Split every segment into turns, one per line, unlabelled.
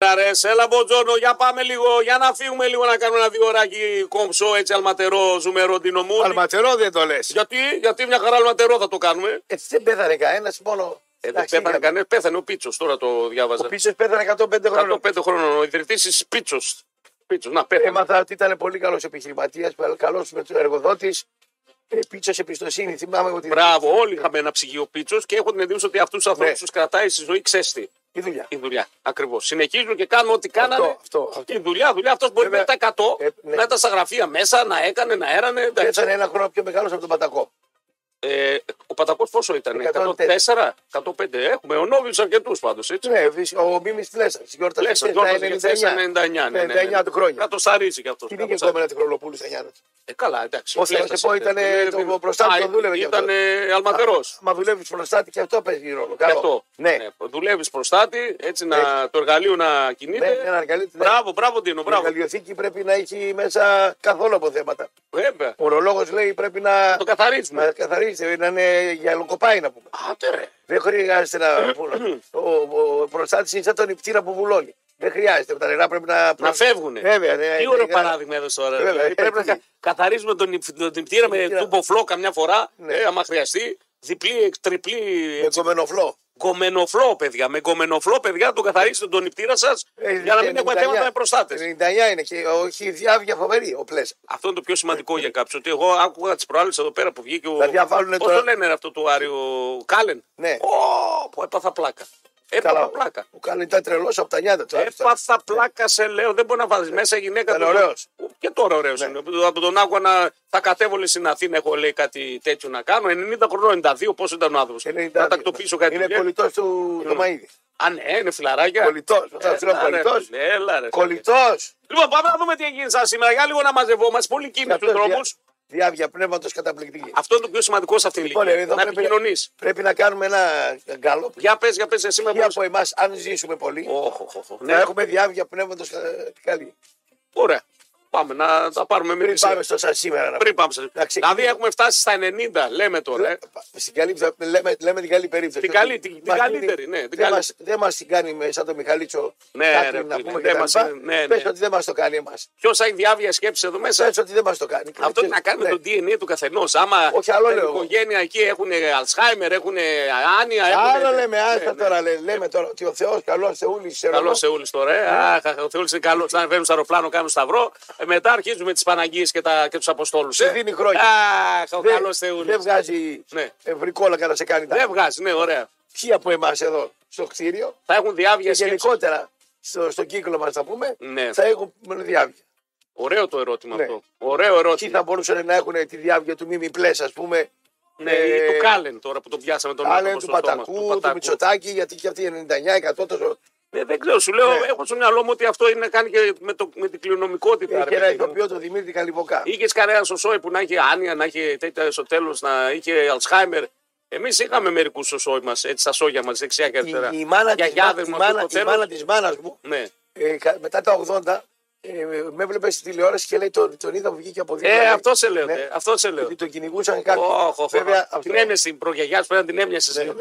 Μποτζόναρε, έλα Μποτζόνο, για πάμε λίγο, για να φύγουμε λίγο να κάνουμε ένα δύο ωράκι κομψό, έτσι αλματερό, ζουμερό, την
Αλματερό δεν το λες.
Γιατί, γιατί μια χαρά αλματερό θα το κάνουμε.
Έτσι Ε, δεν πέθανε κανένας, μόνο.
Ε, δεν
Εντάξει,
πέθανε
είχαμε.
κανένας, πέθανε ο Πίτσος, τώρα το διάβαζα.
Ο πίσω πέθανε 105 χρόνια.
105 χρόνων, ο ιδρυτής Πίτσος. Πίτσος, να πέθανε.
Έμαθα ότι ήταν πολύ καλός επιχειρηματίας, καλός με τους εργοδότης. Πίτσα εμπιστοσύνη, θυμάμαι ότι.
Μπράβο, όλοι είχαμε ένα ψυγείο Πίτσος και έχω την εντύπωση ότι αυτούς τους ανθρώπου
Ναι.
τους κρατάει στη ζωή ξέστη.
Η δουλειά.
Η δουλειά. Ακριβώς. Συνεχίζουν και κάνουν ό,τι κάνανε.
αυτό, αυτό.
Η δουλειά, δουλειά. Αυτός μπορεί
Βέβαια,
με τα 100
ε, ναι.
να ήταν στα γραφεία μέσα, να έκανε, να έρανε. εντάξει.
Πέθανε ένα χρόνο πιο μεγάλος από τον Πατακό.
Ε, ο Πατακός πόσο ήταν,
104.
104, 105. Έχουμε ο Νόβιου αρκετούς πάντως. Έτσι.
Ναι, βυσ- ο Μίμης Λέσσα. Γιόρτασε
Λέξα,
στα
Γιώργο, για
99.
99. Ναι, ναι, ναι,
99 του χρόνια.
Να το σαρίζει κι αυτός.
Τι νίκη κόμμενα τη Χρονοπούλου στα Γιάννα.
Ε, καλά, εντάξει.
Όσο να
φλέστας
σε πω,
είναι.
ήτανε
Ε,
το-
δεν-
ο προστάτης
Α,
τον δούλευε κι
Ήταν αλματερός.
Μα δουλεύει προστάτη και αυτό παίζει ρόλο. Καλό.
Αυτό.
Ναι.
Ναι. Δουλεύει προστάτη, έτσι να, το εργαλείο να
Ναι,
κινείται.
ναι, να καλύπτει, ναι.
Μπράβο, μπράβο, Ντίνο,
Η
μπράβο.
εργαλειοθήκη πρέπει να έχει μέσα καθόλου αποθέματα.
Βέβαια.
Ο ορολόγο λέει πρέπει να,
Το καθαρίζουμε.
να καθαρίζεται, να είναι για λοκοπάι να πούμε.
Άντε ρε.
Δεν χρειάζεται να. βουλώνει. ο ο, ο προστάτης είναι σαν τον νηπτήρα που βουλώνει. Δεν χρειάζεται. Τα νερά πρέπει να.
Να φεύγουνε.
Βέβαια, ναι,
Τι
ναι,
ωραίο
ναι.
παράδειγμα έδωσε τώρα.
Βέβαια,
Δηλαδή,
έτσι.
πρέπει να κα- καθαρίζουμε τον νυφ- τον νηπτήρα με
Νηπτήρα.
τούμπο καμιά φορά,
Ναι. Ε,
ε, άμα χρειαστεί. Διπλή, τριπλή.
Με κομμενοφλό.
Γκομενοφλό, παιδιά. Με γκομενοφλό, παιδιά, το καθαρίζετε τον νηπτήρα σας
Ε,
για να μην έχουμε θέματα με προστάτε.
99 είναι και όχι διάβια φοβερή ο πλέσσα.
Αυτό είναι το πιο
ε,
σημαντικό για κάποιους. Ότι εγώ άκουγα τις προάλλες εδώ πέρα που βγήκε ο.
Δηλαδή, αν βάλουνε
Πώ
τώρα-
το λένε ρε, αυτό το Άριο Κάλεν.
Ναι.
Ω, που έπαθα πλάκα. Έπαθα πλάκα.
Ο Κάλλιν ήταν τρελό από τα νιάτα του. άκουσα.
Έπαθα πλάκα σε λέω, δεν μπορεί να βάλεις μέσα η γυναίκα
Ήταν
του.
Ναι. ωραίος. Ναι.
Και τώρα ωραίος είναι. Από τον άκουγα να θα κατέβω λέει, στην Αθήνα, έχω λέει κάτι τέτοιο να κάνω. 90 χρονών, 92, πόσο ήταν ο άνθρωπος.
92.
Να τακτοποιήσω κάτι
Είναι
τέτοιο.
κολλητός του Δωμαίδη.
Α, ναι, είναι φιλαράκια. Ε,
Κολλητός, όταν σου λέω
Έλα, ρε,
κολλητός.
φίλε, Έλα, ρε.
Κολλητός.
Λοιπόν, πάμε να δούμε τι έγινε σαν σήμερα. Για λίγο να μαζευόμαστε. Πολύ κίνηση στου δρόμου.
Διάβια πνεύματος καταπληκτική.
Αυτό είναι το πιο σημαντικό σε αυτήν την
Λοιπόν,
ηλικία.
εδώ
Να
πρέπει-
επικοινωνείς.
Πρέπει να κάνουμε ένα γκάλο.
Για πες, για πες, εσύ με
Ποιοι
πώς-
από εμάς, αν ζήσουμε πολύ,
Οχ, οχ, οχ, οχ. Ναι,
να έχουμε διάβια πνεύματο καλή.
Ωραία. Πάμε να τα πάρουμε με
Πριν
τη σειρά.
πάμε στο σας σήμερα. να
Πριν πάμε σε-
ξεκινήσουμε.
Δηλαδή έχουμε φτάσει στα 90, λέμε τώρα. ε.
πούμε. Στην καλή, λέμε, λέμε την καλή περίπτωση.
Την καλή, την- την
Μας
καλύτερη,
δίνει-
ναι, την
δεν,
καλή.
μας, δεν μας την κάνει με- σαν τον Μιχαλίτσο
Ναι,
κάτι
ρε,
να
φίλε,
πούμε
δεν
και τα
μας-
λοιπά.
ναι, ναι.
Πες ότι δεν μας το κάνει εμάς.
Ποιος έχει διάβια σκέψη εδώ μέσα.
Πες ότι δεν μας το κάνει. ναι.
Αυτό είναι να κάνει με το DNA του καθενός. Άμα
Όχι, άλλο
την
λέω εγώ.
οικογένεια εκεί έχουν Αλσχάιμερ, έχουν άνοια.
Άλλο
έχουνε-
λέμε,
Ναι,
άστα
ναι.
τώρα λέ- λέμε τώρα ότι ο Θεός καλός Θεούλης σε
Καλό Σεούλης τώρα.
Ναι.
Ε. Αχ, αχ, ο Θεούλη είναι καλός. Να βγαίνουν στο αεροπλάνο, κάνουν σταυρό. Ε, μετά αρχίζουμε τις Παναγίες και, τα- και τους Αποστόλους.
Σου δίνει χρόνια.
Αχ, ο καλό
Δεν,
Θεούλης.
δεν βγάζει
Ναι.
ευρικόλακα να σε κάνει.
Δεν βγάζει, ναι, ωραία.
Ποιοι από εμάς εδώ στο κτίριο
Θα έχουν
και
διάβια σκέψη.
γενικότερα στο, στον κύκλο μας θα πούμε
Ναι.
θα έχουν διάβια.
Ωραίο το ερώτημα
Ναι.
αυτό. Ωραίο ερώτημα.
Ποιοι θα μπορούσαν να έχουν τη διάβια του Μίμη Πλέσ ας πούμε
Ναι,
ε,
ή του Κάλεν τώρα που τον πιάσαμε τον
Άλλε
άνθρωπο
του
στο στόμα,
Πατακού, του Μητσοτάκη, γιατί και αυτή η 99% τόσο
Ναι, δεν ξέρω, σου λέω,
Ναι.
έχω στο μυαλό μου ότι αυτό είναι να κάνει και με, το, με την κληρονομικότητα.
έχει ένα ηθοποιό
ναι.
το Δημήτρη Καλυβοκά.
Είχες κανένα σωσόι που να είχε άνοια, να είχε τέτοια στο τέλος, να είχε Αλτσχάιμερ. Εμείς είχαμε μερικούς σωσόι μας, έτσι στα σόγια μας, δεξιά και
Η,
αριστερά.
η μάνα της,
Γιαγιάδες
μάνα- η
μου,
μάνα,
αυτό
η
το
μάνα
τέλος.
της μάνας μου,
Ναι.
ε, κα- μετά τα 80, ε, με έβλεπες στη τηλεόραση και λέει τον, τον είδα που βγήκε από δίπλα.
Ε,
λέει,
αυτό σε λέω.
Ναι.
ναι, Αυτό σε λέω.
ότι τον κυνηγούσαν κάποιοι.
Όχ, όχ,
Βέβαια,
όχ.
αυτό-
Την έμοιασες την προγιαγιά σου, πρέπει να την ε. έμοιασε.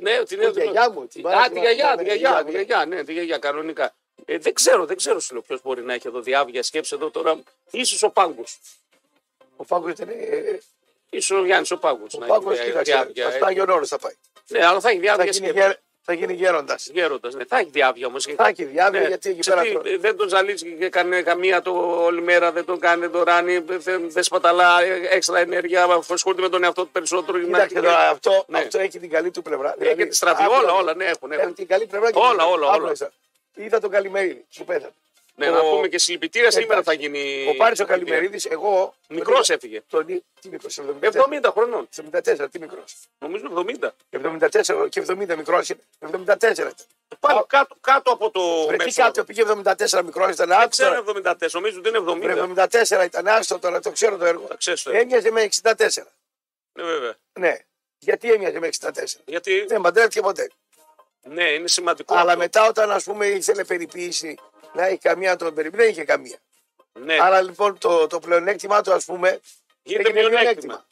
Ναι, την
Τη γιαγιά μου, τη μάνα
Α,
της
τη
μάνας
γιαγιά,
μου,
τη
ναι,
γιαγιά,
γιαγιά
τη
μου, ναι.
γιαγιά, ναι, τη γιαγιά, κανονικά. Ε, δεν ξέρω, δεν ξέρω σου λέω ποιος μπορεί να έχει εδώ διάβια σκέψη εδώ τώρα. Ίσως ο Πάγκος.
Ο Πάγκος ήταν. ε,
Ίσως ο Γιάννης ο Πάγκος.
ο Πάγκο κοίταξε. Αυτά γιονόρο θα πάει.
Ε, Ναι, αλλά θα έχει
Θα
διάβια
γίνει,
σκέψη.
γε- θα γίνει γέροντας.
Γέροντας, ναι, θα έχει διάβια όμως.
Θα έχει διάβια γιατί εκεί πέρα. το-
ναι. δεν τον ζαλίζει και κάνει καμία το όλη μέρα, δεν τον κάνει, δεν τον ράνει, δεν, δεν σπαταλά ε, έξτρα ενέργεια, ασχολείται με τον εαυτό του περισσότερο. να-
Κοίταξε τώρα, δηλαδή, αυτό,
Ναι.
αυτό έχει την καλή του πλευρά.
Έχει τη στραβή,
άκουγα-
όλα, όλα, ναι, έχουν.
Έχουν
έχουν.
την καλή πλευρά και
Όλα,
την καλή.
όλα, όλα.
Άπλωσα. Είδα τον Καλημερίδη που πέθανε.
Ναι,
Ο-
να πούμε και συλληπιτήρια σήμερα
εντάξει.
θα γίνει.
Ο Πάρης ο Καλημερίδης, εγώ.
Μικρός έφυγε.
Τον εί- τι μικρός, 74,
70 χρονών.
74, τι μικρός.
Ε, Νομίζω 70.
74 και 70 μικρός είναι. 74.
Πάλι κάτω, κάτω από το
Ρε τι
μέσο όρο.
κάτω πήγε 74 μικρός ήταν
Δεν
άξιο.
ξέρω 74, νομίζω ότι είναι 70.
Ρε 74 ήταν άστο τώρα, το ξέρω το έργο.
Τα ξέρεις το έργο.
Έμοιαζε με 64.
Ναι, βέβαια.
Ναι. Γιατί έμοιαζε με 64.
Γιατί
Δεν παντρεύτηκε ποτέ.
ναι, είναι σημαντικό.
ε, Αλλά
αυτό.
μετά όταν ας πούμε ήθελε περιποίηση να έχει καμία να τον περιποιήσει, δεν είχε καμία.
Ναι,
Άρα λοιπόν το, το πλεονέκτημά του ας πούμε
γίνεται μειονέκτημα.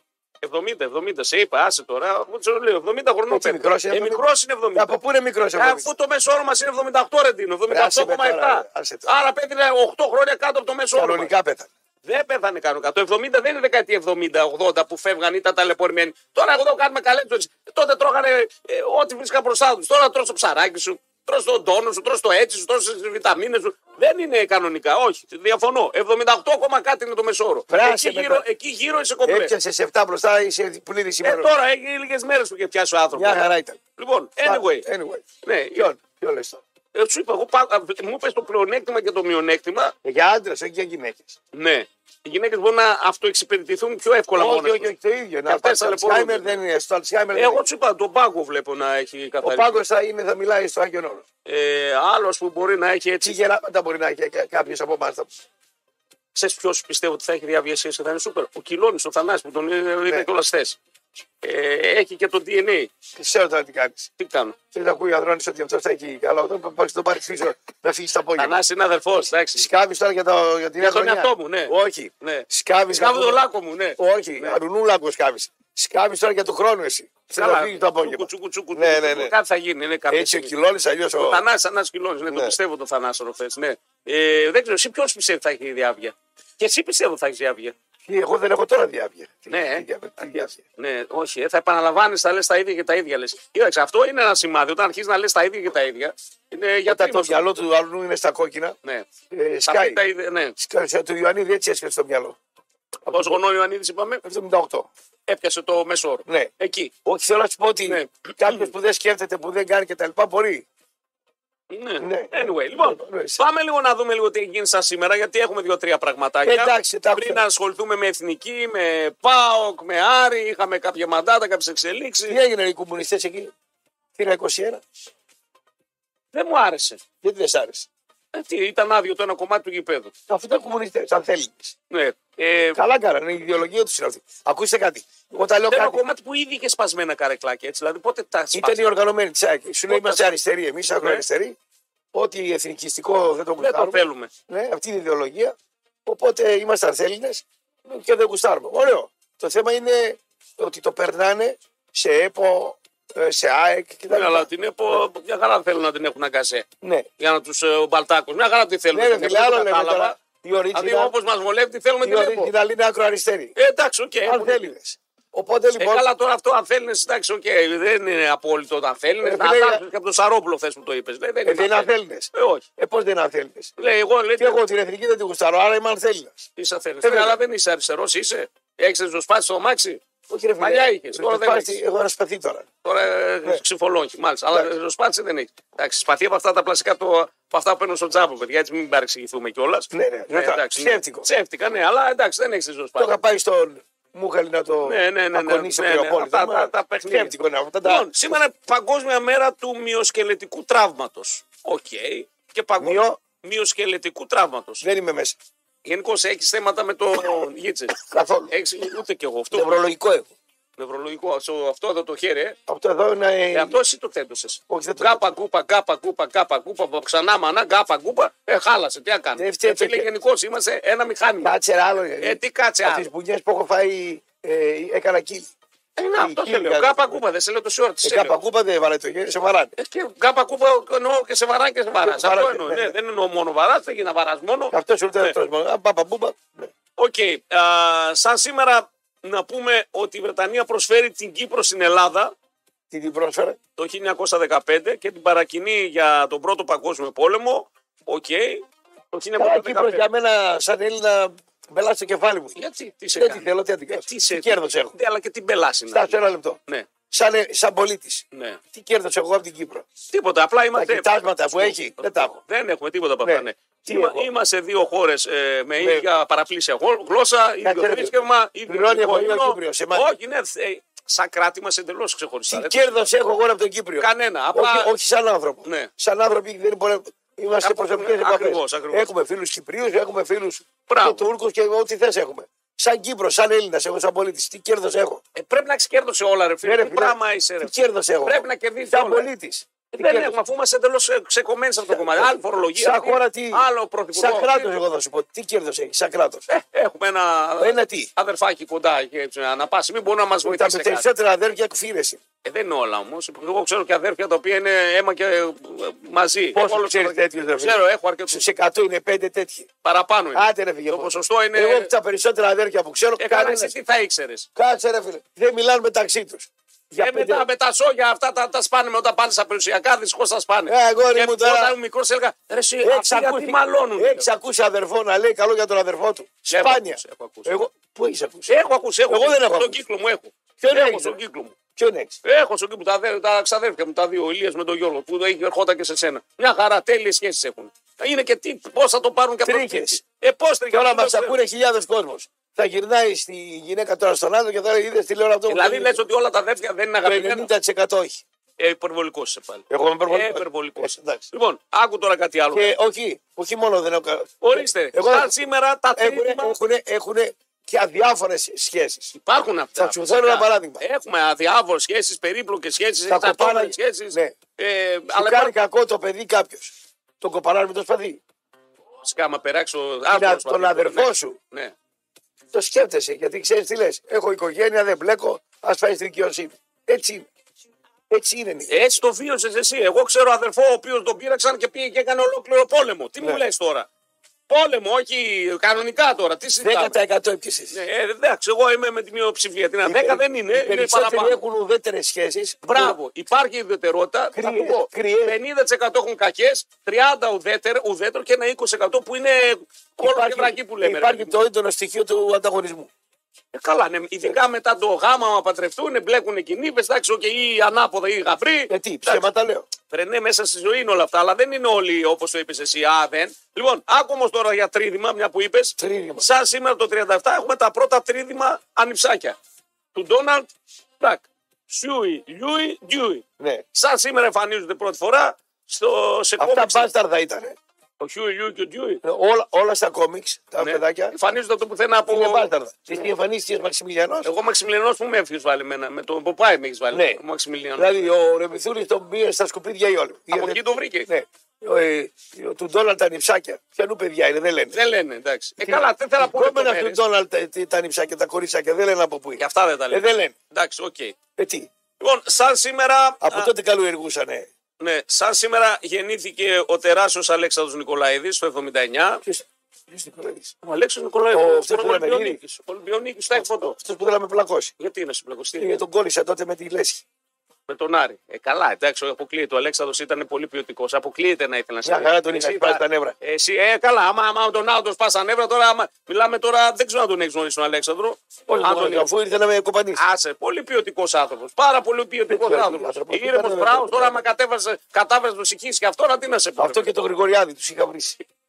70, 70, σε είπα, άσε τώρα. Μου σου λέω 70 χρονών
Έτσι, μικρός είναι
Ε,
70.
μικρός είναι 70.
Από πού είναι μικρός
Αφού το μέσο όρο μα είναι 78, Ρεντίνο, 78,7.
Άσε με τώρα, άσε τώρα.
Άρα πέτεινε 8 χρόνια κάτω από το μέσο όρο. μας.
Κανονικά πέθανε.
Δεν πέθανε κανονικά. Το 70 δεν είναι δεκαετία 70-80 που φεύγαν ή τα ταλαιπωρημένοι. Τώρα εδώ κάνουμε καλές ζωές. Τότε τρώγανε ε, ό,τι βρίσκα μπροστά τους. Τώρα τρώ το ψαράκι σου, τρώ το τόνο σου, τρώ το έτσι σου, τρώ τις βιταμίνες σου. Δεν είναι κανονικά, όχι. Διαφωνώ. 78, κάτι είναι το μεσόρο.
Πράσε
Εκεί
με
γύρω,
τώρα.
εκεί γύρω είσαι κομπλέ.
Έπιασε 7 μπροστά, είσαι πλήρης
Ναι. Ε,
σήμερα.
τώρα έχει λίγες μέρες που είχε πιάσει ο άνθρωπος.
Μια χαρά ε. ήταν.
Λοιπόν, anyway.
Anyway.
Ναι,
Ποιον, ποιον λες τώρα.
ε, σου είπα, εγώ, πά- α, μου είπες το πλεονέκτημα και το μειονέκτημα.
Ε, Για άντρες, όχι για γυναίκες.
Ναι. Οι γυναίκες μπορούν να αυτοεξυπηρετηθούν πιο εύκολα
Όχι,
μόνες
όχι,
τους.
όχι, το ίδιο.
Και
Να
αυτές
πας στο
ταλαιπωρούνται.
Αλτσχάιμερ δεν είναι. Στο Αλτσχάιμερ δεν
Εγώ
είναι.
του είπα, τον πάγκο βλέπω να έχει
Ο
καθαρίσει.
πάγκο θα, είναι, θα μιλάει στο Άγιον Όρος.
Ε, Άλλος που μπορεί να έχει
Τι
έτσι.
γεράματα μπορεί να έχει κάποιος από εμάς.
Ξέρεις ποιος πιστεύω ότι θα έχει διαβιασίε και θα είναι σούπερ. Ο Κιλόνη, ο Θανάη που τον είδε ναι. κιόλα χθε. Ε, έχει και το DNA.
Ξέρω τώρα τι κάνεις.
Τι κάνω.
Θέλει να ακούει ο Αδρόνη ότι αυτός θα έχει καλό. Όταν πα τον πάρει πίσω, να φύγεις τα πόδια.
Θανάη είναι αδερφό, εντάξει.
Σκάβεις τώρα για, το, για την
Για τον
χρονιά.
εαυτό μου, ναι.
Όχι.
Ναι.
Σκάβεις.
Σκάβω το λάκκο μου, ναι.
Όχι, ναι. αρουνούλακο σκάβεις. Σκάβεις τώρα για τον χρόνο εσύ. Θέλει να φύγει το απόγευμα.
Τσούκου, τσούκου,
Ναι, ναι,
τσούκου,
ναι.
Κάτι θα γίνει. Είναι κάποια
Έτσι ο
στιγμή.
κυλώνει, αλλιώς ο.
Ο Θανάσης, Θανάσης Κιλόνης, ναι, το
Ναι.
πιστεύω το Θανάση χθε. Ναι. Ε, δεν ξέρω, εσύ ποιος πιστεύει θα έχει διάβια. Και εσύ πιστεύω θα έχεις διάβια.
Τι, Εγώ δεν έχω τώρα διάβια. Τι-
Ναι,
τι
ε.
διάβια, τι διάβια.
Ναι, όχι, ε, θα επαναλαμβάνεις, θα λες τα ίδια και τα ίδια λες. Κοίταξε, αυτό είναι ένα σημάδι. Όταν αρχίζεις να λες τα ίδια και τα ίδια, είναι για
Όταν το μυαλό του άλλου είναι στα κόκκινα,
Ναι.
ε,
Τα
σκάει.
πει τα ίδια, ναι.
Σκάει. Του Ιωαννίδη έτσι έσκασε το μυαλό.
Πώ γονό Ιωαννίδης, είπαμε,
78.
έπιασε το μέσο όρο.
Ναι.
Εκεί.
Όχι, θέλω να σου πω ότι
Ναι.
κάποιος που δεν σκέφτεται, που δεν κάνει κτλ. μπορεί.
Ναι.
Ναι.
Anyway, λοιπόν,
Ναι.
πάμε λίγο να δούμε λίγο τι έχει γίνει σαν σήμερα, γιατί έχουμε δύο-τρία πραγματάκια.
Εντάξει, τα
Πριν
άκουσα.
να ασχοληθούμε με εθνική, με ΠΑΟΚ, με Άρη, είχαμε κάποια μαντάτα, κάποιες εξελίξεις.
Τι έγινε οι κομμουνιστές εκεί, τι είναι 21,
Δεν μου άρεσε.
γιατί δεν σ' άρεσε.
Ε, τι, ήταν άδειο το ένα κομμάτι του γηπέδου.
Αφού ήταν κομμουνιστές, αν θέλεις.
Ναι. Ε,
Καλά κάνανε, η ιδεολογία τους είναι αυτή. Ακούστε κάτι. Όταν λέω
Το ένα
κάτι,
κομμάτι που ήδη είχε σπασμένα καρεκλάκια έτσι. Δηλαδή πότε τα
ήταν
σπάσανε.
οι οργανωμένοι τη ΑΕΚ. Σου λέει
Όταν-
είμαστε αριστεροί, εμείς έχουμε
Ναι.
αριστεροί. Ό,τι εθνικιστικό δεν το
Δεν το
κουστάρουμε.
θέλουμε.
Ναι, αυτή είναι η ιδεολογία. Οπότε είμαστε ανθέλινε και δεν κουστάρουμε. Ωραίο. Το θέμα είναι ότι το περνάνε σε ΕΠΟ, ε, σε ΑΕΚ κτλ.
Ναι, αλλά την ΕΠΟ μια χαρά θέλουν να την έχουν αγκασέ.
Ναι,
Για να τους ε, μπαλτάκουν. Μια χαρά τη θέλουν.
ναι, ρε
την
φίλε,
ΕΠΟ,
άλλο
δεν
λέμε
κατάλαβα.
τώρα. Η
Δηλαδή
ορίτζινα
όπως μας βολεύει, τη θέλουμε την ΕΠΟ.
είναι ακροαριστερή.
Ε, εντάξει, οκ. έχουν-
Ανθέλινε. Οπότε
Ε,
λοιπόν.
καλά, τώρα αυτό αν θέλεις, εντάξει, οκ. Δεν είναι απόλυτο όταν θέλει.
Ε,
Να
φίλε,
τάξει και από τον Σαρόπουλο θες που το είπες. Δεν
ε, Δεν είναι
ανθέλινες.
ανθέλινε.
Ε, όχι.
Ε, πώς δεν είναι ανθέλινε.
Λέει, εγώ λέει,
Και εγώ την εθνική δεν την γουστάρω, άρα είμαι ανθέλινα.
είσαι αθέλινε.
Ε, βέβαια.
Αλλά δεν είσαι αριστερός, είσαι. Έχεις ριζοσπάσει το μάξι.
Όχι, ρε φίλε.
Παλιά είχες,
Ρε,
τώρα δεν
σπάστη,
έχεις.
Έχω ένα σπαθί τώρα.
Τώρα ε, ξυφολόγει, μάλιστα. Αλλά
Εντάξει.
ροσπάτσε δεν έχεις. Εντάξει, σπαθεί από αυτά τα πλαστικά το, από αυτά που παίρνουν στον τσάπο, παιδιά, έτσι μην παρεξηγηθούμε κιόλας.
Ναι, ναι, ναι,
εντάξει.
ψεύτικο.
Ψεύτικα, ναι, αλλά εντάξει, δεν έχεις
Το
ροσπάτσε.
είχα πάει στον Μούχαλη να το
Ναι, ναι, ναι, ναι,
ακονίσει
ναι, ναι,
ο Πριοπόλη.
αυτά τα- τα παιχνίδια.
Σκέφτικο είναι αυτά.
Λοιπόν,
Τα...
σήμερα είναι Παγκόσμια Μέρα του Μυοσκελετικού Τραύματος. Οκ. Και Παγκόσμια.
Μυο-
Μυοσκελετικού Τραύματος.
Δεν είμαι μέσα.
Γενικώς έχεις θέματα με το γίτσε.
Καθόλου.
Έχεις, ούτε κι εγώ. Αυτό
Νευρολογικό έχω.
νευρολογικό. Αυτό, αυτό εδώ το χέρι, ε.
Αυτό εδώ είναι.
Ε, αυτό εσύ το θέτωσε.
Όχι, δεν το
Γκάπα γκούπα, γκάπα γκούπα, γκάπα γκούπα, πα- ξανά μανά, γκάπα γκούπα. Ε, χάλασε, τι να κάνουμε.
Δεν φταίει,
Ε, φίλε,
τέτοια.
γενικώς είμαστε ένα μηχάνημα.
Κάτσε ρε, άλλο.
Ε, τι κάτσε
Από τι
άλλο.
μπουνιέ που έχω φάει ε, έκανα κύλι.
Ε, να, αυτό
η
σε λέω.
κύρια-
Γκάπα γκούπα, δεν σε λέω τόση ώρα. τι
Ε,
σε λέω.
κάπα κούπα δεν βαράει το γέρι, σε βαράνε.
Ε, Και γκάπα κούπα εννοώ και σε βαρά και σε βαρά.
σε βαρά,
Αυτό εννοώ.
ναι,
ναι,
ναι.
Δεν εννοώ μόνο βαράς, δεν γίνεται να βαράς μόνο.
Αυτός σου λέει
Ναι.
τώρα. Πάπα μπούπα. Ναι.
Οκ. α, Σαν σήμερα να πούμε ότι η Βρετανία προσφέρει την Κύπρο στην Ελλάδα
Τι την πρόσφερα.
το 1915 και την παρακινεί για τον πρώτο παγκόσμιο πόλεμο. Οκ.
Ε,
Ε, Το Ε,
Καλά, Κύπρος
1915.
Ε, για μένα σαν Έλληνα μπελά στο κεφάλι μου.
Γιατί, τι σε
Γιατί
κάνει.
θέλω, τι αντικά.
Τι σε
Τι κέρδος έχω.
Ναι, αλλά και την πελάση. να
Στάσου
είναι.
ένα λεπτό.
Ναι,
Σαν, ε, σαν πολίτης.
ναι.
Τι κέρδος έχω από την Κύπρο.
Τίποτα. Απλά
Τα
είμαστε.
κοιτάσματα που έχει δεν τα έχω.
Δεν έχουμε τίποτα από αυτά.
Ναι.
Ναι.
Τι
Είμα-
έχω.
Είμαστε δύο χώρες με
Ναι.
ίδια παραπλήσια γο- γλώσσα, ίδιο
ξέρετε.
θρήσκευμα, ίδιο
Πληρώνει
εθνικό
εφορία ο
ύμνο.
Κύπριος, εμάς.
Όχι, ναι, θε- σαν κράτη μας εντελώς ξεχωριστά.
Τι
Δεν-
κέρδος έχω εγώ από τον Κύπριο.
Κανένα. Απλά
Όχι, όχι σαν άνθρωπο.
Ναι.
Σαν άνθρωποι δεν μπορεί Είμαστε
Κάπου-
προσωπικέ
ναι,
επαφές.
ακριβώς, ακριβώς.
Έχουμε φίλους Κυπρίους, έχουμε φίλους
Μπράβο.
Τούρκους και ό,τι θες έχουμε. Σαν Κύπρος, σαν Έλληνας, εγώ σαν πολίτης. Τι κέρδος έχω.
ε, πρέπει να έχεις κέρδος σε όλα, ρε φίλε.
Ναι, ρε
Τι
φίλε.
πράγμα είσαι, ρε.
Τι κέρδος έχω.
Πρέπει να κερδίσεις
Σαν
όλα. Ε,
πολίτη. Τι
Δεν
κέρδος.
έχουμε, αφού είμαστε εντελώς ξεκομμένοι σε αυτό το κομμάτι. Άλλη φορολογία.
Σαν
άλλη-
χώρα τι.
Άλλο πρωθυπουργό.
Σαν κράτος, εγώ θα σου πω. Τι κέρδος έχει, σαν κράτος.
Ε, έχουμε ένα,
Ένα Ε, ναι, τι.
αδερφάκι κοντά και έτσι, αναπάση. Μην μπορεί να μας
Τα
βοηθήσει. σε κάτι.
περισσότερα αδέρφια κουφίδεσαι.
Ε, δεν είναι όλα όμως. Εγώ ξέρω και αδέρφια τα οποία είναι αίμα και ε, ε, μαζί.
Πόσο
Έχω όλο-
ξέρεις τέτοιους αδέρφια?
Ξέρω, έχω αρκετούς.
Στου 100 είναι 5 τέτοιοι.
Παραπάνω είναι.
Άντε ρε φύγε.
Το
από εδώ.
ποσοστό είναι.
Εγώ τα περισσότερα αδέρφια που ξέρω,
Ε, καλά,
κανένας-
εσύ τι θα ήξερες.
Κάτσε ρε φίλε. Δεν μιλάνε μεταξύ τους. Για
Ε,
πέντε-
μετά με τα σόγια αυτά τα, τα σπάνε. Όταν πάνε στα περιουσιακά, δυστυχώς τα σπάνε.
Ε, αγόρι
και
μου, τώρα-
Όταν ήμουν μικρός έλεγα Ρε, εσύ,
Έχεις
αυτοί γιατί
ακούσει-
μαλώνουν.
έχεις ακούσει αδερφό να λέει καλό για τον αδερφό του.
Έχω
Σπάνια.
ακούσει, έχω ακούσει.
Εγώ, πού έχεις ακούσει.
Έχω ακούσει, έχω.
Εγώ δεν έχω
Στον
ακούσει.
κύκλο μου έχω.
Ποιον
έχω
έχεις,
στον
ρε?
κύκλο μου.
Ποιον έχεις.
Έχω στον κύκλο μου τα, αδέρ- τα ξαδέρφια μου, τα δύο, ο Ηλίας με τον Γιώργο, που το έχει ερχόταν και σε σένα. Μια χαρά, τέλειες σχέσεις έχουν. Είναι και τι, πώς θα το πάρουν και από το
Τρίχες.
σπίτι. Ε, πώς τρίχες.
Τώρα
αυτό
μα
το ξέρω.
ακούνε χιλιάδες κόσμος. Θα γυρνάει στη γυναίκα τώρα στον άλλο και θα είδε τη λέω αυτό. που
Δηλαδή
το-
λες ότι όλα τα αδέρφια δεν είναι αγαπημένα.
Το 90% όχι.
Ε, υπερβολικός είσαι πάλι.
Εγώ είμαι
Ε,
υπερβολικός.
υπερβολικός.
Ε, εντάξει.
Λοιπόν, άκου τώρα κάτι άλλο.
Και όχι, όχι μόνο δεν έχω κα-
Ορίστε,
Εγώ Ε,
σαν σήμερα τα
έχουν,
τρίτη μας
έχουν, έχουν και αδιάφορες σχέσεις.
υπάρχουν αυτά.
Θα σου φέρω ένα παράδειγμα.
Έχουμε αδιάβολε σχέσεις, περίπλοκες σχέσεις,
Τα
εξαρτώμενε
κοπάλα-
σχέσεις.
ναι.
Ε,
Του
αλλά
κάνει
υπάρχουν
κακό το παιδί κάποιος. Τον κοπανάρει με το σπαθί.
Φυσικά, άμα περάξω.
Να,
άκουρος
τον
παραδείγμα, ναι.
αδερφό σου.
Ναι.
Το σκέφτεσαι γιατί ξέρεις τι λες. Έχω οικογένεια, δεν μπλέκω. Ας φάει στη δικαιοσύνη. Έτσι είναι. Έτσι είναι. Νίκο.
Έτσι το βίωσες εσύ. Εγώ ξέρω αδερφό ο οποίος τον πήραξαν και πήγε και έκανε ολόκληρο πόλεμο. Τι μου
Ναι.
λες τώρα. Πόλεμο, όχι κανονικά τώρα. Τι συζητάμε.
10% έπιασε.
Ναι, ε, εντάξει, εγώ είμαι με τη μειοψηφία. Την
Οι
10
περι-
δεν είναι,
Οι
είναι
περισσότεροι
παραπάνω.
έχουν ουδέτερες σχέσεις.
Μπράβο, υπάρχει ιδιαιτερότητα. θα
Κρύες,
του πω,
κρύες.
50% έχουν κακές, 30% ουδέτερο, ουδέτερο και ένα 20% που είναι κόλλο και βρακή που λέμε. ρε
υπάρχει
παιδί μου.
το έντονο στοιχείο του ανταγωνισμού.
Ε, καλά, ναι, ειδικά μετά το γάμα, άμα παντρευτούν, μπλέκουν κοινοί, εντάξει, okay, ή ανάποδα ή γαβροί.
Γιατί,
Εντάξει,
Ε, ψέματα λέω.
Ρε, ναι, μέσα στη ζωή είναι όλα αυτά, αλλά δεν είναι όλοι όπως το είπες εσύ. Α, δεν. Λοιπόν, άκου όμως τώρα για τρίδημα, μια που είπες.
Τρίδημα.
Σαν σήμερα το 37 έχουμε τα πρώτα τρίδημα ανυψάκια. Του Ντόναλτ Ντακ. Σιούι, Λιούι, Ντιούι.
Ναι.
Σαν σήμερα εμφανίζονται πρώτη φορά στο σε
Αυτά
κόμιξ.
μπάσταρδα ήταν.
Ο Χιούι, Λιούι και ο Ντιούι.
Όλα, όλα στα κόμιξ, τα
Ναι.
παιδάκια.
Εμφανίζονται από το πουθενά από.
Είναι μπάσταρδα. Τι εμφανίσει τη Μαξιμιλιανός.
Εγώ Μαξιμιλιανός που με έφυγε βάλει εμένα. Με τον Ποπάι με έχεις βάλει.
Ναι.
Ο Μαξιμιλιανός.
Δηλαδή ο Ρεμιθούρη τον πήρε στα σκουπίδια ή όλοι.
από εκεί το βρήκε.
Ναι. Ο, ε, ο- του Ντόναλτ τα νυψάκια. Ποιανού παιδιά είναι, δεν λένε.
Δεν λένε, εντάξει. Ε, καλά, δεν θέλω να πω.
Κόμενα του
λεπτομέρειες.
Ντόναλτ τα- τι- τα νυψάκια, τα κορίτσακια, δεν λένε από πού
Και
είναι.
αυτά δεν τα
Ε,
λένε.
δεν λένε.
Εντάξει, οκ.
Ε, τι.
Λοιπόν, σαν σήμερα,
Από
α,
τότε καλλιεργούσανε.
ναι, σαν σήμερα γεννήθηκε ο τεράστιος Αλέξανδρος Νικολαίδης το 79.
Ποιος- ποιος την κοροϊδεύει?
Ο Αλέξανδρος Νικολαίδης,
Ο-
ο,
αυτός που λέμε,
Ολυμπιονίκης. Ο Ολυμπιονίκης, τα έχεις φωτό.
Αυτός που θέλαμε να με πλακώσει.
Γιατί είναι συμπλακωστή
Και τον κόλλησα τότε με τη λέσχη.
με τον Άρη. Ε, καλά, εντάξει, αποκλείεται. Ο Αλέξανδρος ήταν πολύ ποιοτικός. Αποκλείεται να ήθελα να
Μια χαρά τον είχα,
Εσύ
πας
θα-
τα νεύρα.
Εσύ, ε, καλά, άμα, άμα τον Άντο πα τα νεύρα, τώρα άμα, μιλάμε τώρα, δεν ξέρω αν τον έχεις γνωρίσει τον Αλέξανδρο.
Όλο
Αν
το
τον
μάτι, Αφού ήρθε να με κοπανίσει.
Άσε, πολύ ποιοτικός άνθρωπος. Πάρα πολύ ποιοτικός
Δεν ξέρω τι
άνθρωπος.
άνθρωπος,
Ήρεμος,
δεν
μπράβο,
ξέρω.
τώρα άμα κατέβαζε, κατάβαζε το συχή και αυτό, να τι να σε πω.
Αυτό και τον Γρηγοριάδη τους είχα βρει.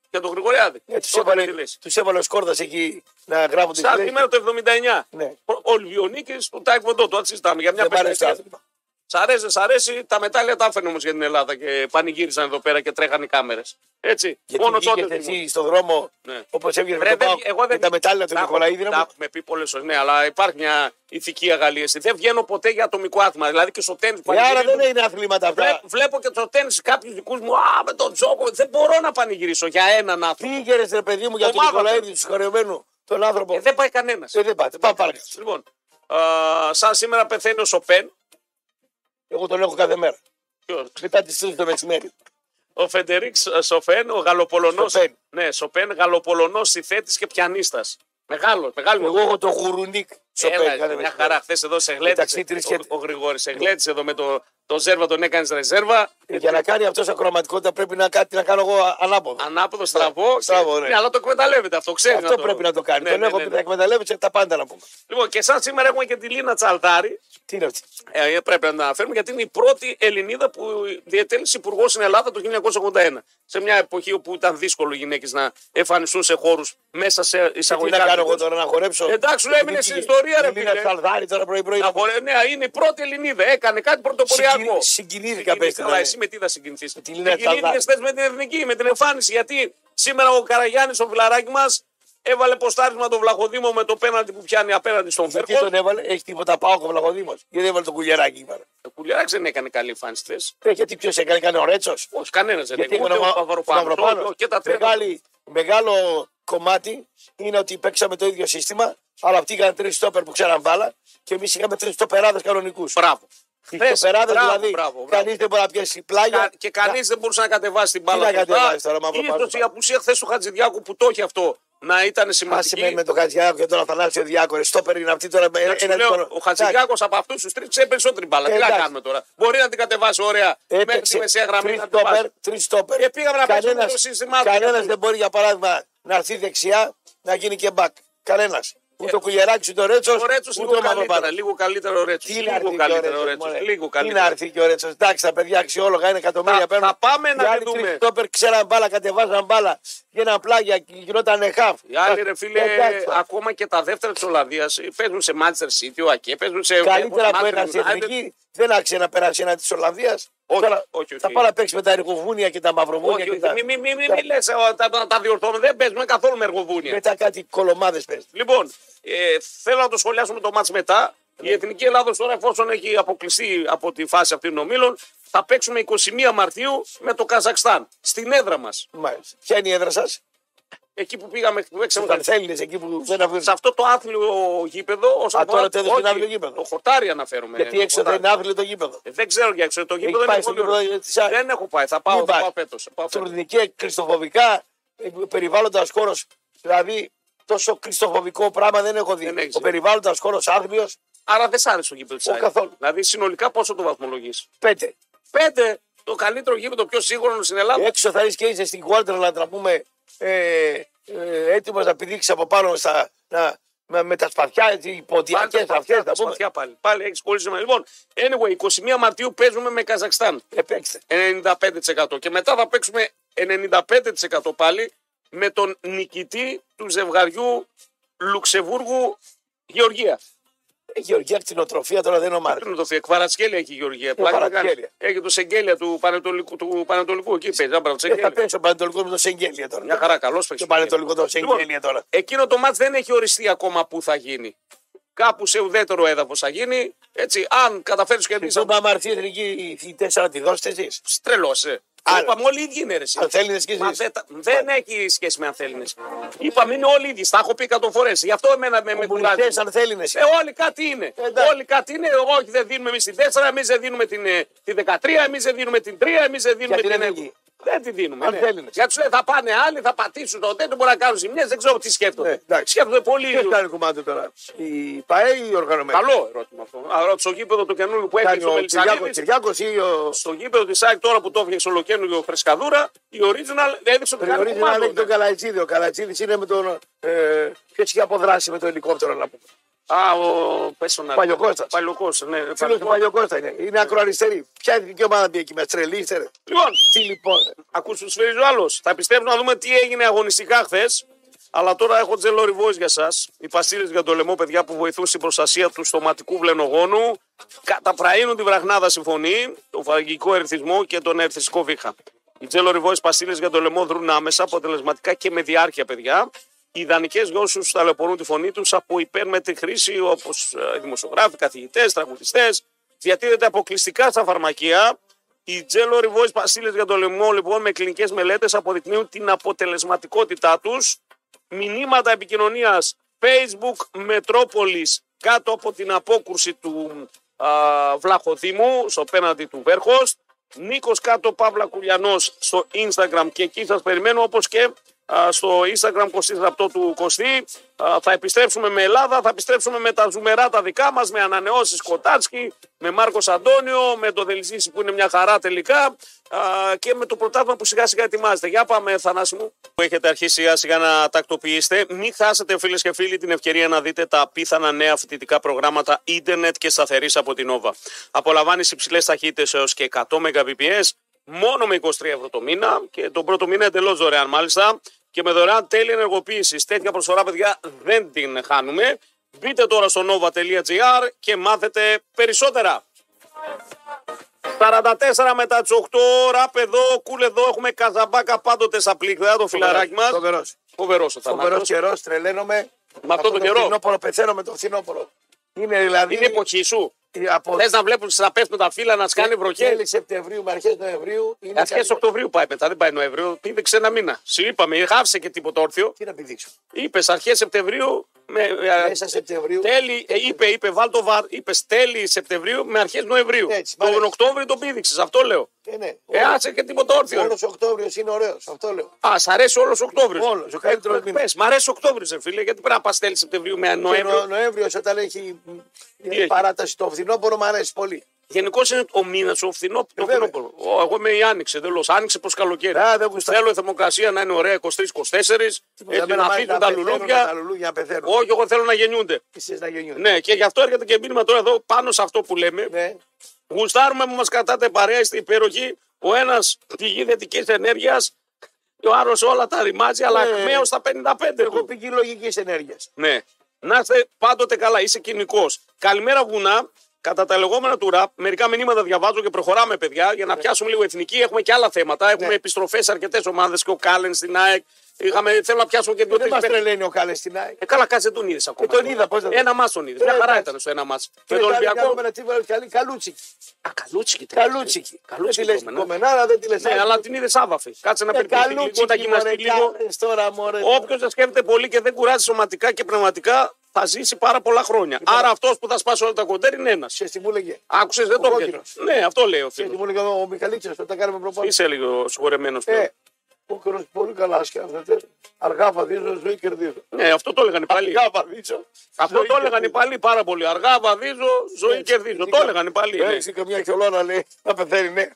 Και τον Γρηγοριάδη.
Ναι, τους
Τότε
έβαλε,
τι λες.
τους έβαλε ο Σκόρδας εκεί να γράφουν την
Σαν
λέξεις.
σήμερα το 79.
Ναι.
Ο- Ο Λιονίκη του Τάικ Βοντό, το συζητάμε για μια
Δεν μ' αρέσει το
πενταετία.
άθλημα.
Σ' αρέσει, σ' αρέσει. Τα μετάλλια τα έφερνε όμως για την Ελλάδα και πανηγύρισαν εδώ πέρα και τρέχαν οι κάμερες. Έτσι.
Γιατί
Μόνος τότε.
βγήκες
θυμώ.
εσύ στον δρόμο
Ναι.
όπως έβγαινε
Ρε,
με,
δεν
το
βγα- εγώ
με
δεν
τα μετάλλια του
τα έχω-
Νικολαίδη. Ε,
Τα έχουμε πει πολλές φορές. Ναι, αλλά υπάρχει μια ηθική αγαλίαση. Δεν βγαίνω ποτέ για ατομικό άθλημα. Δηλαδή και στο τέννη που
Άρα
πανηγυρίζουν,
δεν είναι αθλήματα
Βλέ-
αυτά.
βλέπω και το τέννη κάποιους δικούς μου. Α, με τον Τζόκο. Δεν μπορώ να πανηγυρίσω για έναν άνθρωπο.
Φύγερε ρε παιδί μου για τον
Ομάδα
Νικολαίδη τους συγχωρεμένου τον άνθρωπο.
Ε, δεν πάει κανένας.
Ε, δεν πάτε. Πάμε παρακάτω.
Λοιπόν, α, σαν σήμερα πεθαίνει ο Σοπέν.
Εγώ τον έχω κάθε μέρα.
Ποιος?
Μετά τις 3 το μεσημέρι.
Ο Φεντερίκ Σοφέν, ο Γαλοπολωνό.
Σοφέν.
Ναι, Σοπέν, Γαλοπολωνό συθέτη και πιανίστας. Μεγάλος, μεγάλο.
Εγώ έχω τον Γουρουνίκ Σοπέν κάθε
μια
μεσημέρι.
χαρά. Χθες εδώ σε
Μεταξύ
γλέτησε.
τρεις
Ο,
και-
ο Γρηγόρης σε γλέτησε εδώ με το, το ζέρβα, τον έκανες ρεζέρβα.
Ε, Για να κάνει αυτός ακροματικότητα πρέπει να κάτι να κάνω εγώ α- ανάποδα.
Ανάποδο, στραβό.
στραβό, ναι.
ναι, αλλά το εκμεταλλεύεται αυτό, ξέρει.
Αυτό πρέπει να το κάνει.
Ναι,
Τον
ναι,
έχω
ναι,
πει
ναι.
να εκμεταλλεύεται τα πάντα να πούμε.
Λοιπόν, και σαν σήμερα έχουμε και τη Λίνα Τσαλτάρη.
Τι είναι αυτή.
Ε, πρέπει να την αναφέρουμε γιατί είναι η πρώτη Ελληνίδα που διετέλεσε υπουργό στην Ελλάδα το 1981. Σε μια εποχή όπου ήταν δύσκολο οι γυναίκες να εμφανιστούν σε χώρους μέσα σε
Τι
εισαγωγικά.
να κάνω εγώ
δικούς.
τώρα να χορέψω. Ε,
Εντάξει, ρε, έμεινε στην ιστορία, ρε,
Μην
φίλε.
σαλδάρι τώρα πρωί-πρωί.
Να χωρέ- ναι, είναι η πρώτη Ελληνίδα. Έκανε κάτι πρωτοποριακό.
Συγκινη- Συγκινήθηκα πες την
Καλά, εσύ με τι θα Ε, συγκινηθεί.
την Λίνα
Συγκινήθηκες
Τσαλδάρη.
θες με την εθνική, με την εμφάνιση. Γιατί σήμερα ο Καραγιάννης, ο φιλαράκι μας, Έβαλε ποστάρισμα τον Βλαχοδήμο με το πέναλτι που πιάνει απέναντι στον
Γιατί
Φέρκο.
τον έβαλε, έχει τίποτα πάω ο Βλαχοδήμος. Γιατί έβαλε τον κουλιαράκι εκεί πέρα.
Ο Κουλιαράκης δεν έκανε καλή εμφάνιση χθες.
Ε, Γιατί ποιος έκανε, έκανε ο Ρέτσος.
Όχι, κανένας δεν
Γιατί
έκανε. Ούτε
ο
ο
Μα-
Παπαροπάνος,
Μαυροπάνος.
όχι, όχι, και τα τρία.
Μεγάλη- Μεγάλο κομμάτι είναι ότι παίξαμε το ίδιο σύστημα, αλλά αυτοί είχαν τρεις στόπερ που ξέραν μπάλα και εμείς είχαμε τρεις στοπεράδε κανονικούς.
Μπράβο.
Οι
Χθες,
στοπεράδε
μπράβο,
δηλαδή.
μπράβο, μπράβο.
Κανείς δεν μπορεί να πιέσει πλάγια.
Κα- και κανείς δεν μπορούσε να κατεβάσει την μπάλα.
Τι να
κοντά.
κατεβάσεις τώρα, μαύρο
Ίσως
πάνω.
η απουσία χθες του Χατζηδιάκου που το έχει αυτό να ήταν
Να- Άσε με,
σημαντική.
με τον Χατζιάκο και τον Αθανάσιο Διάκορε. Στόπερ είναι αυτή τώρα.
Να σου
ένα- λοιπόν-
λέω,
τον-
ο Χατζηδιάκο από αυτούς τους τρεις ξέρει περισσότερη μπάλα. Τι να
Εντάξει. Ε,
κάνουμε τώρα. Μπορεί να την κατεβάσει ωραία μέχρι τη
Έπαιξε
μεσαία γραμμή
τρεις
να την
στόπερ,
πάρει.
τρεις στόπερ.
Και πήγαμε να παίξουμε
Κανένας-
το σύστημά του.
κανένας δεν μπορεί για παράδειγμα να έρθει δεξιά να γίνει και μπακ. Κανένα. Ούτε ο Κουλιεράκης, ούτε ο Ρέτσο,
Ε, Ο Ρέτσος
ούτε
λίγο
ο Μαυροπάνο.
καλύτερα. Λίγο καλύτερο ο Ρέτσος.
Τι να έρθει
Λίγο
και ο
καλύτερο ο
Ρέτσος,
Ρέτσος.
μωρέ.
Λίγο
Τι να
καλύτερο.
έρθει και ο Ρέτσος. Εντάξει, τα παιδιά αξιόλογα είναι εκατομμύρια
Θα-
παίρνουν.
θα πάμε να
Οι
τη
άλλοι
δούμε.
τρεις στόπερ ξέραν μπάλα, κατεβάζαν μπάλα, γίναν πλάγια και γινόταν χαφ.
Οι άλλοι, ρε φίλε,
Ε, Εντάξει.
ακόμα και τα δεύτερα της Ολλανδίας παίζουν σε Manchester City, ο ΑΚΕ, παίζουν σε.
Καλύτερα που
Manchester
ένα στην
United.
εθνική δεν άξιζε να περάσει ένα της Ολλανδίας.
Όχι,
Τώρα
όχι,
Θα
όχι.
πάει να παίξει με τα εργοβούνια και τα μαυροβούνια
Όχι,
και
όχι,
τα.
μη, μη, μη, μη, μη λες, ε, τα, τα, τα διορθώνουμε. Δεν παίζουμε καθόλου με εργοβούνια.
Μετά κάτι κολομάδες παίζεις.
Λοιπόν, ε, θέλω να το σχολιάσουμε το μάτς μετά.
Ναι.
Η Εθνική Ελλάδα τώρα, εφόσον έχει αποκλειστεί από τη φάση αυτή των ομίλων, θα παίξουμε 21 Μαρτίου με το Καζακστάν. Στην έδρα μας.
Μάλιστα. Ποια είναι η έδρα σας,
Εκεί που πήγαμε, που παίξαμε
Ήταν Έλληνες εκεί που δεν
σε
αφήνουν.
αυτό το άθλιο γήπεδο. Όσον
Α, τώρα
αφορά-
το έδωσε ένα
Όχι,
άθλιο γήπεδο.
Το χορτάρι αναφέρομαι.
Γιατί
το
έξω δεν
χορτάρι.
είναι άθλιο το γήπεδο.
Ε, Δεν ξέρω για έξω. Το γήπεδο
πάει
είναι
στο
πολύ
γήπεδο ε,
ωραίο.
της ΑΕΚ.
Δεν έχω πάει. Θα πάω, θα
πας.
πάω φέτος, θα πάω φέτος.
Τουρνικέ, χριστοφοβικά, περιβάλλοντας χώρος. Δηλαδή τόσο χριστοφοβικό πράγμα δεν έχω
Δεν
δει.
έχεις
Ο
δει.
περιβάλλοντας χώρος άθλιο,
Άρα δεν σ' άρεσε το γήπεδο της
Ο,
ΑΕΚ.
καθόλου.
Δηλαδή συνολικά πόσο το βαθμολογείς.
πέντε.
Πέντε. Το καλύτερο γήπεδο, πιο σύγχρονο στην Ελλάδα.
Έξω θα είσαι και είσαι στην Γουάντρελαντ να πούμε ε, ε, έτοιμος να πηδήξεις από πάνω στα, να, με, με τα σπαθιά, οι
Πάλι τα
ποντιακέ
σπαθιά,
αυτέ.
τα σπαθιά πάλι. Πάλι έχεις κολλήσει μαζί. Λοιπόν, anyway, 21 Μαρτίου παίζουμε με Καζακστάν.
Επέξτε.
95%. Και μετά θα παίξουμε 95% πάλι με τον νικητή του ζευγαριού Λουξεμβούργου Γεωργία.
Ε, Γεωργία κτηνοτροφία τώρα δεν είναι ομάδα.
Τι να το πει, Κβαρατσκέλια έχει η
Ε,
Γεωργία. Πλάκα να
Κβαρατσκέλια.
κάνει. Έχει το Σεγγέλια του Πανετολικού, του Πανετολικού εκεί παίζει. Άμπρα, το
Ε, θα
Σεγγέλια.
πέσει ο Πανετολικό με το Σεγγέλια τώρα.
Μια χαρά, καλό
Το
παίξει.
Πανετολικό το Σεγγέλια
Λοιπόν,
τώρα.
Εκείνο το μάτς δεν έχει οριστεί ακόμα που θα γίνει. Κάπου σε ουδέτερο έδαφος θα γίνει. Έτσι, αν καταφέρεις και εμεί
Στον Παμαρτή Εθνική η τέσσερα τη δώσετε εσείς.
Τρελώσε.
Άρα.
ε.
Ε,
Είπαμε όλοι οι ίδιοι είναι ρε. εσύ.
Αν θέλεις και
Μα
εσεί.
δεν, τα- δεν έχει σχέση με αν θέλεις. Είπαμε είναι όλοι οι ίδιοι. Τα έχω πει εκατό φορές. Γι' αυτό εμένα με, με κουράζει.
Κομμουνιστέ αν θέλει εσεί.
Ε, όλοι κάτι είναι.
Ε, Εντάξει.
Όλοι κάτι είναι. Όχι, δεν δίνουμε εμείς την 4, εμείς δεν δίνουμε την, ε, την 13, εμείς δεν δίνουμε την 3, εμείς δεν δίνουμε
την
την. ε,
Εθνική.
Δεν τη δίνουμε.
Αν
ναι.
θέλουνε.
Γιατί σου λέει θα πάνε άλλοι, θα πατήσουν το τέτοιο, μπορεί να κάνουν ζημιές, δεν ξέρω τι
Ναι,
σκέφτονται.
εντάξει.
σκέφτονται πολύ.
Ποιος κάνει κομμάτι τώρα. Η ΠαΕ ή η οργανωμένη.
Καλό ερώτημα αυτό. Αλλά το γήπεδο του καινούργιου που έφτιαξε
Κάνει
ο
ο Κυριάκο
Μελισσαλίδης,
Κυριάκος ή ο.
στο γήπεδο της ΑΕΚ τώρα που το έφτιαξε ολοκένουργιο φρεσκαδούρα, η original έδειξε ότι κάνει
Περιορίζει να
κομμάτι.
λέει τον Καλατζίδη. Ο Καλατζίδης είναι με τον. Ε, Ποιος είχε αποδράσει με το ελικόπτερο να πούμε.
Α, ο Πέσονα.
Παλιοκώστας.
Παλιοκώστας, ναι.
Φίλο του
Παλιοκώστας.
Παλιοκώστα είναι. Είναι ακροαριστερή. Ποια εθνική ομάδα μπήκε εκεί με τρελίστερ.
Λοιπόν,
Τι λοιπόν. ρε.
Ακούς τους σφυρίζει ο άλλο. Θα επιστρέψουμε να δούμε τι έγινε αγωνιστικά χθες. Αλλά τώρα έχω τζελόρι voice για εσά. Οι φασίλε για το λαιμό, παιδιά που βοηθούν στην προστασία του στοματικού βλενογόνου. Καταφραίνουν τη βραχνάδα συμφωνή, τον φαγικό ερθισμό και τον ερθιστικό βήχα. Οι τζελόρι voice παστίλε για το λαιμό δρούν άμεσα, αποτελεσματικά και με διάρκεια, παιδιά. Ιδανικέ για όσου ταλαιπωρούν τη φωνή τους από υπέρμετρη χρήση, όπω δημοσιογράφοι, καθηγητές, τραγουδιστές. Διατίθεται αποκλειστικά στα φαρμακεία. Οι Jello Revoice Πασίλε για το λαιμό, λοιπόν, με κλινικές μελέτες αποδεικνύουν την αποτελεσματικότητά τους. Μηνύματα επικοινωνίας Facebook Μετρόπολη κάτω από την απόκουρση του α, Βλαχοδήμου, στο πέναντι του Βέρχος. Νίκος κάτω Παύλα Κουλιανός στο Instagram και εκεί σας περιμένω, όπως και α, στο Instagram Κωστής Ραπτό του Κωστή. Α, θα επιστρέψουμε με Ελλάδα, θα επιστρέψουμε με τα ζουμερά τα δικά μας, με ανανεώσεις Κοτάτσκι, με Μάρκος Αντώνιο, με το Δελζίση που είναι μια χαρά τελικά α, και με το πρωτάθλημα που σιγά σιγά ετοιμάζεται. Για πάμε, Θανάση μου. Που έχετε αρχίσει σιγά σιγά να τακτοποιήσετε. Μην χάσετε, φίλες και φίλοι, την ευκαιρία να δείτε τα απίθανα νέα φοιτητικά προγράμματα ίντερνετ και σταθερής από την Nova. Απολαμβάνεις υψηλές ταχύτητες έως και 100 Mbps μόνο με 23 ευρώ το μήνα και τον πρώτο μήνα εντελώς δωρεάν μάλιστα και με δωρεάν τέλη ενεργοποίησης. Τέτοια προσφορά, παιδιά, δεν την χάνουμε. Μπείτε τώρα στο nova.gr και μάθετε περισσότερα. 44 μετά τις 8, ράπ εδώ, κούλ εδώ. Έχουμε καζαμπάκα πάντοτε στα πλήκτρα, το φιλαράκι μας.
Φοβερός.
Φοβερός ο
Φοβερό
Θανάτος.
καιρός, τρελαίνομαι.
Με αυτό το καιρό.
Φθινόπωρο, πεθαίνω με το φθινόπωρο. Είναι δηλαδή.
Είναι η εποχή σου.
από
Θες να βλέπουν να πέφτουν τα φύλλα να
Ε,
σκάνει βροχέ.
τέλη Σεπτεμβρίου με αρχές Νοεμβρίου. Είναι
Αρχές
καλή-
Οκτωβρίου πάει μετά, δεν πάει Νοεμβρίου. Πήδηξε ένα μήνα. Σου είπαμε, χάφσε και τίποτα όρθιο.
Τι να πηδήξω.
Είπες αρχές Σεπτεμβρίου. Με, ε,
Μέσα Σεπτεμβρίου.
τέλη, ε, είπε, είπε, βάλ το βαρ, είπες τέλη Σεπτεμβρίου με αρχές Νοεμβρίου.
Έτσι, μ'
Τον
αρέσει.
Οκτώβριο τον πήδηξες, αυτό λέω.
Ε, ναι.
Ε, άσε και τίποτα όρθιο.
Όλο Οκτώβριος είναι ωραίος. Αυτό λέω.
Α, σ' αρέσει όλος Οκτώβριος.
Όλος, ο καλύτερος μήνας.
Πες, Ε, μ' αρέσει Οκτώβριος, ρε φίλε, γιατί πρέπει να πας τέλη Σεπτεμβρίου με
Νοέμβριο.
Νοέμβριο.
Νοέμβριος όταν έχει μ,
έχει?
παράταση το φθινόπωρο μου αρέσει πολύ.
Γενικώς είναι ο μήνας, ο φθινό, το
Ε, βέβαια. Ε,
φθινόπωρο. Ω, Εγώ είμαι η άνοιξη, δεν λέω. Άνοιξε προς καλοκαίρι.
Α, δεν γουστάρω.
Ε, Θέλω η θερμοκρασία να είναι ωραία 23-24,
Για
έτσι
μένα
να
μ' αρέσει
φύγουν τα
πεθαίνω, Τα
λουλούδια.
λουλούδια να πεθαίνουν.
Όχι, εγώ θέλω να γεννιούνται.
Εσείς να γεννιούνται.
Ναι, και γι' αυτό έρχεται και μήνυμα τώρα εδώ πάνω σε αυτό που λέμε.
Ναι.
Γουστάρουμε που μας κρατάτε παρέα στην υπεροχή. Ο ένα πηγή θετική ενέργειας, ο άλλος όλα τα ρημάζει, αλλά
Ναι.
ακμαίο στα 55
Εγώ
του.
πηγή λογική ενέργεια.
Ναι. Να είστε πάντοτε καλά, είσαι κοινικός. Καλημέρα, βουνά. Κατά τα λεγόμενα του ραπ, μερικά μηνύματα διαβάζω και προχωράμε, παιδιά, για να πιάσουμε λίγο εθνική. Έχουμε και άλλα θέματα. Έχουμε
Ναι.
επιστροφές σε αρκετές ομάδες και ο Κάλεν στην ΑΕΚ. Είχαμε, θέλω να πιάσουμε και δύο
Ε, Δεν
τρει
μα τρελαίνει ο Κάλε στην ΑΕΚ.
Ε, καλά, κάτσε, δεν τον είδες ακόμα.
Ε, τον είδα, πώς δεν τον
Ένα μα τον είδες. Μια
Ε,
χαρά
εντάξει.
ήταν στο ένα μα.
Και
Με τον Ολυμπιακό.
ε, Καλή, καλούτσικη.
Α, καλούτσικη. τρέχει.
Καλούτσικη.
Καλούτσικη.
Δεν τη Ε, λε
κομμενά.
κομμενάρα, δεν τη λες.
Ναι, αλλά την είδες άβαφη. Κάτσε να περιπλέξει λίγο, να γυμναστεί λίγο.
ε, τώρα, μωρέ.
Όποιος δεν σκέφτεται πολύ και δεν κουράζει σωματικά και πνευματικά θα ζήσει πάρα πολλά χρόνια.
Λοιπόν.
Άρα αυτός που θα σπάσει όλα τα κοντέρ είναι ένας.
Ξέρεις τι μου έλεγε.
Άκουσες, δεν
Ο
το πιέζει.
κόκκινος.
Ναι, αυτό λέει ο
Ξέρεις τι
φίλο.
μου έλεγε ο Μιχαλίτσιος όταν κάναμε προπόνηση.
Είσαι λίγο συγχωρεμένος.
Ε, ο καιρός πολύ καλά σκέφτεται. Αργά βαδίζω, ζωή κερδίζω.
Ναι, αυτό το έλεγαν πάλι.
Αργά βαδίζω.
Αυτό
ζωή Ε,
το έλεγαν
κερδίζω.
πάλι πάρα πολύ. Αργά βαδίζω, ζωή
Έτσι,
κερδίζω.
έτσι,
Το
κα-
έλεγαν πάλι. ναι.
Έτσι καμιά χελώνα λέει να πεθαίνει, ναι.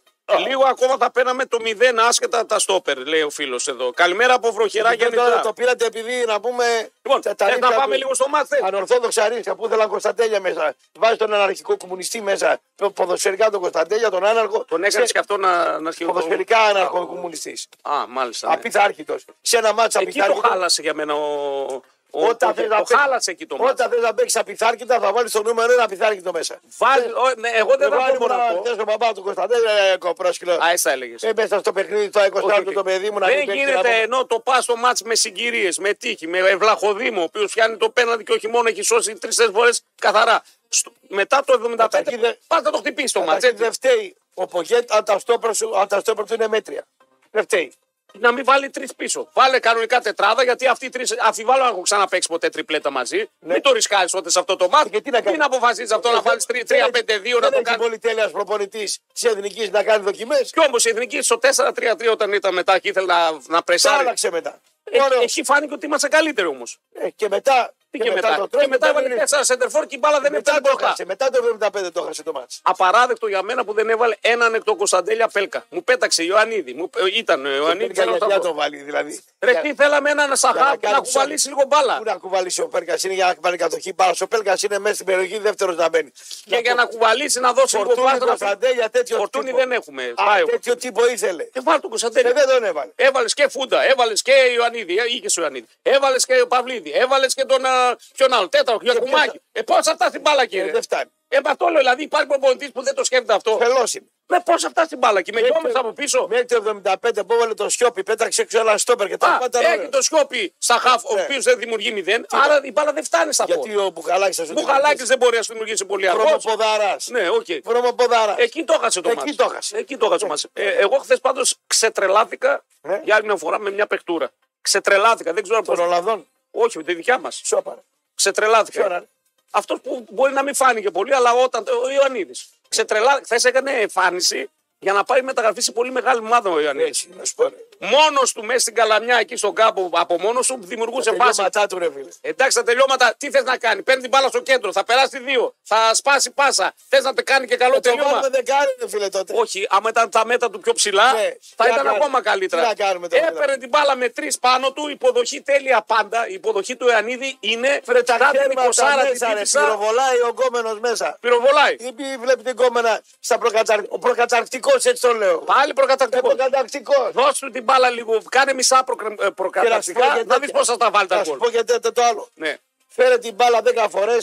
Λίγο ακόμα θα παίρναμε το μηδέν άσχετα τα στόπερ, λέει ο φίλος εδώ. Καλημέρα από βροχερά
Και Λοιπόν, τώρα το
γενικά.
πήρατε επειδή να πούμε.
Λοιπόν,
τα- τα
θες
ρήφια
να πάμε
του
λίγο στο μάθε.
Ανορθόδοξα ρίσκα που ήθελαν Κωνσταντέλια μέσα. Βάζει τον αναρχικό κομμουνιστή μέσα. πο- Ποδοσφαιρικά τον Κωνσταντέλια, τον άναρχο.
Τον έκανε
σε-
και αυτό να, να αρχίσει.
Ποδοσφαιρικά άναρχο κομμουνιστής.
Α, μάλιστα. ναι.
Απειθάρχητο. Σε ένα μάτσα
Εκεί το
απειθάρχητο.
χάλασε για μένα ο. ο-
Όταν
ο-
θες
το
να παίξεις-
χάλασε εκεί το μάτι.
Όταν θε να παίξει απειθάρχητα, θα βάλει το νούμερο ένα απειθάρχητο μέσα.
Βάζει- ο- ναι, εγώ δεν
Εγώ
θα πω
ήμουν
Μονακό.
χθε ο παπά του Κωνσταντέλια, ε, κοπρόσκυλο.
Α, εσύ θα έλεγες.
Ε, μέσα στο παιχνίδι το 24 του το παιδί μου να μην
Δεν
παίξει, να
γίνεται
πούμε.
ενώ το πας στο μάτς με συγκυρίες, με τύχη, με ευλαχοδήμο, ο οποίος φτιάνει το πέναντι και όχι μόνο έχει σώσει τρει-τέσσερι φορές καθαρά. Στο- μετά το 75
Καταρχήν δεν-
πας να το χτυπήσεις το μάτς.
Καταρχήν
έτσι.
δεν φταίει ο Πογέτ αν τα στόπερ σου, αν τα στόπερ του είναι μέτρια. Δεν φταίει.
Να μην βάλει τρεις πίσω. Βάλε κανονικά τετράδα γιατί αυτοί οι τρεις αφιβάλλω αν έχουν ξαναπέξει ποτέ τριπλέτα μαζί. Μην το ρισκάρεις τότε σε αυτό το μάτς.
Ναι. Ε, Και τι να κάνεις. Ε,
Μην αποφασίζεις αυτό να βάλει 3-5-2 να το
κάνει.
κάνει.
πολυτέλεια προπονητής της Εθνικής να κάνει δοκιμές.
Κι όμως η εθνική στο 4-3-3 όταν ήταν μετά και ήθελε να, να
Τα
πρεσάρει.
άλλαξε μετά.
Ε,
Ωραίο.
Εκεί φάνηκε ότι είμαστε καλύτεροι όμως.
Ε, και μετά.
Τι και μετά.
τρόμο
Και μετά
ήταν-
έβαλε 4 σεντερφόρ και η μπάλα δεν
μετά
έφτανε
το
μπροστά.
έχασε. Μετά το 75 το έχασε το μάτς.
Απαράδεκτο για μένα που δεν έβαλε έναν εκ των Κωνσταντέλια Πέλκα. Μου πέταξε Ιωαννίδη. Μου, ε, ήταν ο Ιωαννίδη. δεν
Πέρκα, γιατί
ήταν
να
αυτό.
το βάλει δηλαδή.
Ρε
Για-
τι θέλαμε έναν
να
σαχά που να
κάνεις
κουβαλήσει
σαν-
λίγο μπάλα.
Πού να κουβαλήσει ο Πέρκα είναι για να πάρει κατοχή μπάλα. Ο Πέρκα είναι μέσα στην περιοχή δεύτερος να μπαίνει.
Και για να κουβαλήσει να δώσει λίγο
φορτούνι
βάθος. να
Κωνσταντέλια τέτοιο
Φορτούνι
τύπο.
δεν έχουμε.
Α,
Πάει ο-
τέτοιο τύπο ήθελε.
Και βάλει τον
Και
Κωνσταντέλια.
δεν τον έβαλε. Ε,
Έβαλες και Φούντα, έβαλες και Ιωαννίδη, ε, είχε ο Ιωαννίδη. Έβαλες και ο Παυλίδη, έβαλες και τον. α, ποιον άλλο, τέταρτο, Γιακουμάκη.
ποιος-
Ε, πώς αυτά στην μπάλα, κύριε.
Ε, δεν φτάνει.
Ε, μα το λέω, δηλαδή υπάρχει προπονητής που δεν το σκέφτεται αυτό.
Φελός είναι.
Με πώ αυτά στην μπάλα, και με
Ε,
δυόμεσα από πίσω.
Μέχρι το 75 που έβαλε το σιόπι, πέταξε έξω ένα στόπερ και τα
Α,
πάντα.
έχει το σιόπι στα χαφ, ο
Ναι. οποίος
οποίο δεν δημιουργεί μηδέν. Άρα η μπάλα δεν φτάνει στα χαφ.
Γιατί ο Μπουχαλάκης σα
Μου χαλάκι δεν μπορεί να σου δημιουργήσει πολύ αργός.
Βρωμοποδαρά.
Ναι, οκ.
Βρωμοποδαρά.
Εκεί το έχασε το
Εκεί
μάτι.
το έχασε.
Εκεί το έχασε το μάτι. Ε, εγώ χθες πάντως ξετρελάθηκα
Ναι.
για άλλη μια φορά με μια παιχτούρα. Ξετρελάθηκα, δεν ξέρω
Των
πώ.
Ολλανδών.
Όχι, με τη δικιά μας.
Σόπαρα.
Ξετρελάθηκα.
Ποιον
Αυτός που μπορεί να μην φάνηκε πολύ, αλλά όταν. Ο Ιωαννίδης. Ξετρελάθηκα. Χθες έκανε εμφάνιση για να πάει μεταγραφή σε πολύ μεγάλη ομάδα ο Ιωαννίδης.
Έτσι, να σου πω. ρε.
Μόνος του μέσα στην καλαμιά εκεί στον κάμπο από μόνος σου δημιουργούσε
Τα
φάση.
τελειώματά του ρε
Ε,
φίλε.
Εντάξει, τα τελειώματα τι θες να κάνει. Παίρνει την μπάλα στο κέντρο, θα περάσει δύο, θα σπάσει πάσα. Θες να το κάνει και καλό
Ε, Το
τελείωμα.
βάλουμε δεν κάνει ρε φίλε τότε.
Όχι, άμα ήταν τα μέτρα του πιο ψηλά,
Ναι,
θα
τι να
ήταν
κάνουμε.
ακόμα καλύτερα.
Τι να κάνουμε τώρα,
Έπαιρνε
δηλαδή.
την μπάλα με τρεις πάνω του, υποδοχή τέλεια πάντα. Η υποδοχή του Ιωαννίδη είναι
Φρε τα
σαν την
χέρματα
εικοσάρα
μέσα
την
ρε.
πίτησα,
Πυροβολάει ο γκόμενος μέσα.
πυροβολάει.
Ή μη βλέπει την κόμενα στα προκαταρκτικά. Ο προκαταρκτικός έτσι το λέω.
Πάλι
Ε,
προκατακτικό.
Προκαταρκτικός.
Δώσ' του την μπάλα λίγο, κάνε μισά προκρα- ε,
Και να σου πω
προκατακτικά,
και
να δει
τέτοια.
πώ θα τα βάλει τα
Να
γκολ.
σου πω και τέτοιο το άλλο.
Ναι.
Φέρε την μπάλα 10 φορέ.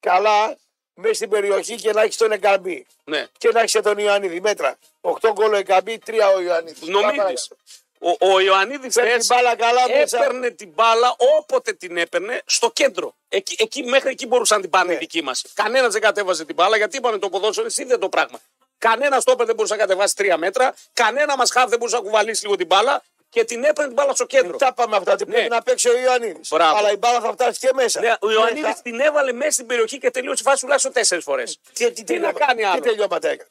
Καλά. μέσα στην περιοχή και να έχεις τον Εγκαμπή.
Ναι.
Και να έχεις τον Ιωαννίδη. Μέτρα. 8 γκολ ο Εγκαμπή, 3 ο Ιωαννίδη.
Νομίδης. Ο, ο Ιωαννίδης
Παίρνει την μπάλα καλά μέσα.
έπαιρνε την μπάλα όποτε την έπαιρνε στο κέντρο. Εκεί, εκεί, μέχρι εκεί μπορούσαν την πάνε οι
Ναι.
δικοί μας. Κανένας δεν κατέβαζε την μπάλα γιατί είπαμε το ποδόσφαιρο είναι σύνθετο πράγμα. Κανένα στόπερ δεν μπορούσε να κατεβάσει τρία μέτρα, κανένα μας χάφ δεν μπορούσε να κουβαλήσει λίγο την μπάλα και την έπαιρνε την μπάλα στο κέντρο.
Τα πάμε αυτά. Την
Ναι.
πρέπει να παίξει ο Ιωαννίδης.
Μπράβο.
Αλλά η μπάλα θα φτάσει και μέσα.
Ναι, ο Ιωαννίδη
Μέσα.
την έβαλε μέσα στην περιοχή και τελείωσε η φάση τουλάχιστον τέσσερις φορές.
Τι, τι,
να
τελειώματα-
κάνει άλλο.
Τι τελειώματα έκανε.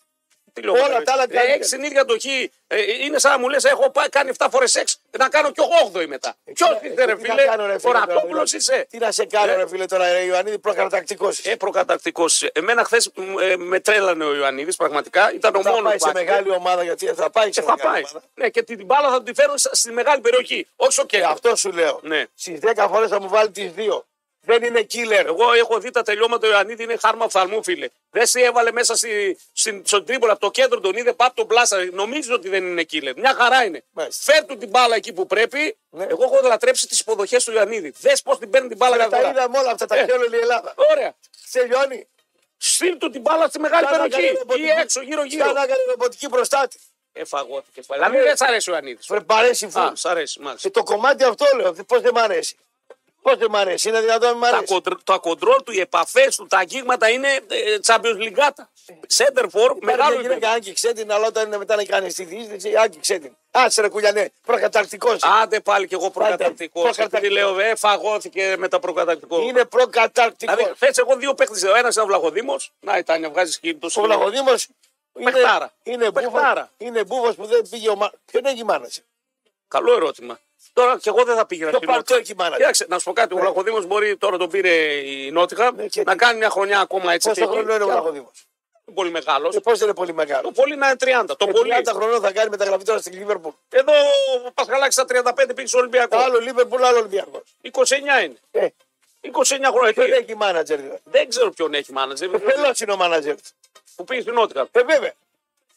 Τι λέω,
Όλα τα άλλα
ε,
κάνει.
Έχεις την ίδια τοχή. Ε, είναι σαν να μου λες: Έχω πάει, κάνει 7 φορέ 6, να κάνω και 8 μετά. Ποιο
Ε,
είσαι, ρε
τι να κάνω,
φίλε,
ρε,
ο
τώρα,
Ραπτόπουλο
δηλαδή.
είσαι.
Τι να σε κάνω,
Ε.
ρε φίλε, τώρα, ρε Ιωαννίδη, προκατακτικός.
Ε, προκατακτικός. Εμένα χθες με τρέλανε ο Ιωαννίδης, πραγματικά. Ήταν ο
Θα
μόνος
πάει
που
σε
άκουγε.
μεγάλη ομάδα γιατί θα πάει
Ε,
σε
θα
μεγάλη
πάει.
ομάδα.
Ναι, και την μπάλα θα την φέρουν στη μεγάλη περιοχή. Όχι στο
Ε,
κέντρο.
αυτό σου λέω.
Ναι.
Στις 10 φορές θα μου βάλει τις δύο. Δεν είναι killer.
Εγώ έχω δει τα τελειώματα του Ιωαννίδη, είναι χάρμα οφθαλμού, φίλε. Δεν σε έβαλε μέσα στη, στην, στον τρίπολα, από το κέντρο τον είδε, πάπ τον πλάσα. Νομίζω ότι δεν είναι killer. Μια χαρά είναι.
Μάλιστα.
Φέρ του την μπάλα εκεί που πρέπει.
Ναι. Ε,
Εγώ έχω λατρέψει τις υποδοχές του Ιωαννίδη. Δες πώς την παίρνει την μπάλα
Τα
κάθε φορά.
είδαμε όλα αυτά, τα
Ε.
ξέρει όλη η Ελλάδα.
Ωραία.
Τελειώνει.
Στείλ του την μπάλα στη μεγάλη
Σαν να
περιοχή.
κάνει ρομποτική-
Ή έξω, γύρω-γύρω.
Σαν να κάνει ρομποτική μπροστά τη.
Εφαγώθηκε. Δηλαδή
Ε,
δεν σ' αρέσει ο Ιωαννίδης.
Φρε, μ' αρέσει
Α,
φουλ.
σ' αρέσει, μάλιστα.
Και το κομμάτι αυτό λέω, πώς δεν μ' αρέσει. Πώς δεν μ' αρέσει, είναι δυνατόν να μ'
Τα,
αρέσει.
κοντρ, τα κοντρόλ του, οι επαφές του, τα αγγίγματα είναι ε, Champions League.
Ε.
Center for, μεγάλο
Μεγάλο
επίπεδο.
γυναίκα, άγγιξε την, αλλά όταν είναι μετά να κάνει τη διείσδυση, άγγιξε την. Άτσε ρε ναι, κουλιανέ, προκαταρκτικός.
Άντε πάλι κι εγώ προκαταρκτικός. Επειδή
προκαταρκτικός.
λέω, ε, φαγώθηκε με τα προκαταρκτικό.
Είναι
Δηλαδή,
προκαταρκτικό.
χθε εγώ δύο παίχτε. Ο ένα ήταν ο Βλαχοδήμος. Να ήταν, να βγάζεις χείλη του.
Ο Βλαχοδήμος είναι,
Παιχτάρα.
είναι,
Παιχτάρα.
μπούφος, είναι μπούφος που δεν πήγε ο Μα... Ποιον έχει μάνασε.
Καλό ερώτημα. Τώρα κι εγώ δεν θα πήγαινα
Το
στη Νότια.
παρτό έχει μάνατζερ.
Κοίταξε, να σου πω κάτι. Ο Βλαχοδήμος μπορεί τώρα τον πήρε η Νότια
Ναι, και
να
τι.
κάνει μια χρονιά ακόμα έτσι.
Πόσο
θετική.
χρόνο είναι ο
Και
Βλαχοδήμος.
είναι Πολύ μεγάλος.
Ε, Πώς δεν είναι πολύ
Το
μεγάλο.
πολύ να είναι 30. Το
Ε,
πολύ.
30 χρονών θα κάνει μεταγραφή τώρα στην Λίβερπουλ.
Εδώ ο Πασχαλάκης στα 35 πήγε στο Ολυμπιακό.
Άλλο Λίβερπουλ, άλλο Ολυμπιακός.
29 είναι.
Ε,
29 χρόνια.
ποιον έχει μάνατζερ δηλαδή.
Δεν ξέρω ποιον έχει
Ε,
μάνατζερ.
Πελός είναι ο μάνατζερ του.
που πήγε στην Νότια.
Ε, βέβαια.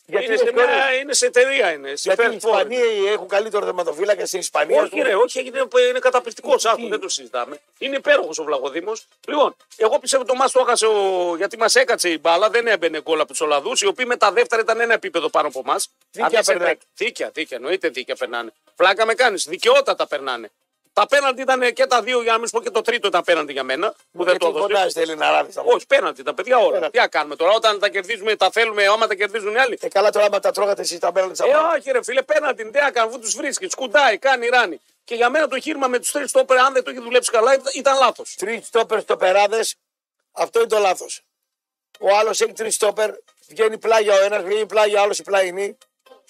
Γιατί
Είναι σε,
είναι
μια, είναι σε εταιρεία. Είναι, σε
Γιατί οι
fair foreign.
Ισπανοί έχουν καλύτερο τερματοφύλακα στην Ισπανία.
Όχι, ρε, όχι, είναι, είναι καταπληκτικός.
Ε, Τι.
Άκου, δεν το συζητάμε. Είναι υπέροχος ο Βλαχοδήμος. Λοιπόν, εγώ πιστεύω το μα το έχασε ο... γιατί μας έκατσε η μπάλα, δεν έμπαινε γκολ από τους Ολλανδούς, οι οποίοι με τα δεύτερα ήταν ένα επίπεδο πάνω από εμάς.
Δίκαια περνάνε.
Δίκαια, δίκαια, εννοείται δίκαια περνάνε. Πλάκα με κάνεις. Δικαιότατα περνάνε. Τα πέναντι ήταν και τα δύο, για να μην σου πω και το τρίτο ήταν πέναντι για μένα. Που δεν το
Γιατί
έδωσε.
φωνάζετε Ελληναράδε.
Όχι, πέναντι τα παιδιά όλα.
Πέναντι.
Τι να κάνουμε τώρα, όταν τα κερδίζουμε, τα θέλουμε, άμα τα κερδίζουν οι άλλοι.
Ε, καλά τώρα άμα τα τρώγατε εσείς τα μπέρνατε
Ε,
σαν
όχι, ρε φίλε, πέναντι την τέκα, αφού τους βρίσκεις, σκουντάει, κάνει ράνι. Και για μένα το χείρμα με τους τρεις τόπερ, αν δεν το έχει δουλέψει καλά, ήταν- ήταν λάθος.
Τρεις στόπερ στο περάδες. Αυτό είναι το λάθος. Ο άλλος έχει τρεις στόπερ. Βγαίνει πλάγια ο ένας, βγαίνει πλάγια ο άλλος η πλαϊνή.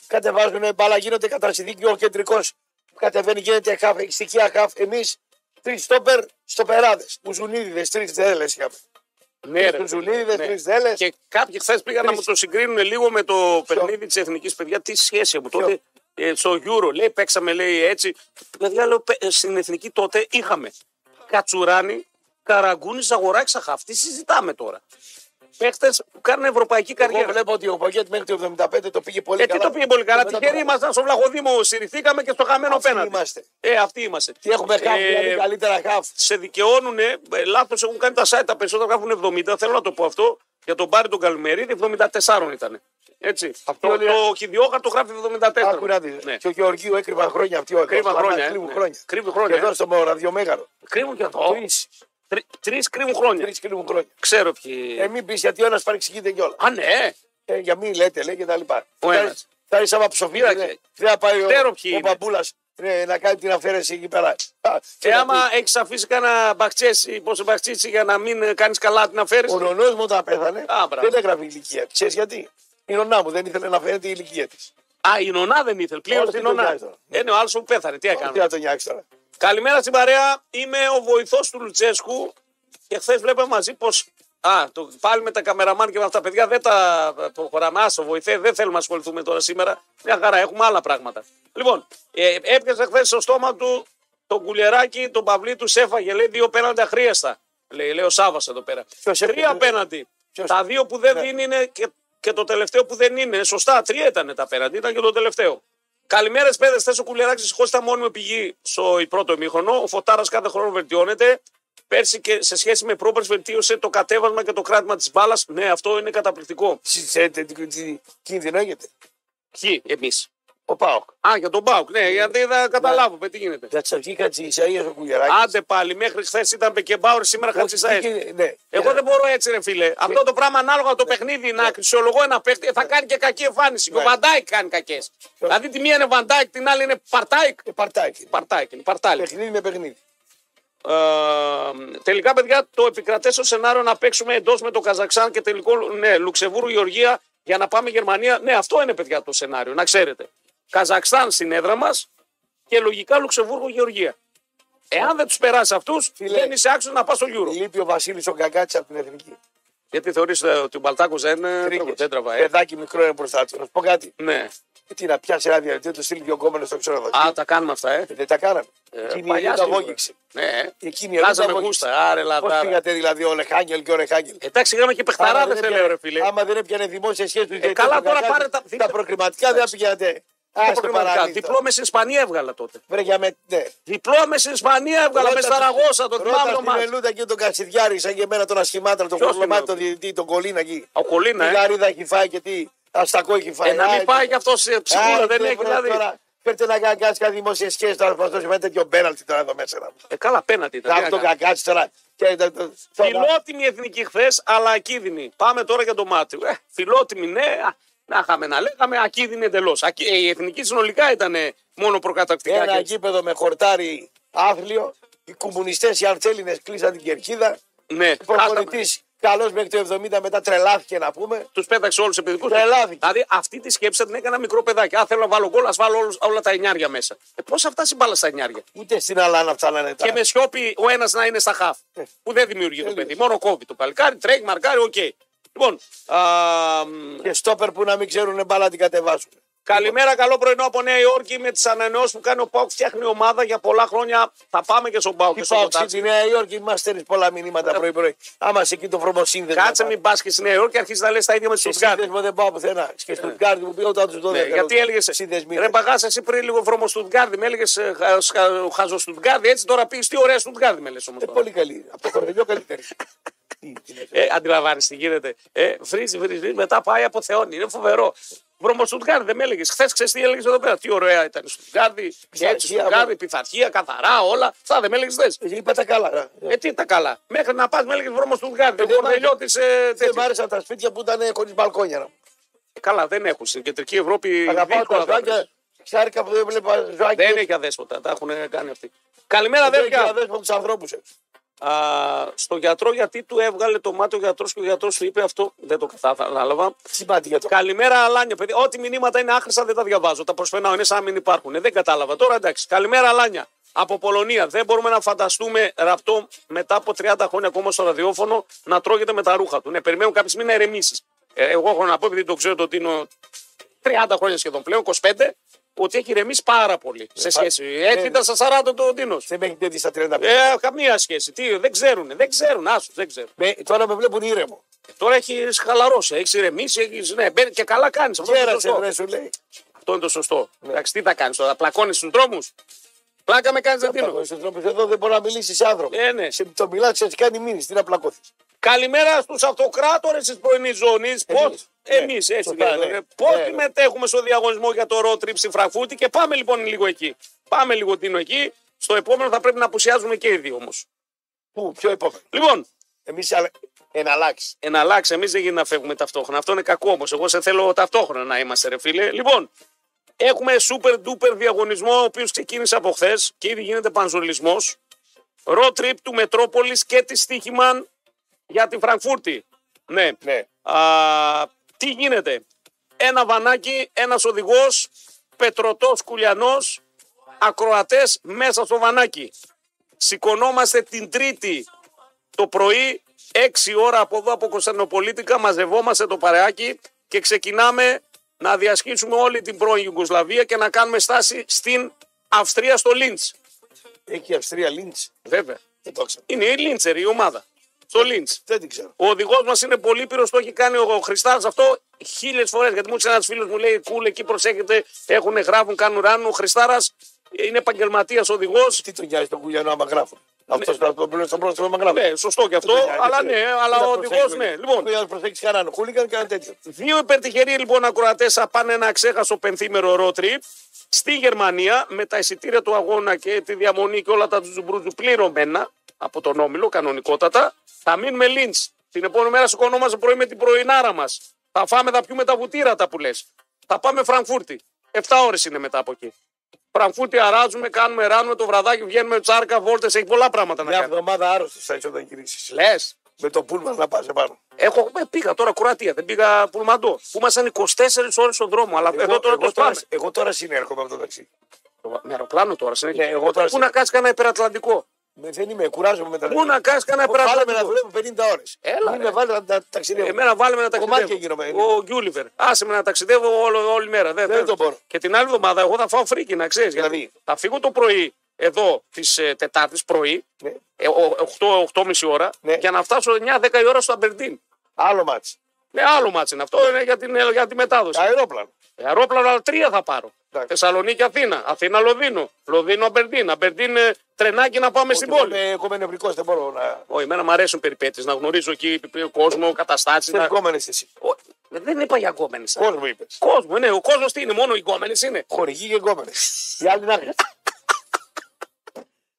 Κατεβάζουν ε, μπάλα, γίνονται κατασυντήκη ο κεντρικός. Κατεβαίνει, γίνεται χαφ, έχει στοιχεία χαφ. Εμείς τρεις στόπερ στο περάδες. Μουζουνίδιδε, τρεις δέλες είχαμε.
Ναι,
Τους Ζουλίδες, τις Δέλες.
Και κάποιοι χθες πήγαν να μου το συγκρίνουν λίγο με το παιχνίδι της εθνικής παιδιά. Τι σχέση μου τότε. Ε, στο Euro, λέει, παίξαμε, λέει έτσι. Παιδιά, λέω, παι- ε, στην εθνική τότε είχαμε Κατσουράνη, Καραγκούνης, Ζαγοράκης, Σαχαφ. Τι συζητάμε τώρα. Παίχτε που κάνουν ευρωπαϊκή
Εγώ
καριέρα.
βλέπω ότι ο Ποκέτ μέχρι το 75 το πήγε πολύ
Ε, τι
καλά.
το πήγε πολύ καλά.
Και μετά
Τυχεροί
το-
ήμασταν στο Βλαχοδήμο, συρρυθήκαμε και στο χαμένο
Αυτοί
πέναντι.
είμαστε.
Ε, αυτοί είμαστε.
Τι έχουμε χαφ,
Ε,
δηλαδή καλύτερα χαφ.
σε δικαιώνουν, λάθος έχουν κάνει τα site, τα περισσότερα γράφουν 70. Θέλω να το πω αυτό για τον Πάρη τον Καλμερίδη, 74 ήταν. Έτσι.
Αυτό
το,
είναι-
το χιδιόχαρτο γράφει 74.
Άκου να δεις.
Ναι.
Και ο Γεωργίου έκρυβαν χρόνια αυτοί.
Κρύβαν χρόνια, ε.
Κρύβουν
Ναι.
χρόνια.
Κρύβουν
Και
χρόνια.
εδώ στο ραδιομέγαρο.
Κρύβουν και εδώ.
Τρεις.
Τρεις κρύβουν χρόνια.
Τρεις κρύβουν χρόνια.
Ξέρω ποιοι.
Ε, μην πεις γιατί ο ένας παρεξηγείται κιόλας.
Α, ναι.
Ε, για μην λέτε, λέει και τα λοιπά.
Ο
Θα-
ένας.
Θα είσαι άμα ψοφίδι,
Κοίταξε.
ναι. Δεν θα πάει
Ξέρω
ο,
ποιοι
ο
είναι.
παππούλα να κάνει την αφαίρεση εκεί πέρα. Α,
Και
τι να
Ε, άμα έχεις αφήσει κανένα μπαχτσέσι, πόσο μπαχτσίτσι για να μην κάνεις καλά την
πεις.
αφαίρεση.
Ο νονός μου όταν πέθανε
Α, μπράβο.
δεν έγραφε η ηλικία. Ξέρεις γιατί. Η νονά μου δεν ήθελε να φαίνεται η ηλικία της.
Α, η νονά δεν ήθελε. Πλήρω
Όλος
την
είναι ο
νονά.
Γιάννης.
Ε, ναι, ο άλλος που πέθανε. Τι
Τι
έκανε.
να τον νιάξει τώρα.
Καλημέρα στην παρέα. Είμαι ο βοηθός του Λουτσέσκου και χθες βλέπαμε μαζί πως. Α, το, πάλι με τα καμεραμάν και με αυτά τα παιδιά δεν τα προχωράμε. Άστο, βοηθέ, δεν θέλουμε να ασχοληθούμε τώρα σήμερα. Μια χαρά, έχουμε άλλα πράγματα. Λοιπόν, ε, έπιασε χθες στο στόμα του τον κουλεράκι, τον παυλί του σέφαγε. Λέει δύο πέναντι αχρίαστα. Λέει, λέει ο Σάβα εδώ πέρα.
Ποιος
τρία
έπαιζε?
πέναντι.
Ποιος?
Τα δύο που δεν
Ναι.
δίνει είναι και, και το τελευταίο που δεν είναι. Σωστά, τρία ήταν τα πέναντι, ήταν και το τελευταίο. Καλημέρα, παιδε. Θε ο Κουλεράκη, δυστυχώς ήταν μόνιμη πηγή στο πρώτο ημίχρονο. Ο Φωτάρας κάθε χρόνο βελτιώνεται. πέρσι και σε σχέση με πρόπερση βελτίωσε το κατέβασμα και το κράτημα της μπάλας. Ναι, αυτό είναι καταπληκτικό.
Ξέρετε τι- τι κίνδυνο έχετε.
Χι, εμείς.
Ο Πάοκ.
Α, για τον Μπάουκ. Ναι, γιατί δεν καταλάβω, παι, τι γίνεται.
Θα ξαφνικά τη Ισαία ο Κουγεράκης.
Άντε πάλι, μέχρι χθες ήταν Μπεκεμπάουρ, σήμερα Χατζησαέ.
Ναι.
Εγώ δεν μπορώ έτσι, ρε φίλε. Αυτό το πράγμα ανάλογα το παιχνίδι να αξιολογώ ένα παίχτη θα κάνει και κακή εμφάνιση. Και ο
Ναι.
Βαντάικ κάνει κακές. Δηλαδή τη μία είναι Βαντάικ, την άλλη είναι Παρτάικ.
Ε, Παρτάκι.
Παρτάικ, είναι, Παρτάλη.
Παιχνίδι με παιχνίδι.
Ε, τελικά, παιδιά, το επικρατέσιο σενάριο να παίξουμε εντός με το Καζακστάν και τελικό ναι, Λουξεμβούργο, Γεωργία για να πάμε Γερμανία. Ναι, αυτό είναι, παιδιά, το σενάριο, να ξέρετε. Καζακστάν στην έδρα μας και λογικά Λουξεμβούργο, Γεωργία. Εάν δεν τους περάσει αυτούς,
Φίλε.
δεν είσαι άξιος να πας στο Euro.
Λείπει ο Βασίλης ο Καγκάτσα από την εθνική.
Γιατί θεωρείς ότι ο Μπαλτάκος δεν,
Τρίγες.
δεν τραβάει. ε.
Παιδάκι μικρό είναι μπροστά του. Να σου πω κάτι.
Ναι.
Τι να πιάσει ένα διαδικτύο, το στείλει δύο κόμματα στο ξενοδοχείο.
Α, τα κάνουμε αυτά, ε.
Δεν τα κάναμε. Εκείνη η
παλιά
Ελλάδα
σίγουρα.
βόγγιξε.
Ναι.
Εκείνη η Ελλάδα
Βγάζαμε
βόγγιξε.
γούστα, άρε
Πώ
λαδάρα.
πήγατε δηλαδή ο Λεχάγγελ και ο Ρεχάγγελ.
Εντάξει, είχαμε και
Άμα
παιχταράδες,
δεν
θέλω,
έπιανε-
ρε φίλε. Ε,
Άμα δεν έπιανε δημόσια σχέση τους
καλά, τώρα πάρε τα-
τα προκριματικά, δεν θα πηγαίνατε.
Τα
Α το
προκριματικά. Διπλό
παράδειγμα.
με στην Ισπανία έβγαλα τότε.
Βρε για με. Ναι.
Διπλό με στην Ισπανία έβγαλα με
Ρώτα
Σαραγώσα, το
ρώτα
θυμάμαι το
στην
μάτς.
Ελούτα και τον Κασιδιάρη, σαν και εμένα τον Ασχημάτρα, τον
Ποιος τον
Κολομάτη,
Ελούτα?
τον Διαιτητή, τον Κολίνα εκεί.
Ο Κολίνα,
Τι
ε.
γαρίδα έχει φάει και τι αστακό έχει φάει.
Ε, να
Άι,
μην πάει κι αυτό σε ψυχούλα,
άι,
δεν
ε, τώρα,
έχει δηλαδή.
τώρα, Φέρτε ένα καγκάτσι κάτι δημόσιες σχέσεις τώρα προσπαθώ να τέτοιο μπέναλτι τώρα εδώ μέσα. να-
Ε, καλά, απέναντι ήταν. τι
Να
να
το
κάνω.
καγκάτσι τώρα. και ε, να το- τώρα-
Φιλότιμη εθνική χθες, αλλά ακίνδυνη. Πάμε τώρα για το μάτι. Ε, φιλότιμη, ναι, α, να είχαμε να λέγαμε, ακίνδυνη εντελώ. Η εθνική συνολικά ήταν μόνο προκατακτικά.
Ένα
και-
γήπεδο με χορτάρι άθλιο. Οι κομμουνιστές, οι αρτσέλινες κλείσαν την κερκίδα.
Ναι,
Ο προπονητής καλός μέχρι το 70 μετά τρελάθηκε να πούμε.
τους πέταξε όλους του παιδικού.
Τρελάθηκε.
Δηλαδή αυτή τη σκέψη θα την έκανα μικρό παιδάκι. Α, θέλω να βάλω γκολ, ας βάλω όλους, όλα τα εννιάρια μέσα. Ε, Πώς θα φτάσει η μπάλα στα εννιάρια.
Ούτε στην Αλάνα φτάνανε τα.
Και με σιώπη ο ένας να είναι στα χαφ. Που δεν δημιουργεί το παιδί. Μόνο κόβει το παλικάρι, τρέχει, μαρκάρι, οκ. Λοιπόν, α, μ,
Και στόπερ που να μην ξέρουν μπάλα να την κατεβάσουν.
καλημέρα, καλό πρωινό από Νέα Υόρκη με τι ανανεώσει που κάνει ο Πάουκ. Φτιάχνει ομάδα για πολλά χρόνια. Θα πάμε και στον Πάουκ. και
Τι
στον
πάω
Κοτάρ.
στη Νέα Υόρκη, μας στέλνεις πολλά μηνύματα πρωί-πρωί. Άμα είσαι εκεί το βρωμοσύνδεσμο.
ε. Κάτσε, μην πας και στη Νέα Υόρκη και αρχίζεις να λες τα ίδια με
Στο
του Στουτγκάρτ.
σύνδεσμο δεν πάω πουθενά. Και στο Στουτγκάρδι μου πήγα όταν τους δω.
Ναι,
δεν
γιατί
θέλω
έλεγε.
Σύνδεσμοι.
Ρε μπαγάς, εσύ πριν λίγο βρωμό Στουτγκάρδι, με ε, έλεγε χαζο Στουτγκάρδι. Έτσι τώρα πήγε τι ωραία Στουτγκάρδι με λες όμως.
Ε, Πολύ καλή. Από το χωριό καλύτερη. Τι, τι λες.
Ε, αντιλαμβάνεσαι τι γίνεται. Ε, βρίζει, βρίζει, μετά πάει από Θεόνι. Είναι φοβερό. Βρώμο Στουτγκάρδι δεν με έλεγες. Χθες ξέρεις τι έλεγες εδώ πέρα. Τι ωραία ήταν η Στουτγκάρδι. Έτσι,
Πειθαρχία, ναι.
Στουτγκάρδι, πειθαρχία, καθαρά, όλα. Αυτά δεν με έλεγες χθε.
Ε, Είπα τα καλά. ρε.
Ε, τι τα καλά. Μέχρι να πας, με έλεγες Βρώμο Στουτγκάρδι. Ο
δεν μ' άρεσε.
κορδελιώτη. Ε,
Δεν
τέτοιο.
μ' άρεσαν τα σπίτια που ήταν χωρίς μπαλκόνια. ρε.
καλά, δεν έχουν. Στην κεντρική Ευρώπη
Αγαπάω
δύσκολα
τα
τα βρίσκεις.
ζωάκια. Ξάρικα που δεν βλέπα ζωάκια.
Δεν έχει αδέσποτα. Τα έχουν κάνει αυτοί. Καλημέρα,
Δεν
αδέρφια.
αδέσμο τους ανθρώπους.
Α, στο γιατρό, γιατί του έβγαλε το μάτι ο γιατρός και ο γιατρός του είπε αυτό. Δεν το κατάλαβα.
Συμπάτη για το.
Καλημέρα, Αλάνια, παιδί. Ό,τι μηνύματα είναι άχρηστα δεν τα διαβάζω. Τα προσπερνάω. Είναι σαν να μην υπάρχουν. Ε, Δεν κατάλαβα. Τώρα εντάξει. Καλημέρα, Αλάνια. Από Πολωνία. Δεν μπορούμε να φανταστούμε ραπτό μετά από 30 χρόνια ακόμα στο ραδιόφωνο να τρώγεται με τα ρούχα του. Ναι, περιμένουν κάποια στιγμή να ερεμήσεις. Ε, εγώ έχω να πω, επειδή το ξέρω το ότι είναι 30 χρόνια σχεδόν πλέον, 25, ότι έχει ηρεμήσει πάρα πολύ σε σχέση. Ε, Έτσι ήταν στα 40 το Ντίνος.
Δεν με έχετε δει στα 35.
Ε, καμία σχέση. Τι, δεν ξέρουν, δεν ξέρουν, άσου, δεν ξέρουν.
Με- Τώρα με βλέπουν ήρεμο.
Τώρα έχει χαλαρώσει, έχεις ηρεμήσει, έχεις, ναι, μπαίνει και καλά κάνεις. Αυτό είναι το
Κέρασε,
σωστό.
βρε σου λέει.
Αυτό είναι το σωστό. Εντάξει, τι θα κάνεις τώρα, πλακώνεις στους δρόμους. Πλάκα με κάνεις, δεν δίνω.
Πλακώνεις Στους τρόπους εδώ δεν μπορεί να μιλήσεις άνθρωπο.
Ε, ναι.
Σε το μιλάς, ξέρει, κάνει μήνυση. Τι να πλακώθεις.
Καλημέρα στους αυτοκράτορες της πρωινής ζώνης. Πώς
ναι.
εμείς έτσι
Σωστά,
λέω,
ναι.
ε, πώς
Ναι, ναι.
συμμετέχουμε στο διαγωνισμό για το road trip στη Φραγκφούρτη και πάμε λοιπόν λίγο εκεί. Πάμε λίγο την εκεί. Στο επόμενο θα πρέπει να απουσιάζουμε και οι δύο όμως.
Πού, πιο επόμενο.
Λοιπόν,
Εμείς εναλλάξει.
εναλλάξει. Εμείς δεν γίνεται Ε, να φεύγουμε ταυτόχρονα. Αυτό είναι κακό όμως. Εγώ σε θέλω ταυτόχρονα να είμαστε, ρε φίλε. Λοιπόν, έχουμε super duper διαγωνισμό, ο οποίος ξεκίνησε από χθες και ήδη γίνεται πανζολισμός. Road trip του Μετρόπολης και της Στίχημαν για τη Φραγκφούρτη. Ναι.
Ναι.
Α, τι γίνεται. Ένα βανάκι, ένας οδηγός, πετρωτός κουλιανός, ακροατές μέσα στο βανάκι. Σηκωνόμαστε την Τρίτη το πρωί, 6 ώρα από εδώ από Κωνσταντινοπολίτικα, μαζευόμαστε το παρεάκι και ξεκινάμε να διασχίσουμε όλη την πρώην Ιουγκοσλαβία και να κάνουμε στάση στην Αυστρία στο Λίντ.
Έχει η Αυστρία Λίντ.
Βέβαια.
Δεν το ξέρω.
Είναι η Λίντσερ η ομάδα. Στο Λίντ.
Δεν την ξέρω.
Ο οδηγός μας είναι πολύ πύρο, το έχει κάνει ο Χριστά αυτό χίλιες φορές. Γιατί μου έρχεται ένας φίλος μου λέει: Κούλε, εκεί προσέχετε, έχουν γράφουν, κάνουν ράνου. Ο Χριστάρα ε, είναι επαγγελματίας οδηγός.
Τι τον νοιάζει τον Κουλιανό άμα γράφουν. Αυτό Στρατόπουλο στον πρόεδρο του Μαγκλάβα.
Ναι, σωστό και αυτό. αλλά ναι, αλλά ο οδηγό, ναι. Λοιπόν,
Δεν προσέξει κανέναν χούλιγκαν, κανένα τέτοιο.
Δύο υπερτυχεροί λοιπόν ακροατές απάνε ένα ξέχαστο πενθήμερο road trip στη Γερμανία με τα εισιτήρια του αγώνα και τη διαμονή και όλα τα του Τζουμπρούτζου πληρωμένα από τον Όμιλο κανονικότατα. Θα μείνουμε λίντ. Την επόμενη μέρα σηκωνόμαστε πρωί με την πρωινάρα μας. Θα φάμε, θα πιούμε τα βουτύρατα που λες. Θα πάμε Φραγκφούρτη. 7 ώρες είναι μετά από εκεί. Φραγκφούρτη αράζουμε, κάνουμε, ράνουμε το βραδάκι, βγαίνουμε τσάρκα, βόλτες, έχει πολλά πράγματα να
Μια
κάνει.
εβδομάδα άρρωστος θα είσαι όταν γυρίσεις.
Λες.
Με το πούλμα να πας επάνω.
Έχω, ε, πήγα τώρα Κροατία, δεν πήγα Πουλμαντό. Που ήμασταν 24 ώρες στον δρόμο, αλλά εδώ τώρα το σπάμε.
εγώ τώρα συνέρχομαι από το ταξί.
Το- Με αεροπλάνο Ε, τώρα, συνέχεια.
Ναι, εγώ τώρα
Πού να κάνει κανένα υπερατλαντικό.
Με, δεν είμαι, κουράζομαι με τα
Πού να κάνεις κανένα
Βάλε με να
υπερατλαντικό.
δουλεύω 50 ώρες.
Έλα,
Μην
ρε.
με βάλει να τα ταξιδεύω.
Εμένα βάλε με να
Κομμάτια
ταξιδεύω.
γίνομαι.
Ο Γκιούλιβερ. Άσε με να ταξιδεύω όλο, όλη μέρα. Δεν,
Δεν
θέλω.
το μπορώ.
Και την άλλη εβδομάδα εγώ θα φάω φρίκι, να ξέρεις.
Δηλαδή.
Θα φύγω το πρωί εδώ της ε, Τετάρτης πρωί,
Ναι.
ε, ο- 8, 8.30 ώρα,
Ναι.
για να φτάσω 9-10 η ώρα στο Αμπερντίν.
Άλλο μάτς.
Ναι, άλλο μάτσι είναι αυτό, είναι για την, για τη μετάδοση.
Αερόπλανο.
Αερόπλανο, αλλά Ε, τρία θα πάρω.
Εντάξει.
Θεσσαλονίκη, Αθήνα. Αθήνα, Λονδίνο. Λονδίνο, Αμπερντίν. Αμπερντίν, ε, τρενάκι να πάμε στην
Όχι,
πόλη.
εγώ είμαι- Εγώ είμαι νευρικός, δεν μπορώ να.
Όχι, εμένα μου αρέσουν περιπέτειες, να γνωρίζω εκεί κόσμο, καταστάσεις.
Τι
Να...
ερχόμενε εσύ.
Ο, δεν είπα για γκόμενε.
Κόσμο είπες.
Κόσμο, ναι, ο κόσμος τι είναι, μόνο οι γκόμενε είναι.
Χορηγοί και ερχόμενε. Οι άλλοι να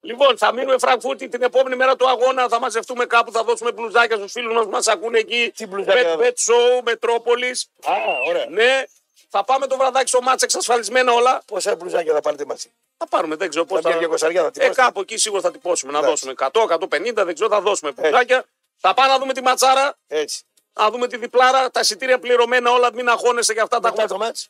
Λοιπόν, θα μείνουμε Φραγκφούρτη την επόμενη μέρα του αγώνα. Θα μαζευτούμε κάπου, θα δώσουμε μπλουζάκια στους φίλους μας που μας ακούνε εκεί.
Τι μπλουζάκια θα
Bet, Bet Show, Μετρόπολη.
Α, ωραία.
Ναι, θα πάμε το βραδάκι στο μάτσα εξασφαλισμένα όλα.
Πόσα μπλουζάκια θα πάρετε μαζί.
Θα πάρουμε, δεν ξέρω πώς
Θα
θα.
μια δυοκοσαριά θα
Ε,
τυπώσετε.
κάπου εκεί σίγουρα θα τυπώσουμε. Να
Εντάξει.
δώσουμε 100, 150, δεν ξέρω, θα δώσουμε μπλουζάκια. Θα πάμε να δούμε τη ματσάρα.
Έτσι.
Να δούμε τη διπλάρα, τα εισιτήρια πληρωμένα όλα, μην αγχώνεσαι και αυτά τα
Μετά
μετά,
το μάτς.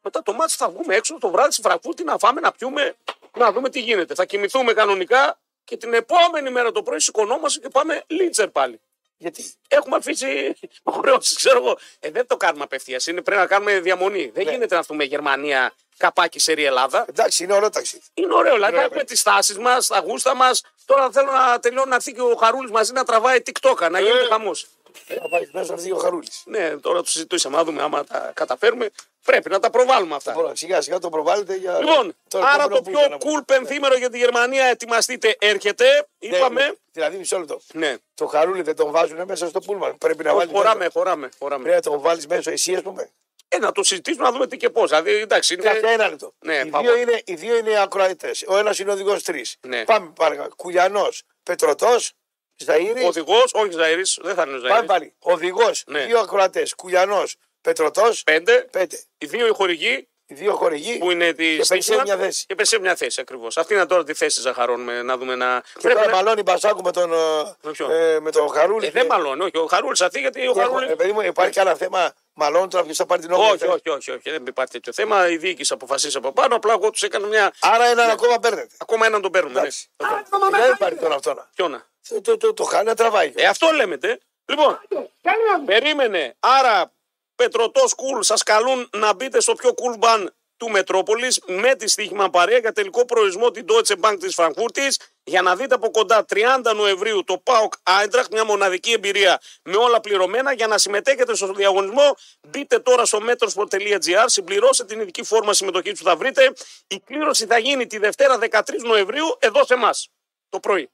μετά το μάτς θα βγούμε έξω το βράδυ στη Φραγκφούρτη να φάμε, να πιούμε, να δούμε τι γίνεται. Θα κοιμηθούμε κανονικά και την επόμενη μέρα το πρωί σηκωνόμαστε και πάμε λίτσερ πάλι.
Γιατί.
Έχουμε αφήσει υποχρεώσεις, ξέρω εγώ. Ε, δεν το κάνουμε απευθείας. Είναι πρέπει να κάνουμε διαμονή. Δεν
Ναι.
γίνεται να έρθουμε Γερμανία, καπάκι σε Ελλάδα.
Εντάξει, είναι ωραίο ταξίδι.
Είναι ωραίο, δηλαδή
Ωραία,
έχουμε τι τάσει μας, τα γούστα μας. Τώρα θέλω να τελειώνει να έρθει και ο Χαρούλης μαζί να τραβάει TikTok,
Ε.
να γίνεται χαμός.
Θα πάει μέσα αυτή ο Χαρούλη.
Ναι, τώρα το συζητούσαμε. Να δούμε άμα τα καταφέρουμε. Πρέπει να τα προβάλλουμε αυτά.
Σιγά σιγά το προβάλλετε για.
Λοιπόν, άρα
επόμενο
το
που
πιο
ήταν να πω.
cool πενθήμερο για τη Γερμανία ετοιμαστείτε έρχεται.
Ναι,
Είπαμε.
Δηλαδή, μισό λεπτό.
Ναι.
Το χαρούλι δεν τον βάζουν μέσα στο πούλμαν. Πρέπει να βάλει.
Χωράμε, χωράμε, χωράμε.
Πρέπει να τον βάλεις μέσα εσύ, ας πούμε.
Ε, να το συζητήσουμε να δούμε τι και πώς. Δηλαδή, εντάξει, είναι.
Κάθε ένα λεπτό.
Ναι,
οι,
πάμε.
δύο είναι, οι δύο είναι ακροατές. Ο ένας είναι οδηγός τρεις.
Ναι.
Πάμε παρακαλώ. Κουλιανός, Πετρωτός, Ζαήρη.
Οδηγός, όχι Ζαήρη, δεν θα είναι
Πάμε
Ζαήρη.
πάλι. Οδηγός,
Ναι.
δύο ακροατές. Κουλιανό, Πετρωτός,
Πέντε.
πέντε.
Οι δύο οι χορηγοί
Οι δύο χορηγοί.
που είναι τη.
Και πέσει
Στίχημα.
μια θέση.
Και πέσει μια θέση ακριβώς. Αυτή είναι τώρα τη θέση ζαχαρώνουμε να δούμε να.
Και
Πρέπει
τώρα
να...
μαλώνει μπασάκου με τον, ε,
Ε, Με ποιον?
ε, με τον Χαρούλη.
Ε, δεν μαλώνει, όχι. Ο Χαρούλης αυτή γιατί ο
Και έχω-
Χαρούλης.
ε, παιδί μου, υπάρχει και άλλο θέμα. Μαλώνει τώρα ποιος θα πάρει την όμορφη.
Όχι, όχι, όχι, όχι, δεν υπάρχει τέτοιο θέμα. Η διοίκηση αποφασίσει από πάνω. Απλά εγώ τους έκανα μια.
Άρα έναν ακόμα παίρνετε.
Ακόμα έναν τον παίρνουμε. Ναι.
Εντάξει. Δεν υπάρχει τον αυτό να.
Ποιον να.
Το, το, το, το χάνει να τραβάει.
Ε, αυτό λέμε. τε. Λοιπόν, περίμενε. Άρα, Πετρωτός Κουλ, σας καλούν να μπείτε στο πιο cool μπαν του Μετρόπολης με τη στοίχημα παρέα για τελικό προορισμό την Deutsche Bank της Φραγκούρτη για να δείτε από κοντά 30 Νοεμβρίου το ΠΑΟΚ Άιντραχτ, μια μοναδική εμπειρία με όλα πληρωμένα. Για να συμμετέχετε στο διαγωνισμό, μπείτε τώρα στο metrosport.gr, συμπληρώστε την ειδική φόρμα συμμετοχή που θα βρείτε. Η κλήρωση θα γίνει τη Δευτέρα 13 Νοεμβρίου εδώ σε εμάς το πρωί.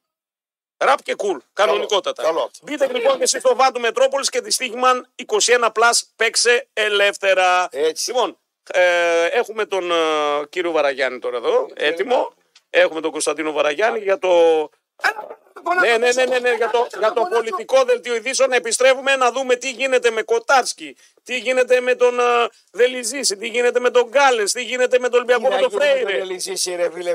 Ραπ και κουλ, κανονικότατα.
Καλό αυτό.
Μπείτε λοιπόν και εσείς στο βάτο Μετρόπολης και τη Στίχημαν 21 Plus παίξε ελεύθερα.
Έτσι.
Λοιπόν, ε, έχουμε τον ε, κύριο Βαραγιάννη τώρα εδώ, έτοιμο. Έχουμε τον Κωνσταντίνο Βαραγιάννη για το. Ναι, ναι, ναι, ναι, ναι, για το, για το πολιτικό δελτίο ειδήσεων επιστρέφουμε να δούμε τι γίνεται με Κοτάρσκι, τι γίνεται με τον ε, Δελιζίση, τι γίνεται με τον Γκάλε, τι γίνεται με τον Ολυμπιακό, με τον Φρέιρε.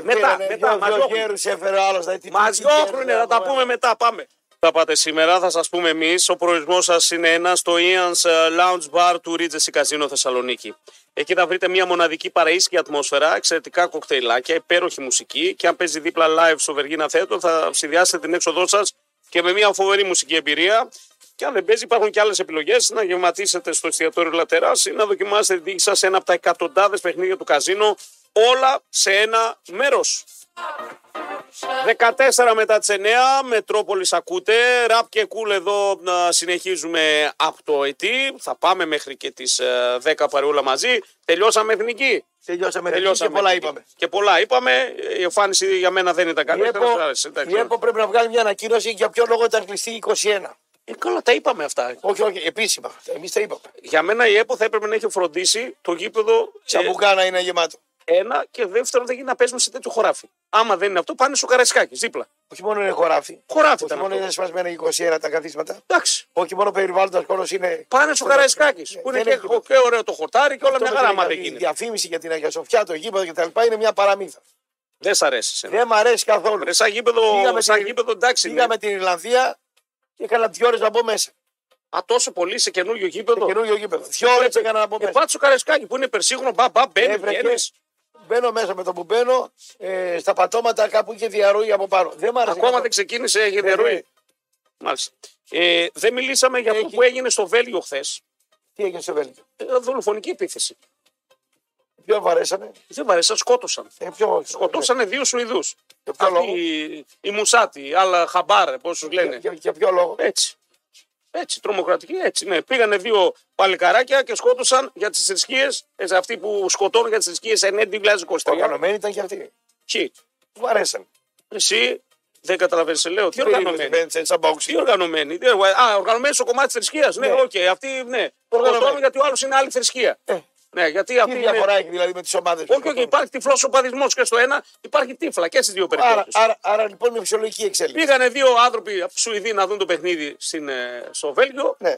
Μετά, μετά, μας διώχνουν.
έφερε άλλο να τι
Μας διώχνουνε, θα τα πούμε μετά. Πάμε. Θα πάτε σήμερα, θα σας πούμε εμείς. Ο προορισμός σας είναι ένας στο Ian's ε, Lounge Bar του Regency Casino Θεσσαλονίκη. Εκεί θα βρείτε μια μοναδική παραίσχυη ατμόσφαιρα, εξαιρετικά κοκτέιλάκια, υπέροχη μουσική και αν παίζει δίπλα live στο Βεργίνα Θέατρο θα συνδυάσετε την έξοδό σας και με μια φοβερή μουσική εμπειρία. Και αν δεν παίζει, υπάρχουν και άλλες επιλογές να γευματίσετε στο εστιατόριο Λατερά ή να δοκιμάσετε τη δίκη σας σε ένα από τα εκατοντάδες παιχνίδια του καζίνο, όλα σε ένα μέρος. 14 μετά τις 9, Μετρόπολης ακούτε. Ραπ και κούλ εδώ να συνεχίζουμε από το ΕΤΗ. Θα πάμε μέχρι και τις 10 παρεούλα μαζί. Τελειώσαμε εθνική.
Τελειώσαμε. ρε,
Τελειώσαμε
Ε και πολλά
εθνική.
είπαμε.
Και πολλά είπαμε. Η εμφάνιση για μένα δεν ήταν
Η
καλή.
ΕΠΟ,
Τέλος, άρεσε, εντάξει.
η ΕΠΟ πρέπει να βγάλει μια ανακοίνωση για ποιο λόγο ήταν κλειστή η 21.
Ε, καλά, τα είπαμε αυτά.
Όχι, όχι, επίσημα. Εμείς τα είπαμε.
Για μένα η ΕΠΟ θα έπρεπε να έχει φροντίσει το γήπεδο ε,
Τσαμπουκά να είναι γεμάτο.
ένα και δεύτερον δεν γίνει να παίζουμε σε τέτοιο χωράφι. Άμα δεν είναι αυτό, πάνε στο Καραϊσκάκης, δίπλα.
Όχι μόνο είναι χωράφι.
Χωράφι
Όχι
ήταν
μόνο
αυτό.
είναι σπασμένα η 21 τα καθίσματα.
Εντάξει.
Όχι μόνο περιβάλλοντα χώρος είναι.
Πάνε στο Καραϊσκάκη.
Ε,
Που είναι
δεν
και,
έχει-
και ωραίο το χορτάρι και όλα μια
Αυτό
χαρά.
με την
Άμα δεν
Αγία- Η
γίνει.
διαφήμιση για την Αγία Σοφιά, το γήπεδο κτλ. είναι μια παραμύθα.
Δεν σ' αρέσει. εσένα.
Δεν μ' αρέσει καθόλου.
Ρε, σαν γήπεδο,
Πήγαμε
σαν
την-
γήπεδο εντάξει.
Πήγα
ναι.
με την Ιρλανδία και έκανα δύο ώρες να μπω μέσα.
Α, τόσο πολύ σε καινούριο
Το
γήπεδο.
καινούριο γήπεδο. Δύο ώρες έκανα να μπω
Ε,
μέσα.
πάτε στο Καραϊσκάκη που είναι υπερσίγνο, μπα, μπα, μπαίνεις,
Έβρεκε.
βγαίνεις.
Μπαίνω μέσα με το που μπαίνω ε, στα πατώματα κάπου είχε διαρροή από πάνω. Δεν μ' άρεσε.
Ακόμα δεν
καθόλου.
ξεκίνησε, έχει
Ναι, ναι.
δερούει. Μάλιστα. Ε, δεν μιλήσαμε για αυτό
Έχει-
που έγινε στο Βέλγιο χθες.
Τι έγινε στο Βέλγιο.
Δολοφονική επίθεση.
Ποιο βαρέσανε.
Δεν βαρέσα, σκότωσαν.
Ε, ποιο...
Σκοτώσανε δύο Σουηδούς.
Για ποιο λόγο.
Η, η Μουσάτη, άλλα χαμπάρ, πώς τους λένε.
Για, για ποιο λόγο.
Έτσι. Έτσι, τρομοκρατική, έτσι. Ναι. Πήγανε δύο παλικαράκια και σκότωσαν για τις θρησκείες, αυτοί που σκοτώνουν για τις θρησκείες εν έντη 2023.
Οργανωμένοι ήταν και αυτοί.
Ποιοι.
Μου αρέσαν.
Εσύ δεν καταλαβαίνεις, σε λέω. Τι
Περίπου
οργανωμένοι.
συμβαίνει σε σαν παόξι.
Τι οργανωμένοι. Τι οργα- Α, οργανωμένοι στο κομμάτι της θρησκείας. Ναι,
Ναι.
οκ, αυτοί ναι. Σκοτώνουν
Οργανωμένοι.
γιατί ο άλλος είναι άλλη θρησκεία.
Ε,
Ναι, γιατί αυτοί.
Τι
Είναι...
διαφορά έχει δηλαδή με τις ομάδες.
Όχι, όχι, υπάρχει τυφλός οπαδισμός και στο ένα, υπάρχει τύφλα και στις δύο
Άρα,
περιπτώσεις.
άρα, άρα λοιπόν είναι φυσιολογική εξέλιξη.
Πήγανε δύο άνθρωποι από τη Σουηδία να δουν το παιχνίδι στην, ε, στο Βέλγιο.
Ναι.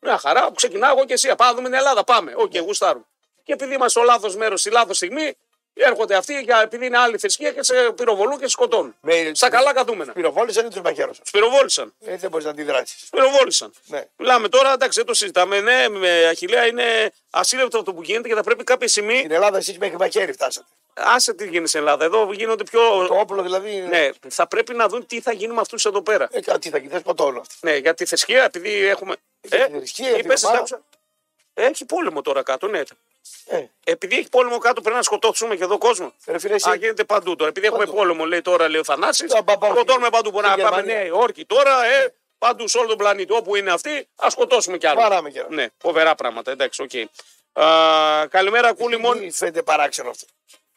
Μια χαρά, ξεκινάω εγώ και εσύ. Πάμε να δούμε την Ελλάδα. Πάμε.
Ναι.
Οκ, okay, γουστάρουμε. Και επειδή είμαστε στο λάθος μέρος, στη λάθος στιγμή, έρχονται αυτοί για, επειδή είναι άλλη θρησκεία και σε πυροβολούν και σε σκοτώνουν.
Με- Ναι.
Στα καλά κατούμενα.
Πυροβόλησαν ή τους μαχαίρωσαν.
Του πυροβόλησαν.
Ε, δεν μπορείς να αντιδράσεις.
Τους πυροβόλησαν.
Ναι.
Μιλάμε τώρα, εντάξει, δεν το συζητάμε. Ναι, με αχηλέα είναι ασύλληπτο αυτό που γίνεται και θα πρέπει κάποια στιγμή.
Στην Ελλάδα εσείς μέχρι μαχαίρι φτάσατε.
Άσε τι γίνει στην Ελλάδα. Εδώ γίνονται πιο.
Το όπλο δηλαδή.
Ναι, θα πρέπει να δουν τι θα γίνει με αυτούς εδώ πέρα.
Ε, κα- τι θα κοιτάξει, σκοτώνουν αυτοί.
Ναι, για τη θρησκεία, επειδή έχουμε. Ε,
Για τη θρησκεία, για την
είπες,
ομάδα.
άκουσα. Έχει πόλεμο τώρα κάτω, ναι.
Ε,
Επειδή έχει πόλεμο κάτω, πρέπει να σκοτώσουμε και εδώ κόσμο.
ρε φίλε, εσύ.
Α, γίνεται παντού τώρα. Επειδή έχουμε
Παντού.
πόλεμο, λέει τώρα, λέει ο Θανάσης.
Θα πα- πάμε-
Σκοτώνουμε παντού. Μπορεί να
Στη
πάμε
Γερμανία.
Νέα Υόρκη τώρα, ε, παντού σε όλο τον πλανήτη. Όπου είναι αυτοί, ας σκοτώσουμε κι άλλους.
Παράμε και
Ναι, φοβερά πράγματα. Εντάξει, οκ. Α, καλημέρα, Κούλη Μόνη.
Τι φαίνεται παράξενο αυτό.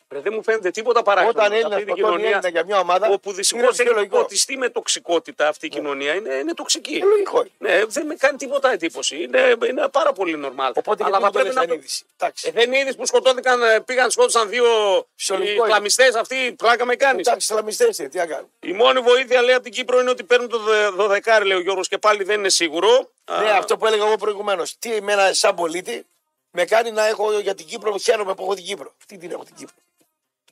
Ρε, Δεν μου φαίνεται τίποτα παράξενο.
Όταν
σε
Έλληνα
λοιπόν, αυτή την
σκοτώνει Έλληνα για μια ομάδα.
όπου δυστυχώς
είναι
έχει Ναι.
φυσιολογικό.
ποτιστεί με τοξικότητα αυτή η κοινωνία, είναι, είναι τοξική.
Ε, λογικό είναι.
Ναι, δεν με κάνει τίποτα εντύπωση. Είναι, είναι πάρα πολύ normal.
Οπότε
Αλλά
γιατί
θα
δεν το
πρέπει
λες
να.
σαν είδηση.
Ε,
Εντάξει.
δεν είδε που σκοτώθηκαν, ε, πήγαν, σκότωσαν δύο
Φυσιολογικό είναι.
Ισλαμιστέ. Αυτή η πλάκα με κάνεις.
Εντάξει, Ισλαμιστέ είναι, τι να κάνουν.
Η μόνη βοήθεια λέει από την Κύπρο είναι ότι παίρνουν το δε- 12, λέει ο Γιώργος, και πάλι δεν είναι σίγουρο.
Ναι,
Α,
αυτό που έλεγα εγώ προηγουμένως. Τι εμένα, σαν πολίτη, με κάνει να έχω για την Κύπρο, χαίρομαι που έχω την Κύπρο. Τι την έχω την Κύπρο.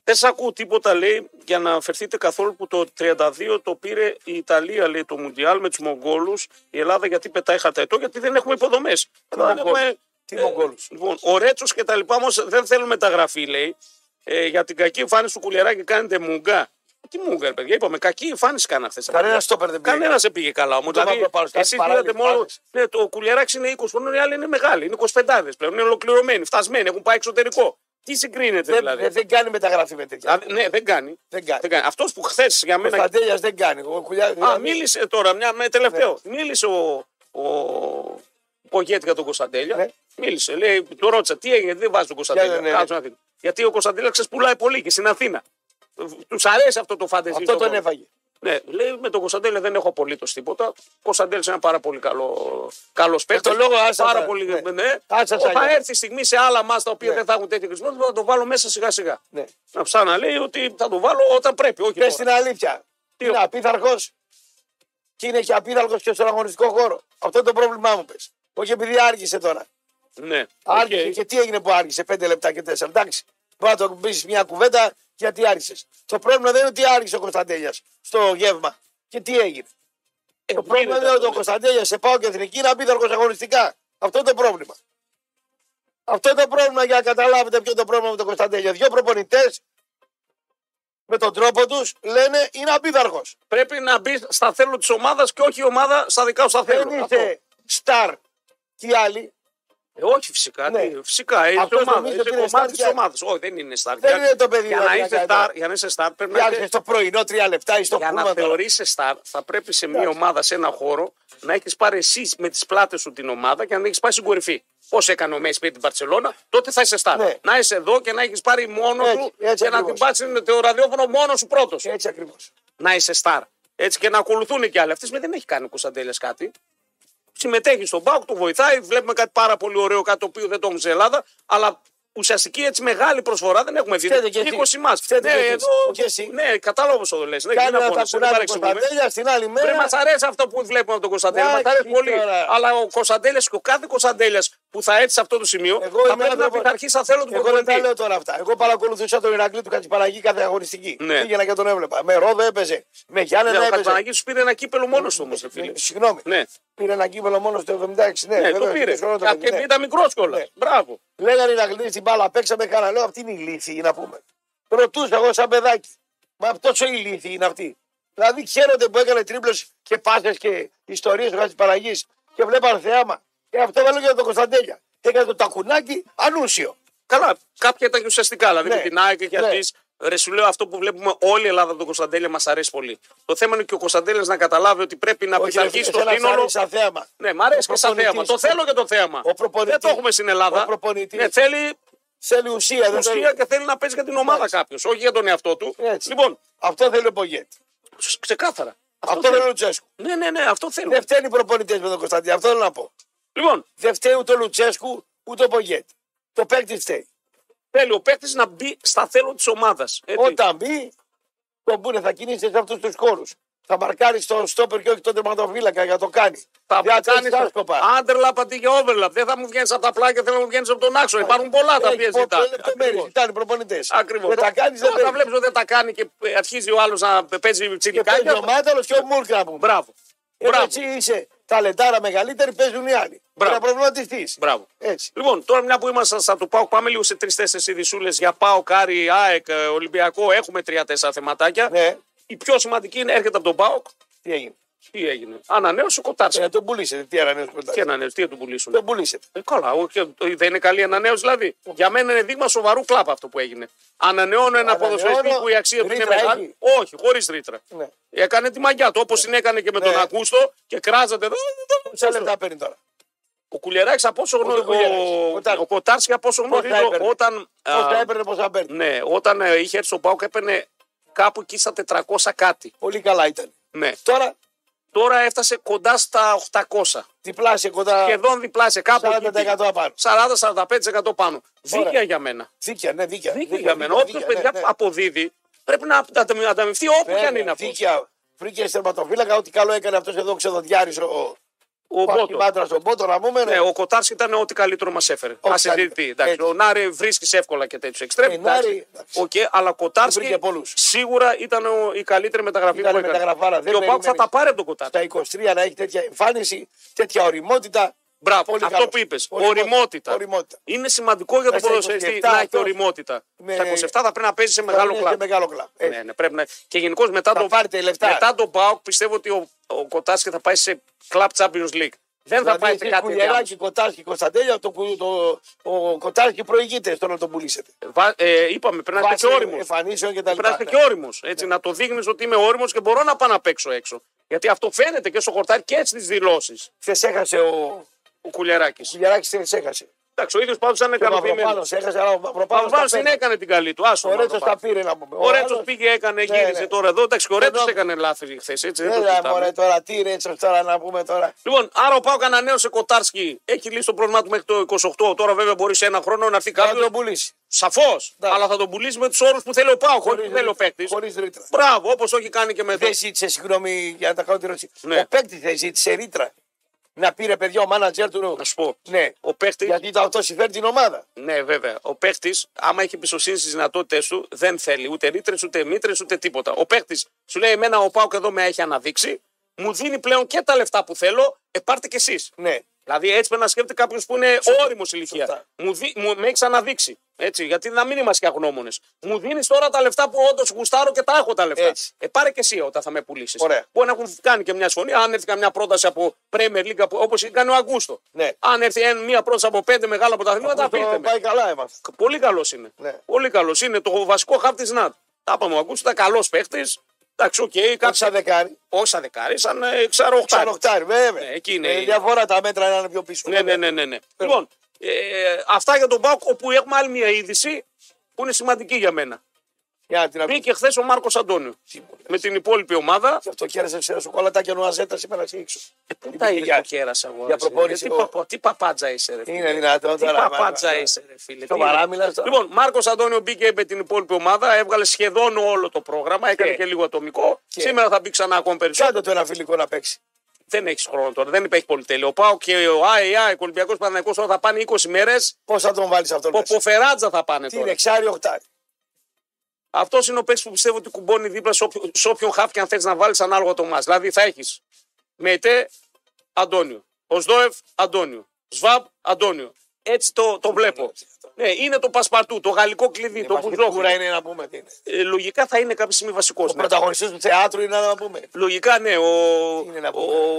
Δεν σα ακούω τίποτα, λέει, για να αφαιρθείτε καθόλου που το 32 το πήρε η Ιταλία, λέει, το Μουντιάλ με τους Μογγόλους. Η Ελλάδα γιατί πετάει χαταετό, γιατί δεν έχουμε υποδομές. Δεν
Μογγόλους.
έχουμε.
Τι Μογγόλους.
Λοιπόν, ο Ρέτσος και τα λοιπά όμως δεν θέλουν μεταγραφή, λέει. Ε, για την κακή εμφάνιση του κουλεράκι κάνετε μουγγά. Τι μουγγά, ρε παιδιά, είπαμε, κακή εμφάνιση κάνανε χθες.
Κανένας το δεν πήγε.
Κανένας Ναι. δεν πήγε καλά όμως.
Ούτε
Δηλαδή,
πάμε πάνω στα
εσεί
παράλληλα
είδατε μόνο.
πάντες.
Ναι, το κουλιαράκι είναι 20 χρονών, οι άλλοι είναι μεγάλοι. Είναι 25 πλέον. Είναι ολοκληρωμένοι, φτασμένοι, έχουν πάει εξωτερικό. Τι συγκρίνεται
Δεν,
δηλαδή.
δεν- δεν κάνει μεταγραφή με τέτοια.
Α, ναι, δεν κάνει.
Δεν κάνει.
Δεν κάνει. Αυτός που χθες για
Ο
μένα.
Σταντέλια δεν κάνει. Ο Κουλιά-
Α,
δηλαδή,
μίλησε τώρα, μια, με τελευταίο.
Ναι.
Μίλησε ο, ο Πογέτη για τον Κωνσταντέλια.
Ναι.
Μίλησε. Λέει, του ρώτησα τι έγινε, δεν βάζεις τον Κωνσταντέλια.
ναι, ναι, ναι.
Κάτσε να δεις. Γιατί ο Κωνσταντέλια ξεσπουλάει πολύ και στην Αθήνα. Τους αρέσει αυτό το φαντεζή.
Αυτό
στον
τον
κόσμο.
έφαγε.
Ναι, λέει με τον Κωνσταντέλια δεν έχω απολύτως τίποτα. Ο Κωνσταντέλια είναι ένα πάρα πολύ καλό καλός παίκτης.
τον λόγο, άσε
πάρα
τα-
πολύ. Ναι.
ναι. Άσε
θα
τα για.
έρθει η στιγμή σε άλλα μα τα οποία
Ναι.
δεν θα έχουν τέτοιο χρησιμότητα θα το βάλω μέσα σιγά σιγά.
Ναι.
Να ψάνα λέει ότι θα το βάλω όταν πρέπει. Όχι
Πες
τώρα.
την αλήθεια.
Τι
Είναι
ο-
απίθαρχος και είναι και απίθαρχος και στον αγωνιστικό χώρο. Αυτό είναι το πρόβλημά μου, πες. Όχι επειδή άργησε τώρα.
Ναι.
Άργησε
Οκ.
και τι έγινε που άργησε, 5 λεπτά και 4. Εντάξει. Μπορεί να το πεις μια κουβέντα γιατί άργησες. Το πρόβλημα δεν είναι ότι άργησε ο Κωνσταντέλιας στο γεύμα. Και τι έγινε.
Ε,
το πρόβλημα
γίνεται
είναι ότι
αυτό,
ο Κωνσταντέλιας σε πάω και εθνική είναι απίθαρχο αγωνιστικά. Αυτό είναι το πρόβλημα. Αυτό είναι το πρόβλημα για να καταλάβετε ποιο είναι το πρόβλημα με τον Κωνσταντέλια. Δύο προπονητές με τον τρόπο τους λένε είναι απίθαρχο.
Πρέπει να μπει στα θέλω της ομάδας και όχι η ομάδα στα δικά σου στα θέλω.
Δεν
Αυτό.
είσαι στάρ και οι άλλοι.
Ε, όχι φυσικά.
Ναι.
τι- Φυσικά. Είσαι
Αυτός
ομάδα.
νομίζω
Είσαι
ότι είναι
κομμάτι
star
τη
και-
ομάδας. Όχι, δεν είναι στάρ.
Δεν είναι το παιδί,
Για να
δηλαδή, να
είσαι
κάνει.
στάρ, για να είσαι στάρ πρέπει να
Φτιάχνει
είσαι.
το πρωινό τρία λεπτά ή στο
Για να
πούλμαν. τώρα.
θεωρήσει στάρ, θα πρέπει σε μια
Εντάξει.
ομάδα, σε ένα χώρο, να έχεις πάρει εσύ με τις πλάτες σου την ομάδα και να έχει πάει στην κορυφή. Πώς έκανε ο Μέση με την Παρσελώνα, τότε θα είσαι στάρ.
Ναι.
Να είσαι εδώ και να έχεις πάρει μόνος
Έτσι,
του
έτσι
και να την
ακριβώς.
πάτσει το ραδιόφωνο μόνος σου πρώτος.
Έτσι ακριβώς.
Να είσαι στάρ. Έτσι και να ακολουθούν και άλλοι. Αυτή δεν έχει κάνει ο Κωνσταντέλιας κάτι. Συμμετέχει στον Πάοκ, το βοηθάει. Βλέπουμε κάτι πάρα πολύ ωραίο, κάτι το οποίο δεν το έχουμε στην Ελλάδα. Αλλά ουσιαστική έτσι μεγάλη προσφορά δεν έχουμε δει.
Φταίτε και εσείς.
20 μα.
Φταίτε
ναι,
και εσείς.
εδώ,
Και εσύ.
ναι, κατάλαβα όσο το λες. Ναι,
Κάνει
δεν
να τα
απόνεσαι, δεν
κουράζει ο
παρεξηγούμε.
Κωνσταντέλια στην άλλη
Πριν
μέρα.
μας αρέσει αυτό που βλέπουμε από τον Κωνσταντέλια. Μα
Εντάξει,
αρέσει πολύ.
τώρα.
Αλλά ο Κωνσταντέλιας και ο κάθε Κωνσταντέλιας που θα έρθει σε αυτό το σημείο
Εγώ
θα
είμαι
πρέπει να
άνθρωπος-
πειθαρχεί σαν θέλω του
Εγώ δεν τα
προπονητή.
λέω τώρα αυτά. Εγώ παρακολουθούσα τον Ηρακλή του Κατσιπαραγή κάθε αγωνιστική.
Ναι.
Πήγαινα και τον έβλεπα. Με ρόδο έπαιζε. Με Γιάννενα
Ναι, Ο
έπαιζε.
Κατσαναγή σου πήρε ένα κύπελο μόνος του όμως, φίλε.
Συγγνώμη.
Ναι.
Πήρε ένα κύπελο μόνος στο 76. Ναι,
Ναι, το
βέβαια,
πήρε.
και σχεδόν το
Απ'
πήρε,
την
ναι.
ήταν μικρός κιόλας.
Ναι.
Μπράβο.
Λέγανε να γλύψει την μπάλα, παίξαμε κανένα. Λέω αυτή είναι η λύθη, να πούμε. Ρωτούσα εγώ σαν παιδάκι. Μα τόσο η λύθη είναι αυτή. Δηλαδή χαίρονται που έκανε τρίπλες και πάσε και ιστορίες ο Χατζη Παραγή και βλέπαν θεάμα. Και Ε, αυτό βάλω για τον Κωνσταντέλια. Έκανε το τακουνάκι ανούσιο.
Καλά, κάποια ήταν και ουσιαστικά. Δηλαδή
Ναι.
με την ΑΕΚ και
Ναι.
αυτής. Ρε σου λέω αυτό που βλέπουμε όλη η Ελλάδα από τον Κωνσταντέλια μας αρέσει πολύ. Το θέμα είναι και ο Κωνσταντέλιας να καταλάβει ότι πρέπει να πειθαρχήσει το
εσένα σ'
σύνολο.
άρεσε σαν θέαμα.
Ναι, μ' αρέσει και σαν
προπονητής.
θέαμα. Το θέλω και το θέαμα.
Ο προπονητής.
Δεν το έχουμε στην Ελλάδα.
Ο προπονητής.
Ναι, θέλει
Θέλει ουσία, δεν
ουσία
θέλει.
και θέλει να παίζει για την ομάδα
Εντάξει.
κάποιος, όχι για τον εαυτό του.
Έτσι.
Λοιπόν,
Αυτό θέλει ο Πογέτη.
σ- ξεκάθαρα.
Αυτό,
θέλει.
θέλει ο Λουτσέσκου.
Ναι, ναι, ναι, αυτό θέλει.
Δεν φταίνει οι προπονητέ με τον Κωνσταντέλια. Αυτό θέλω να πω.
Λοιπόν,
Δεν φταίει ούτε ο Λουτσέσκου ούτε ο Πογέτη. Το παίκτη φταίει.
θέλει ο παίκτης να μπει στα θέλω της ομάδας.
Όταν μπει, τον πούνε, θα κινήσεις σε αυτούς τους χώρου. Θα μαρκάρεις τον στόπερ και όχι τον τερματοφύλακα για να το κάνει.
Θα
Δεν
κάνει
τρέχεις άσκοπα.
άντερλαπ αντί για overlap. Δεν θα μου βγαίνεις από τα πλάκια, θέλω να μου βγαίνεις από τον άξονα. Υπάρχουν πολλά τα
Έχει
οποία
πολλές
ζητά.
λεπτομέρειες. Ζητάνε προπονητές.
Ακριβώς.
Δεν τα κάνεις, δεν
Όταν
παίρνει.
βλέπει ότι δεν τα κάνει και ε, αρχίζει ο άλλος να παίζει
Και παίζει ο Ε,
τσιλικάκια.
Μάταλο και ο Μούρκ να πούμε.
Μπράβο.
Ενώ
Μπράβο.
Έτσι είσαι ταλεντάρα μεγαλύτερη, παίζουν οι άλλοι.
Μπράβο.
Να προβληματιστείς.
Μπράβο.
Έτσι.
Λοιπόν, τώρα μια που είμαστε στα του Πάουκ, πάμε λίγο σε τρει-τέσσερι ειδισούλε για Πάουκ, Άρη, ΑΕΚ, ε, Ολυμπιακό. Έχουμε τρία-τέσσερα θεματάκια.
Ναι,
Η πιο σημαντική είναι έρχεται από τον Πάουκ.
τι έγινε.
Τι έγινε. Ανανέωσε ο Κοτάρσκι.
Ε, τον πουλήσετε. Τι ανανέωσε κοντά.
Τι ανανέωσε, τι θα τον πουλήσουν.
Τον πουλήσετε.
Ε, καλά, όχι, ε, δεν είναι καλή ανανέωση δηλαδή. Για μένα είναι δείγμα σοβαρού κλαπ αυτό που έγινε. Ανανεώνω ένα
Ανανεώνω,
ποδοσφαιριστή που η αξία του είναι
ρήτρα
μεγάλη.
έχει.
Όχι, χωρίς ρήτρα.
Ναι.
Έκανε τη μαγιά του, όπως την έκανε και με τον
Ναι.
Ακούστο και κράζατε.
Πόσα λεπτά παίρνει τώρα.
Ο Κουλιεράκη από όσο γνωρίζω.
Κουλιεράκης. Κοτάρσκι.
Ο Κοτάρσκι από όσο
Πώς τα
γνωρίζω.
έπαιρνε.
Όταν,
Πόσα
α,
έπαιρνε, πόσα παίρνει.
ναι, όταν ε, είχε έρθει στον Πάουκ έπαιρνε κάπου εκεί στα 400 κάτι.
Πολύ καλά ήταν.
Ναι.
Τώρα
Τώρα έφτασε κοντά στα 800.
διπλάσια κοντά.
Σχεδόν διπλάσια κάπου. εκεί.
40% απάνω.
40-45% πάνω. Δίκαια για μένα.
Δίκαια, ναι, δίκαια.
Δίκαια για μένα. Όποιο
δίκαια,
παιδιά
ναι, ναι.
αποδίδει πρέπει να ανταμ- ανταμυφθεί όπου και αν
Βέβαια,
είναι αυτός.
Δίκαια. Βρήκε στερματοφύλακα, ό,τι καλό έκανε αυτός εδώ ξεδοντιάρη ο,
Ο
ο
Μπότο.
αρχιμάντρα στον Πότο, να πούμε.
Ναι,
Ναι,
ο Κοτάρση ήταν ό,τι καλύτερο μας έφερε.
Ό,τι
Α συζητηθεί.
καλύτερο.
εντάξει.
Έτσι.
Ο Νάρη βρίσκεις εύκολα και τέτοιους εξτρέμου.
Ε, Νάρη, εντάξει.
Οκ, αλλά ο Κοτάρση
Βρήκε πολλούς.
σίγουρα ήταν ο, η καλύτερη μεταγραφή
Ήταν
που έκανε.
μεταγραφάρα,
και
δεν
ο Πάουκ θα
περιμένεις.
τα πάρει από τον Κοτάρση.
Στα 23 να έχει τέτοια εμφάνιση, τέτοια οριμότητα.
Μπράβο,
Πολύ
αυτό
καλός.
που είπες.
Οριμότητα.
Οριμότητα.
Οριμότητα.
Είναι σημαντικό για τον
Στα
ποδοσφαιριστή
27
να έχει
αυτός.
οριμότητα.
Ναι.
Στα 27 θα πρέπει να παίζει σε μεγάλο
Είναι
κλαμπ.
και Μεγάλο κλαμπ. Ε,
Ναι, ναι, πρέπει να... Και γενικώς μετά,
Θα
το...
πάρετε λεφτά.
μετά τον Πάοκ πιστεύω ότι ο, ο Κοτάσκε θα πάει σε Club Champions League. Δεν θα πάει
Δηλαδή,
σε
εσείς
κάτι διάμεσο.
Κουλιεράκη, Κοτάρσκι, Κωνσταντέλια, το, κου- το, ο Κοτάρσκι προηγείται στο να τον πουλήσετε.
Βα- ε, είπαμε, πρέπει να είσαι
Βάσει
και όριμος.
Εμφανίσεων και τα
Πρέπει να
λοιπά.
είσαι
ε, ναι.
και όριμος. Έτσι, να το δείχνεις ότι είμαι όριμος και μπορώ να πάω να παίξω έξω. Γιατί αυτό φαίνεται και στο χορτάρι και στις δηλώσεις
Χθες έχασε ο
ο Κουλιαράκης.
Κουλιεράκης, χθες έχασε.
Εντάξει, ο ίδιος πάντως ήταν
Και ο
ικανοποιημένος.
Μαυροπάνος έχασε, αλλά ο
Ο
Μαυροπάνος
Βάλλο την
τα παίρνει.
έκανε την καλή του. Άσο,
Ο Ρέτσος τα πήρε να πούμε.
ο Ρέτσος
άλλος-
πήγε, έκανε,
Ναι,
γύριζε
ναι.
τώρα εδώ. Εντάξει, ο Ρέτσο
Εδώ-
έκανε λάθη χθες. Έτσι, δεν το
Έλα,
συζητάμε.
μωρέ, τώρα τι Ρέτσος τώρα να πούμε τώρα.
Λοιπόν, άρα ο Πάουκ ανανέωσε Κοτάρσκι. Έχει λύσει το πρόβλημά του μέχρι το 28. Τώρα βέβαια μπορεί σε ένα χρόνο να έρθει
Θα τον
κάποιος.
πουλήσει.
Σαφώς.
Ναι.
Αλλά θα τον πουλήσει με τους όρους που θέλει ο Πάουκ. Όχι που θέλει ο παίκτης.
Χωρίς ρήτρα.
Μπράβο, όπως το έχει κάνει και με το.
Δεν ζήτησε, συγγνώμη για να τα κάνω τη ερώτηση.
Ναι.
Ο παίκτης δεν ζήτησε ρήτρα. Να πήρε παιδιά ο μάνατζερ του.
Να σου πω.
Ναι,
Ο παίκτη.
γιατί το αυτό συμφέρει την ομάδα.
Ναι, βέβαια. Ο παίκτη, άμα έχει εμπιστοσύνη στις δυνατότητέ του, δεν θέλει ούτε ρήτρες, ούτε μήτρες, ούτε τίποτα. Ο παίκτη σου λέει: Εμένα ο Πάουκ εδώ με έχει αναδείξει. Μου δίνει πλέον και τα λεφτά που θέλω. Ε, πάρτε κι εσείς.
Ναι.
Δηλαδή έτσι πρέπει να σκέφτεται κάποιος που είναι όριμος ηλικία.
Σωστά.
Μου, δι... μου με έχει αναδείξει. Έτσι, γιατί να μην είμαστε και αγνώμονες. Μου δίνεις τώρα τα λεφτά που όντως γουστάρω και τα έχω τα λεφτά.
Έτσι.
Ε, πάρε και εσύ όταν θα με πουλήσεις.
Ωραία.
Μπορεί να έχουν κάνει και μια συμφωνία. Αν έρθει καμιά πρόταση από Premier League όπως έκανε ο Αγκούστο.
Ναι.
Αν έρθει εν- μια πρόταση από πέντε μεγάλα πρωταθλήματα,
Αυτό
πείτε με.
πάει καλά εμάς.
Πολύ καλός είναι.
Ναι.
Πολύ καλός είναι. Το βασικό χάρτη της ΝΑΤ. Τα είπαμε ο Αγκούστο, ήταν καλός παίχτης. Εντάξει, οκ,
Κάτι
κάποια
σαν δεκάρι.
όσα δεκάρι, σαν ε, ξαροχτάρι.
Σαν οκτάρι, βέβαια.
Ναι, εκεί είναι
Ε,
η-
διαφορά τα μέτρα να είναι πιο πίσω.
Ναι, ναι, ναι. ναι, ναι. Λοιπόν, ε, αυτά για τον Πάουκ, όπου έχουμε άλλη μια είδηση που είναι σημαντική για μένα.
Για να την ακούω.
Μπήκε χθες ο Μάρκος Αντώνιο με την υπόλοιπη ομάδα.
Γι' αυτό κέρασε ψέρα σοκολάτα και νοαζέτα σήμερα σε έξω.
Ε, πού τα είδε
για-
το κέρασε εγώ.
για προπόνηση,
Τι,
ο-
παπα, τι παπάτζα είσαι, ρε φίλε.
Είναι δυνατόν
Τι
τώρα. μα-
παπάτζα
μα-
είσαι, ρε φίλε.
Σοβαρά
Τι-
μιλάς τώρα.
Λοιπόν, Μάρκος Αντώνιο μπήκε με την υπόλοιπη ομάδα, έβγαλε σχεδόν όλο το πρόγραμμα, έκανε
Και-
και, λίγο ατομικό.
και-
Σήμερα θα μπει ξανά ακόμη περισσότερο.
Κάντε το ένα φιλικό να παίξει.
Δεν έχεις χρόνο τώρα, δεν υπάρχει πολυτέλεια. Ο Πάο και ο ΑΕΑ, ο Ολυμπιακός Παναγικό τώρα θα πάνε 20 μέρες.
Πώς θα τον βάλεις αυτόν. μέσα.
Ποποφεράτζα θα πάνε
Τι
τώρα.
είναι, εξάρι, οκτάρι.
Αυτός είναι ο παίκτης που πιστεύω ότι κουμπώνει δίπλα σε όποιον, σε όποιον χάφ και αν θε να βάλεις ανάλογα το μα. Δηλαδή θα έχεις Μεϊτέ Αντώνιο. Οσδόεφ Αντώνιο. Σβάμπ Αντώνιο. Έτσι το, το βλέπω. Ναι, είναι το πασπαρτού, το γαλλικό κλειδί, το
Μα σίγουρα
μπουζόκουρα.
είναι να πούμε τι είναι.
Ε, λογικά θα είναι κάποια στιγμή βασικός.
Ο πρωταγωνιστής του θεάτρου είναι να πούμε.
Λογικά ναι, ο,
είναι να
ο,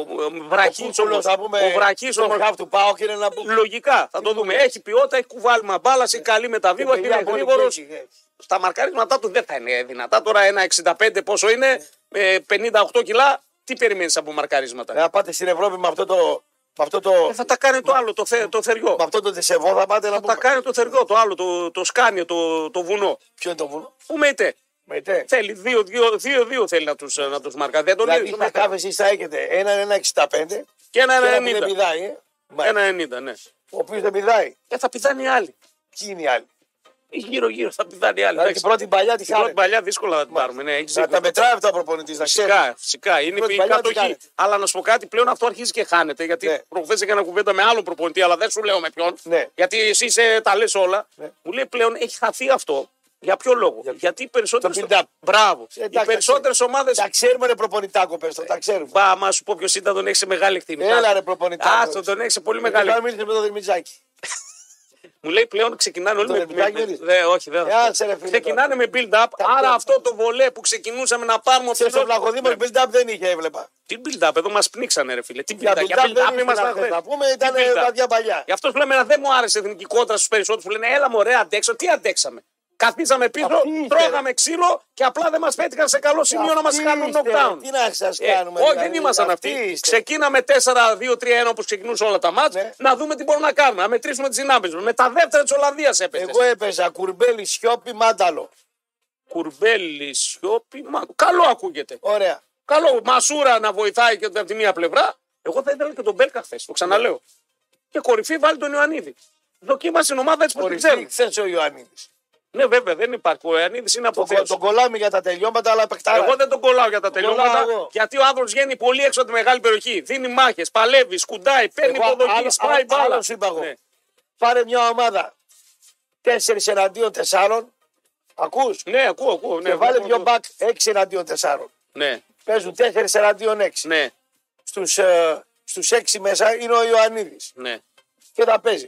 πούμε.
Βραχής
Πούλος,
όμως,
θα πούμε.
ο Βραχής
Το
όμως,
χαφ του Πάοκ είναι να πούμε.
λογικά θα το δούμε. Έχει ποιότητα, έχει κουβάλιμα μπάλα,
Ε,
έχει καλή μεταβίβαση, είναι γρήγορο. στα μαρκαρίσματά του δεν θα είναι δυνατά. Τώρα ένα 65 πόσο είναι, ε, 58 κιλά, τι περιμένεις από μαρκαρίσματα.
Να πάτε στην Ευρώπη με αυτό το. Με αυτό το.
Ε, θα τα κάνει το άλλο, το, θε, το θεριό.
Με αυτό το δισεβό θα πάτε να
Θα τα
πούμε.
κάνει το θεριό, το άλλο, το, το σκάνιο, το, το βουνό.
Ποιο είναι το βουνό.
Πού μετε.
Μετέ.
Θέλει, δύο, δύο, δύο, δύο θέλει να τους να τους μαρκάρει. Δεν τον
Δηλαδή
λέει,
θα
τον-
κάβε εσεί θα έχετε έναν 1,65
Και ένα
και έναν που δεν
90.
πηδάει. ε. Μα,
Ένα 90, ναι.
Ο οποίος δεν πηδάει.
Και θα πηδάνει οι άλλοι.
Ποιοι είναι οι άλλοι.
Γύρω-γύρω θα πηδάνει οι άλλοι.
Δηλαδή
Εντάξει,
την πρώτη παλιά της
την πρώτη
χάρη.
παλιά δύσκολα θα την πάρουμε. Ναι, έχεις
Να
δίκιο.
τα μετράει αυτά ο προπονητής, να ξέρει.
Φυσικά, φυσικά. Είναι
Πρώτη
η
παλιά τι
κατοχή.
κάνετε.
Αλλά να σου πω κάτι, πλέον αυτό αρχίζει και χάνεται. Γιατί
Ναι.
ναι. προχθές έκανα κουβέντα με άλλον προπονητή, αλλά δεν σου λέω με ποιον.
Ναι.
Γιατί εσύ είσαι, τα λες όλα.
Ναι.
Μου λέει πλέον έχει χαθεί αυτό. Για ποιο λόγο. Γιατί οι περισσότερες.
Το build-up. Ε,
Μπράβο.
Εντάξει,
οι περισσότερες ομάδες.
Τα ξέρουμε ρε προπονητάκο, πες το, τα ξέρουμε.
Μπα, μα σου πω ποιος ήταν, τον έχεις σε μεγάλη εκτίμηση.
Έλα, ρε, Ε, προπονητάκος.
Άστο, τον έχεις σε πολύ μεγάλη.
Μετά μίλησε με τον Δημητζάκη.
Μου λέει πλέον ξεκινάνε όλοι
Τον
με. με,
Δημητράκη
με
δεν
δε, όχι, δεν θα
Ε,
σου πω.
άσε, ρε, φίλε,
Ξεκινάνε με build-up.
πιάτα.
Άρα αυτό το βολέ που ξεκινούσαμε να πάρουμε Ναι.
Ξέρεις,
ψηλό-
ο Βλαχοδήμος build-up δεν είχε, έβλεπα.
Τι build-up, εδώ μας πνίξανε, ρε φίλε. Τι
Για
build-up, για
build-up
build-up
δεν
ήμασταν
ήμασταν
χθες.
να πούμε,
Τι
ήταν
build-up.
τα δυο παλιά.
Γι' αυτός που λέμε «Να, δεν μου άρεσε η εθνική κόντρα στους περισσότερους που λένε Έλα, μου ωραία, αντέξω. Τι αντέξαμε. Καθίσαμε πίσω,
Αυτοί είστε,
τρώγαμε ξύλο και απλά δεν μας πέτυχαν σε καλό σημείο να μας
Αυτοί
κάνουν
είστε,
knockdown.
Τι να σας
Ε,
κάνουμε.
όχι,
δηλαδή,
δεν ήμασταν αυτοί.
είστε.
Ξεκίναμε 4-2-3-1 όπως ξεκινούσε όλα τα μάτια.
Ναι.
Να δούμε τι μπορούμε να κάνουμε. Να μετρήσουμε τις δυνάμεις μας. Με τα δεύτερα της Ολλανδίας έπαιζες.
Εγώ έπαιζα κουρμπέλι, σιώπη, μάνταλο.
Κουρμπέλι, σιώπη. Μα... Καλό ακούγεται.
Ωραία.
Καλό. Μασούρα να βοηθάει και από τη μία πλευρά. Εγώ θα ήθελα και τον Μπέλκα χθες. Το ξαναλέω. Και κορυφή βάλει τον Ιωαννίδη. Δοκίμασε την ομάδα έτσι που την
Κορυφή
ξέρουμε.
χθες ο Ιωάννης.
Ναι, βέβαια δεν υπάρχει. Ο Ιωαννίδη είναι από
Τον τον κολλάμε για τα τελειώματα, αλλά επεκτάρα.
Εγώ δεν τον κολλάω για τα τελειώματα.
κολλάω εγώ.
Γιατί ο άνθρωπος βγαίνει πολύ έξω από τη μεγάλη περιοχή. Δίνει μάχες, παλεύει, σκουντάει, παίρνει
Εγώ
υποδοχή,
άλλο-
σπάει
άλλο-
μπάλα.
άλλο σου είπα εγώ.
Ναι.
Πάρε μια ομάδα. Τέσσερις εναντίον τεσσάρων. Ακούς.
Ναι, ακούω, ακούω. Ναι,
Και βάλε
βλέπω,
δύο
ακούω.
μπακ έξι εναντίον τεσσάρων.
Ναι,
Παίζουν τέσσερις εναντίον έξι.
ναι,
Στους, ε, στους έξι μέσα είναι ο Ιωαννίδης.
ναι.
και θα παίζει.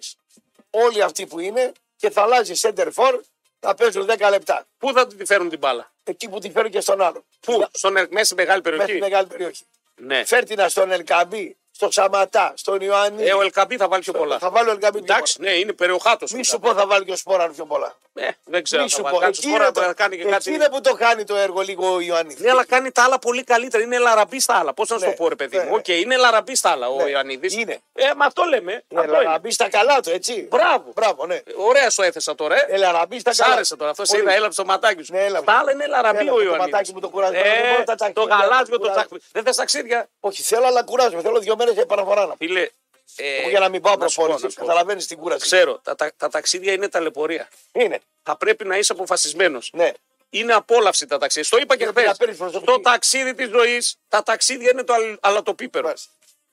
Όλοι αυτοί που είναι και θα αλλάζει center for, θα παίζουν 10 λεπτά.
Πού θα τη φέρουν την μπάλα.
Εκεί που τη φέρουν και στον άλλον.
Πού, στον, ε- μέσα στη μεγάλη
Μέχρι τη
περιοχή.
μεγάλη περιοχή.
Ναι.
Φέρτινα στον Ελκαμπή, στον Σαματά, στον Ιωάννη.
Ε, ο Ελκαμπή θα βάλει πιο πολλά.
θα βάλει ο Ελκαμπή πιο
Εντάξει, ναι, είναι περιοχάτος.
πολλά. Μη σου πω θα βάλει και ο Σπόραν πιο πολλά.
Ε, δεν ξέρω.
Μη
αν θα
σου
βάλει.
πω.
Κάτσε
Εκεί
τώρα
είναι,
να
το...
κάνει και κάτι.
εκεί είναι που το κάνει το έργο λίγο ο Ιωάννης.
Ναι, αλλά κάνει τα άλλα πολύ καλύτερα. Είναι λαραμπής στα άλλα. Πώς να σου
Ναι,
το πω, ρε παιδί
ναι,
μου.
ναι.
Οκ, είναι λαραμπής στα άλλα ο
Ναι,
Ιωαννίδης.
είναι. Ναι,
Ε, μα αυτό λέμε. Αυτό είναι.
Ελαραμπή στα καλά του, έτσι.
Μπράβο.
Μπράβο, ναι.
Ωραία σου έθεσα τώρα. Ε.
Ελαραμπή στα
Σ'
καλά.
άρεσε τώρα. Αυτό σε
Πολύ.
είδα, έλαψε το ματάκι σου.
Ναι, έλαψε.
Τα άλλα είναι λαραμπή
Έλαψε
ο
το
Ιωαννίδης.
ματάκι μου το κουράζει. Δεν μπορώ
το
τα ταχύδια,
γαλάζιο
τα
το
κουράζει.
τσαχπί. Δεν θες ταξίδια.
Όχι, θέλω, αλλά κουράζομαι. Θέλω δύο μέρες επαναφορά να πω.
Φίλε. ε,
για να μην πάω
σου πω,
προπόνηση.
να σου πω.
Καταλαβαίνεις την κούραση.
Ξέρω, τα, τα, τα ταξίδια είναι ταλαιπωρία.
Είναι.
Θα πρέπει να είσαι αποφασισμένος.
Ναι.
Είναι απόλαυση τα ταξίδια. Το είπα και
Πρέπει να
χθες.
παίρνεις προσεκτική.
Το ταξίδι της ζωής, τα ταξίδια είναι το Ε, αλ- αλατοπίπερο.
Μάλιστα.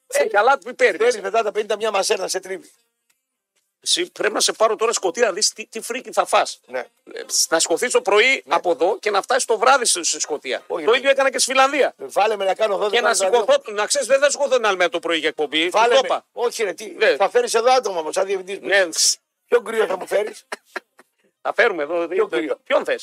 Έχει αλάτι πιπέρι.
Παίρνει μετά τα 50 μια μασέρνα σε τρίβει.
Εσύ πρέπει να σε πάρω τώρα σκοτή να δεις τι, τι φρίκι θα φας.
Ναι.
Ε, Να σκοτεί το πρωί από εδώ και να φτάσει το βράδυ στη στη Σκωτία.
Όχι,
το
ναι.
ίδιο έκανα και στη Φιλανδία.
Βάλε με να κάνω 12
Και να
κάνεις τα
σηκωθώ,
δύο.
να ξέρεις, δεν θα σηκωθώ την άλλη μέρα το πρωί για εκπομπή. Του
Βάλε
το
με.
είπα.
Όχι, ρε, τι.
Ναι.
Θα φέρεις εδώ άτομα όμω, σαν διευθυντής.
Ναι,
Ποιο κρύο θα μου φέρεις.
Θα φέρουμε εδώ. Ε,
Ποιο κρύο?
Ποιον θες.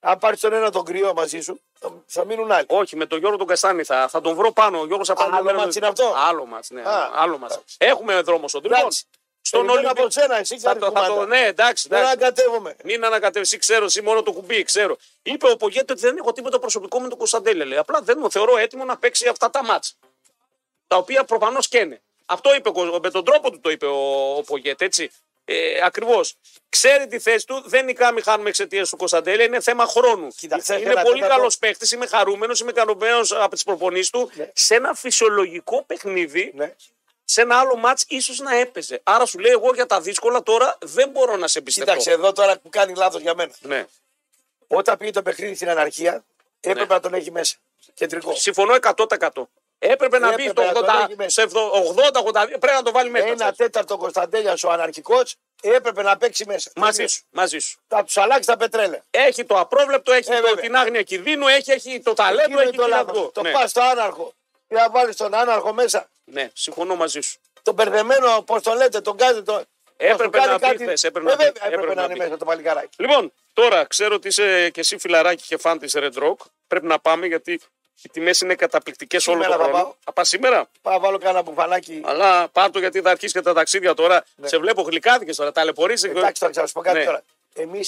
Αν πάρεις τον ένα τον κρύο μαζί σου, θα- θα μείνουν άλλοι.
Όχι, με τον Γιώργο τον Καστάνη θα, θα τον βρω πάνω. Ο Γιώργος θα πάρει
Άλλο
το μέρος-
μάτς είναι αυτό?
Άλλο μάτς, ναι.
Α,
άλλο μάτς. Έχουμε δρόμο στον τρίπον.
Εντάξει.
Στον
Περιμένω
Ολυμπιακό.
από σένα, εσύ
Θα
ξέρεις
το, θα το,
κουμάντα.
ναι, εντάξει.
Δεν
εντάξει.
ανακατεύομαι.
Μην ανακατεύσει, ξέρω, εσύ μόνο το κουμπί, ξέρω. Είπε ο Πογέτη ότι δεν έχω τίποτα προσωπικό με τον Κωνσταντέλε. Λέει. Απλά δεν τον θεωρώ έτοιμο να παίξει αυτά τα μάτς. Τα οποία προφανώς καίνε. Αυτό είπε, ο Κο- με τον τρόπο του το είπε ο, ο Πογέτη, έτσι. Ε, Ακριβώς. Ξέρει τη θέση του, δεν νικάμε, χάνουμε εξαιτίας του Κωνσταντέλε, είναι θέμα χρόνου. Ε,
Κοίταξε,
είναι
ένα
πολύ
τέταρτο-
καλός παίχτη, είμαι χαρούμενος, είμαι ικανοποιημένος από τις προπονήσεις του.
Ναι.
Σε ένα φυσιολογικό παιχνίδι,
Ναι.
σε ένα άλλο μάτ, ίσως να έπαιζε. Άρα σου λέει, εγώ για τα δύσκολα τώρα δεν μπορώ να σε εμπιστευτώ.
Κοίταξε εδώ τώρα που κάνει λάθος για μένα.
Ναι.
Όταν πήγε το παιχνίδι στην αναρχία, έπρεπε να τον έχει μέσα. Κεντρικό.
Συμφωνώ 100%. Έπρεπε να μπει
Έπρεπε
στο
να τον
80,
έχει μέσα.
σε 80-82. Πρέπει να το βάλει μέσα.
Ένα τέταρτο Κωνσταντέλια ο αναρχικός έπρεπε να παίξει μέσα.
Μαζί σου. Μαζί σου.
Θα τους αλλάξει τα πετρέλαια.
Έχει το απρόβλεπτο, έχει
Ε,
το,
βέβαια.
την άγνοια κινδύνου, έχει, έχει το ταλέντο,
Εκείνο είναι
έχει
το
το
λάθο.
λάθο.
Το
ναι.
πας στο άναρχο. Και να βάλεις τον άναρχο μέσα.
ναι, συμφωνώ μαζί σου.
Τον μπερδεμένο, πώς το λέτε, τον κάνετε. Τον...
Έπρεπε
θα σου κάνει
να πει
κάτι-
χθες, έπρεπε
Ε,
να πει,
βέβαια, έπρεπε
έπρεπε
να
να
είναι
πει.
μέσα το παλικάράκι.
Λοιπόν, τώρα ξέρω ότι είσαι και εσύ φιλαράκι και φαν της Red Rock. Πρέπει να πάμε γιατί οι τιμές είναι καταπληκτικές όλο
Σήμερα
τον
θα
χρόνο.
πάω.
Θα πας σήμερα.
Πάω να βάλω κανένα μπουφανάκι.
Αλλά πάρ' το γιατί θα αρχίσεις και τα ταξίδια τώρα. Σε βλέπω γλυκάδικε τώρα, ταλαιπωρήσει.
Ναι. Εντάξει, τώρα, θα σου πω κάτι
Ναι.
τώρα. Εμείς,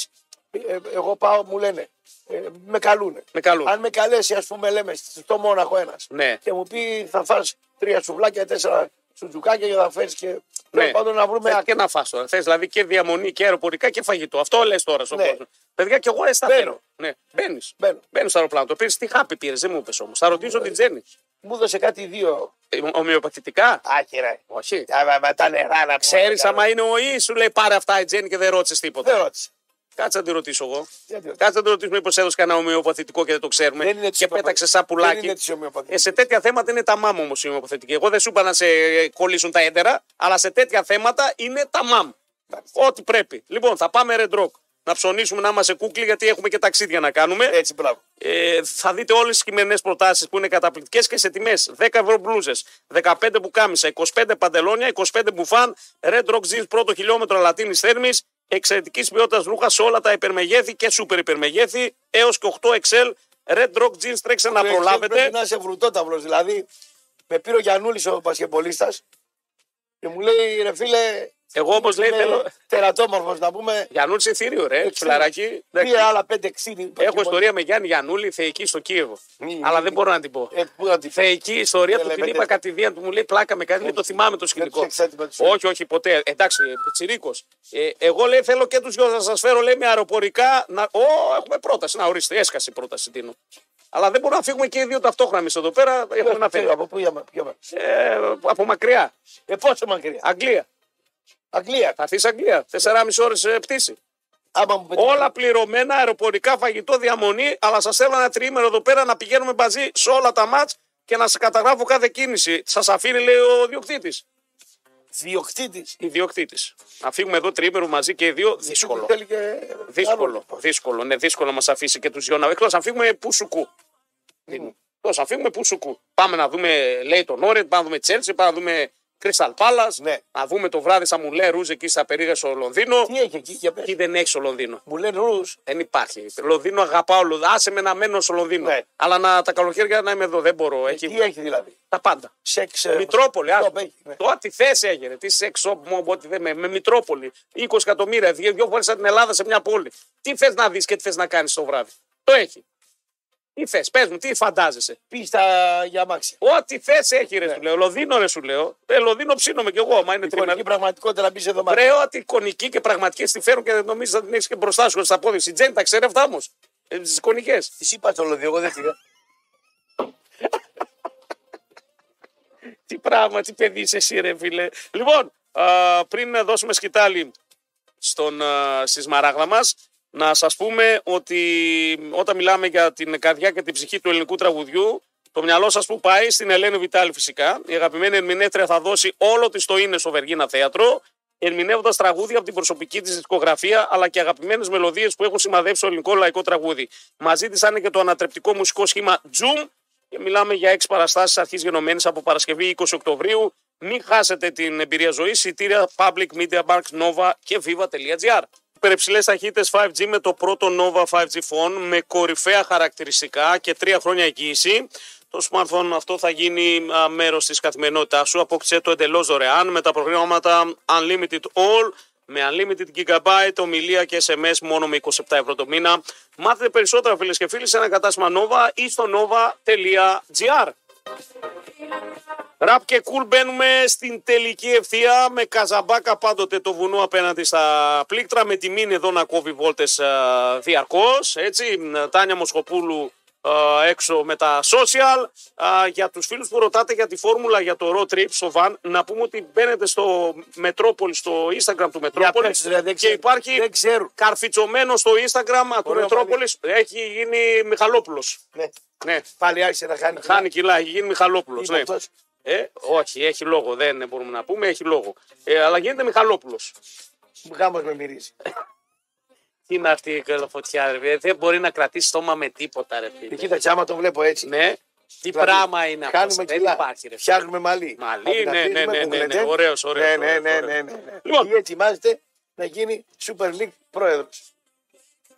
εγώ πάω, μου λένε, ε, με καλούνε.
Με καλούν.
Αν με καλέσει, ας πούμε, λέμε στο Μόναχο ένας.
Ναι.
Και μου πει θα φας τρία σουβλάκια, τέσσερα σουτζουκάκια και θα φέρεις
Ναι.
και. Τέλος πάντων να βρούμε
Θες
άκρη.
και να φας τώρα. Θες δηλαδή και διαμονή και αεροπορικά και φαγητό. Αυτό λες τώρα στον
Ναι.
κόσμο. Παιδιά, και εγώ έστα
Μπαίνω.
θέλω. Ναι. Μπαίνεις.
Μπαίνω. Ε,
Μπαίνει στο αεροπλάνο. Το πήρες τι χάπι πήρες, δεν μου είπες όμως. Θα ρωτήσω την Τζέννη.
Μου δώσε κάτι δύο.
Ε, Ομοιοπαθητικά.
Άκυρα.
Όχι.
Με τα νερά να
Ξέρεις,
πω,
άμα είναι ο ή σου λέει πάρε αυτά η Τζέννη και δεν ρώτησες τίποτα.
Δεν ρώτησε.
Κάτσε να τη ρωτήσω εγώ.
Γιατί όχι.
Κάτσε να τη ρωτήσω μήπως έδωσε κανένα ομοιοπαθητικό και δεν το ξέρουμε.
Δεν είναι της
και
ομοιοπαθη-
πέταξε σαν
Δεν
πουλάκι.
είναι τη ομοιοπαθία.
Ε, σε τέτοια θέματα είναι τα μάμ όμως η ομοιοπαθητική. Εγώ δεν σου είπα να σε ε, κολλήσουν τα έντερα, αλλά σε τέτοια θέματα είναι τα μάμ. Ό,τι πρέπει. Λοιπόν, θα πάμε Red Rock. Να ψωνίσουμε να είμαστε κούκλοι γιατί έχουμε και ταξίδια να κάνουμε. Ε,
Έτσι, μπράβο.
θα δείτε όλες τις χειμερινές προτάσεις που είναι καταπληκτικές και σε τιμές. 10 ευρώ μπλούζες, 15 μπουκάμισα, 25 παντελόνια, 25 μπουφάν, Red Rock Jeans πρώτο χιλιόμετρο Λατίνης Θέρμης. Εξαιρετικής ποιότητας ρούχας σε όλα τα υπερμεγέθη και σούπερ υπερμεγέθη. Έως και 8 XL. Red Rock Jeans τρέξτε να
Πρέπει-
προλάβετε.
Πρέπει να είσαι βρουτόταυλο. Δηλαδή, με πήρε ο Γιανούλης ο πασχεμπολίστα και μου λέει ρε φίλε.
Εγώ όμω λέει
ναι.
θέλω.
Τερατόμορφο να πούμε.
Γιανούλη σε θήριο, ρε,
Εξήνη.
φιλαράκι. Εντάξει.
Πήρε άλλα 5-6.
Έχω ιστορία με Γιάννη Γιανούλη, θεϊκή στο Κίεβο.
Μη-
Αλλά
μη-
δεν μπορώ να την πω.
Ε, πού να τη φέρει.
θεϊκή ιστορία
Δεν
του.
λέμε
Την είπα
τέτοια.
κατηδίαν του, μου λέει πλάκα με κάνει, λέει, το θυμάμαι το σκηνικό.
τους εξέτοιμα τους.
Όχι, όχι, ποτέ. Εντάξει, τσιρίκος. Ε, εγώ λέει θέλω και τους δυο να σας φέρω, λέει με αεροπορικά. Να... Ω, έχουμε πρόταση. Να ορίστε, έσκασε η πρόταση Τίνο. Αλλά δεν μπορούμε να φύγουμε και οι δύο ταυτόχρονα εμείς εδώ πέρα. Έχουμε ένα
Ξέρω,
θέμα.
Από πού είμαι. ποιο είμαι.
Ε, από μακριά.
Ε, πόσο μακριά.
Αγγλία.
Αγγλία.
Θα έρθεις Αγγλία. 4,5 ώρες ε, πτήση.
Άμα μου πετύχεις.
Όλα πληρωμένα, αεροπορικά, φαγητό, διαμονή. Αλλά σας θέλω ένα τριήμερο εδώ πέρα να πηγαίνουμε μαζί σε όλα τα μάτ και να σε καταγράφω κάθε κίνηση. Σας αφήνει, λέει ο διοκτήτης.
Διοκτήτης.
Ιδιοκτήτη. Να φύγουμε εδώ τριήμερο μαζί και οι δύο. Δύσκολο.
Θέλει και.
Δύσκολο. Δύσκολο. Ναι, δύσκολο να μας αφήσει και τους δυο να. Εκτός αν φύγουμε που σου
Ναι.
κου. Εκτός αν φύγουμε που σου κου. Πάμε να δούμε, λέει τον Όρετ, πάμε να δούμε Τσέλσι, πάμε να δούμε Κρυσταλ Πάλα.
Ναι.
Να δούμε το βράδυ σαν μου λέει Ρούζ εκεί στα περίεργα στο Λονδίνο.
Τι έχει εκεί για πες.
Εκεί δεν έχει στο Λονδίνο.
Μου λένε ρου.
Δεν υπάρχει. Λονδίνο αγαπάω. Λονδίνο. Άσε με να μένω στο Λονδίνο.
Ναι.
Αλλά να, τα καλοκαίρια να είμαι εδώ. Δεν μπορώ. Έχει
Τι έχει δηλαδή.
τα πάντα.
Σεξ. ε,
Μητρόπολη.
shop
Άσο.
έχει, ναι.
Το ό,τι θέση έγινε. Τι σεξ shop μου, ό,τι δεν με. Με Μητρόπολη. 20 εκατομμύρια. Δύο, δύο φορές την Ελλάδα σε μια πόλη. Τι θες να δεις και τι θες να κάνεις το βράδυ. Το έχει. Τι θες, πες μου, τι φαντάζεσαι.
Πίστα για αμάξια.
Ό,τι θες έχει,
Ναι.
ρε, σου λέω. Λονδίνο, ρε, σου λέω. Ε, Λονδίνο ψήνομαι κι εγώ, μα είναι τριμερή.
Εικονική πραγματικότητα να μπεις εδώ μαζί.
Ρε, ό,τι εικονική και πραγματική στη φέρουν και δεν νομίζει να την έχεις και μπροστά σου στα πόδια. Η Τζέν τα ξέρει αυτά όμω. Ε, τι εικονικέ.
Τη είπα στο Λονδίνο, εγώ δεν πήγα.
Τι πράγμα, τι παιδί είσαι εσύ ρε φίλε. Λοιπόν, α, πριν να δώσουμε σκητάλη στον, α, στη σμαράγδα μας, να σας πούμε ότι όταν μιλάμε για την καρδιά και την ψυχή του ελληνικού τραγουδιού, το μυαλό σας που πάει στην Ελένη Βιτάλη φυσικά. Η αγαπημένη ερμηνεύτρια θα δώσει όλο της το είναι στο Βεργίνα Θέατρο, ερμηνεύοντας τραγούδια από την προσωπική της δισκογραφία αλλά και αγαπημένες μελωδίες που έχουν σημαδέψει το ελληνικό λαϊκό τραγούδι. Μαζί της είναι και το ανατρεπτικό μουσικό σχήμα Zoom, και μιλάμε για έξι παραστάσεις αρχής γενομένης από Παρασκευή 20 Οκτωβρίου. Μην χάσετε την εμπειρία ζωής. Εισιτήρια Public Media Marks Nova και viva.gr. υπερεψηλέ ταχύτητε 5G με το πρώτο Nova 5G phone με κορυφαία χαρακτηριστικά και τρία χρόνια εγγύηση. Το smartphone αυτό θα γίνει μέρος της καθημερινότητάς σου. Απόκτησε το εντελώς δωρεάν με τα προγράμματα Unlimited All με unlimited gigabyte, ομιλία και SMS μόνο με 27 ευρώ το μήνα. Μάθετε περισσότερα φίλες και φίλοι σε ένα κατάστημα Nova ή στο nova.gr. Ραπ και κουλ μπαίνουμε στην τελική ευθεία με καζαμπάκα πάντοτε το βουνό απέναντι στα πλήκτρα με τιμήν εδώ να κόβει βόλτες α, διαρκώς έτσι Τάνια Μοσχοπούλου α, έξω με τα social Α, για τους φίλους που ρωτάτε για τη φόρμουλα για το road trip στο van να πούμε ότι μπαίνετε στο Μετρόπολη στο instagram του Μετρόπολη
παίξτε, ρε, δεν
και
ξέρω-
υπάρχει
δεν ξέρω.
καρφιτσωμένος στο instagram του
Ωραίο,
Μετρόπολης έχει γίνει Μιχαλόπουλος
Ναι.
ναι,
Πάλι άρχισε να χάνει.
χάνει κιλά, έχει γίνει Μιχαλόπουλος
Είναι
ναι.
αυτός.
Ε, όχι, έχει λόγο. Δεν μπορούμε να πούμε, έχει λόγο. Ε, αλλά γίνεται Μιχαλόπουλος.
Γάμος με μυρίζει.
Ε, Τι είναι αυτή η καλοφωτιά, ρε. φίλε. Δεν μπορεί να κρατήσει στόμα με τίποτα, ρε
Ε,
φίλε.
Κοίταξε, άμα το βλέπω έτσι.
Ναι. Τι
Δηλαδή,
πράγμα είναι αυτό.
Χάνουμε
Δεν
κιλά.
υπάρχει, ρε. φίλε.
Φτιάχνουμε μαλλί.
Μαλλί,
Από την
ναι, ναι,
αφήνουμε,
ναι,
που
ναι, ναι.
γλεντέ.
Ωραίος, ωραίος,
Ναι, ναι,
ωραίος,
ναι, ναι,
ωραίος.
ναι, ναι.
Λοιπόν.
Ή ετοιμάζεται να γίνει Super League πρόεδρος.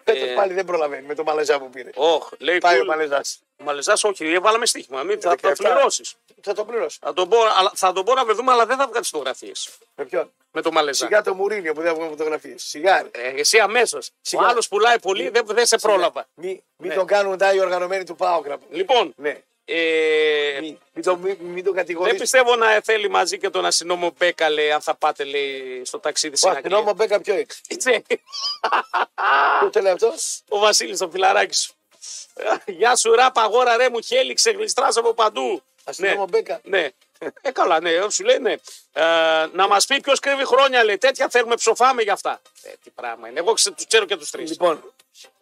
Ε,
Πέτρο πάλι δεν προλαβαίνει με το μαλαζά που πήρε.
Όχ, λέει
Πάει ο
cool.
μαλαζά.
Μαλεζάς, όχι, βάλαμε στοίχημα. Μην θα το
17.
πληρώσεις.
Θα το πληρώσω.
Θα τον μπορώ, αλλά, θα τον μπορώ να βρεθούμε, αλλά δεν θα βγάλεις φωτογραφίες
Με ποιον.
με τον Μαλεζά.
Σιγά το Μουρίνιο που δεν βγάλω φωτογραφίες. Σιγά. ρε.
Ναι. Ε, εσύ αμέσως. Ο
Σιγά.
άλλος πουλάει πολύ, δεν, δεν σε πρόλαβα.
Μην μη
Ναι.
τον κάνουν τα οι οργανωμένοι του ΠΑΟΚ. να πούμε.
Λοιπόν,
Ναι.
ε,
Μην μη τον, μη, μη τον
Δεν
κατηγορήσουν.
πιστεύω να θέλει μαζί και τον αστυνόμο Μπέκα, λέει, αν θα πάτε λέει, στο ταξίδι
Ο
στην Αγγλία.
αστυνόμο Μπέκα ποιο είναι.
Ξέρει,
Ποιο το λέει αυτός.
Ο Βασίλης, το φιλαράκι σου. Γεια σου, ράπα, αγόρα ρε μου, χέλιξε, γλιστρά από παντού.
Αστυνόμο Μπέκα.
Ναι. Ε, καλά, ναι, σου λέει ναι. Ε, να μας πει ποιος κρύβει χρόνια, λέει. Τέτοια θέλουμε, ψοφάμε για αυτά. Ε, τι πράγμα είναι. Εγώ ξε- τους ξέρω και τους τρεις.
Λοιπόν,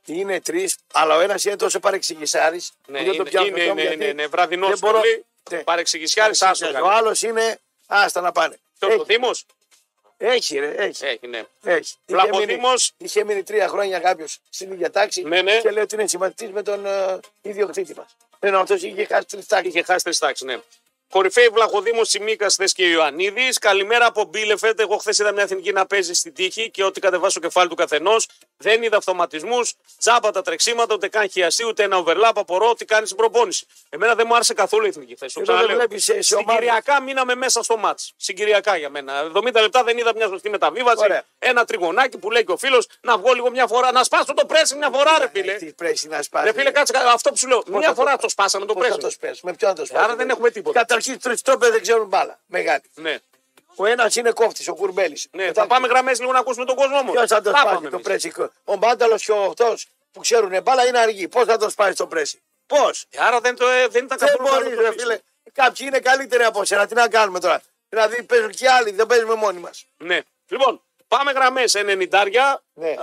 είναι τρει, αλλά ο ένας είναι τόσο παρεξηγησάρης.
ναι, είναι, είναι, είναι, είναι, είναι, βραδινός
δεν μπορώ-
πολύ.
Ναι.
Παρεξηγησιάρης, άστο.
Ο
κάνει.
άλλος είναι. Άστα να πάνε.
Ποιος, ο
Έχει,
Δήμο.
έχει, ρε, έχει.
Έχει, ναι.
έχει.
Πλά, ο
Είχε, μείνει,
Δήμος-
είχε μείνει τρία χρόνια κάποιος στην ίδια τάξη
Ναι, ναι.
και λέει ότι είναι συμμαχητή με τον ε, ιδιοκτήτη μας. Ενώ αυτός είχε χάσει τρεις τάξεις.
Είχε χάσει τρεις τάξεις, ναι. Κορυφαίοι βλαχοδήμος Τσιμίκα χθε και Ιωαννίδης. Καλημέρα από Μπίλεφετ. Εγώ χθες είδα μια εθνική να παίζει στην τύχη και ό,τι κατεβάσει το κεφάλι του καθενός. Δεν είδα αυτοματισμούς, τζάμπα τα τρεξίματα, ούτε καν χιαστή, ούτε ένα overlap. Απορώ ότι κάνεις την προπόνηση. Εμένα δεν μου άρεσε καθόλου η εθνική χθε.
Εδώ δεν βλέπεις, ε, σε ομάδες.
Συγκυριακά μείναμε μέσα στο μάτ. Συγκυριακά για μένα. 70 λεπτά δεν είδα μια σωστή μεταβίβαση.
Ωραία.
Ένα τριγωνάκι που λέει και ο φίλος να βγω λίγο μια φορά, να σπάσω το πρέσι μια φορά, ρε φίλε.
Ε, Τι πρέσει να σπάσει.
Ρε φίλε, κάτσε αυτό που σου λέω. Μια
θα το
φορά
πα-
το σπάσαμε το
Πώς θα
πρέσι.
το σπάσει, με ποιον θα το σπάσει.
Ε, Άρα δεν έχουμε τίποτα.
Καταρχήν τρεις τρόπες δεν ξέρουν μπάλα. Μεγάλη.
Ναι.
Ο ένας είναι κόφτης, ο κουρμπέλης.
Ναι, θα πάμε γραμμές λίγο να ακούσουμε τον κόσμο όμως.
Ποιος θα το
Τα
σπάσει
πάμε
το
εμείς.
πρέσι. Ο Μάνταλο και ο 8 που ξέρουν μπάλα είναι αργοί. Πώς θα το σπάσει το πρέσι. Πώς.
Ε, Άρα δεν, το, ε, δεν ήταν
Δεν
καθόλου
μπορείς,
καλό το
ρε
πίσω.
φίλε. Κάποιοι είναι καλύτεροι από σένα. Τι να κάνουμε τώρα. Δηλαδή παίζουν και άλλοι, δεν παίζουμε μόνοι μας.
Ναι. Λοιπόν, πάμε γραμμές 90.
Ναι.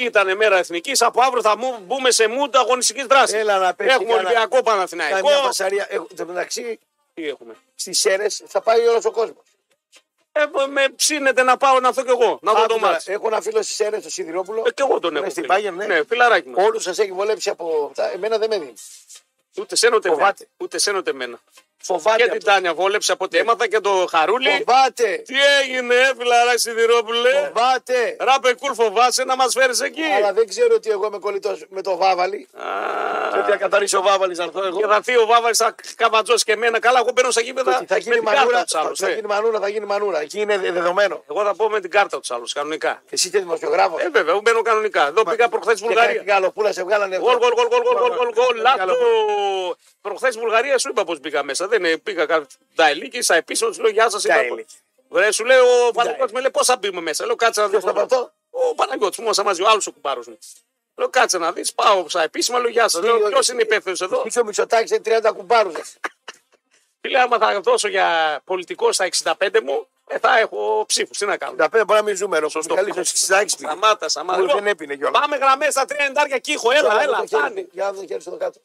Ήταν μέρα εθνικής. Από αύριο θα μου, μπούμε σε μούντα αγωνιστικής δράσης.
Έλα να πέσει
Έχουμε
κανένα-
Ολυμπιακό Παναθηναϊκό.
Καμιά φασαρία. Ε, Εν τω μεταξύ
Τι έχουμε.
στις Σέρες θα πάει όλος ο κόσμος.
Ε, με ψήνεται να πάω να δω κι εγώ. Να δω το μάτι.
Έχω ένα φίλο στι Σέρε, το Σιδηρόπουλο.
Ε, κι εγώ τον
Ναι,
έχω.
στην
φίλε.
Bayern, ναι.
ναι, φιλαράκι μου.
Όλους σας έχει βολέψει από αυτά. Εμένα δεν με δίνει.
Ούτε σένα ούτε εμένα.
Φοβάται.
Ούτε σένα ούτε εμένα.
Φοβάται.
Και
αυτό.
την Τάνια βόλεψε από ό,τι έμαθα και το Χαρούλη.
Φοβάται.
Τι Ε, έγινε, ε, φιλαράκι Σιδηρόπουλε.
Φοβάται.
Ράπε κουλ φοβάσαι να μας φέρεις εκεί.
Αλλά δεν ξέρω ότι εγώ είμαι κολλητός με το Βάβαλη.
Α,
Πρέπει να καθαρίσω ο Βάβαλης να έρθω εγώ.
Και θα έρθει ο Βάβαρη, θα καβατζώσει και εμένα. Καλά, εγώ μπαίνω στα γήπεδα.
θα γίνει
με την κάρτα
μανούρα,
τους άλλους.
θα γίνει μανούρα, θα γίνει μανούρα. Εκεί είναι δε- δεδομένο.
Εγώ θα πω με την κάρτα τους άλλους, κανονικά.
Εσύ είσαι δημοσιογράφος.
Ε, βέβαια, εγώ μπαίνω κανονικά. Εδώ πήγα προχθές στη Βουλγαρία.
Γαλοπούλα σε βγάλανε.
Γκολ, γκολ, γκολ, γκολ, γκολ, γκολ, γκολ, γκολ,
Γαλοπούλα.
λάθο. Προχθέ στη Βουλγαρία σου είπα πώς μπήκα μέσα. Δεν ε, πήγα κάτι. Τα ελίκη, στα επίσημα τους λέω Γεια σας.
Τα ελίκη.
Βρε, σου λέει ο
ελίκη.
Παναγιώτη με λέει πώς θα μπούμε μέσα. Λέω κάτσε να δεις.
Ποιος το πρωτό?
Ο Παναγιώτης μου, όσα μαζί ο άλλος ο κουμπάρος μου. Λέω κάτσε να δεις. Πάω στα επίσημα, λέω Γεια σας. Λέω ποιος είναι υπεύθυνος εδώ.
Είχε ο Μητσοτάκη σε 30 κουμπάρου.
Φίλε, άμα θα δώσω για πολιτικό στα 65 μου, ε, θα έχω ψήφους. Τι να κάνω.
Τα πέρα μπορεί να μην ζούμε. Ρε.
Σωστό.
Καλή Μητσοτάκη.
Σταμάτα, σταμάτα.
Μου
Λοιπόν,
δεν έπινε κιόλας.
Πάμε γραμμές στα 30 κύχο. Έλα, έλα. Φτάνει.
Για να δω το χέρι σου εδώ κάτω.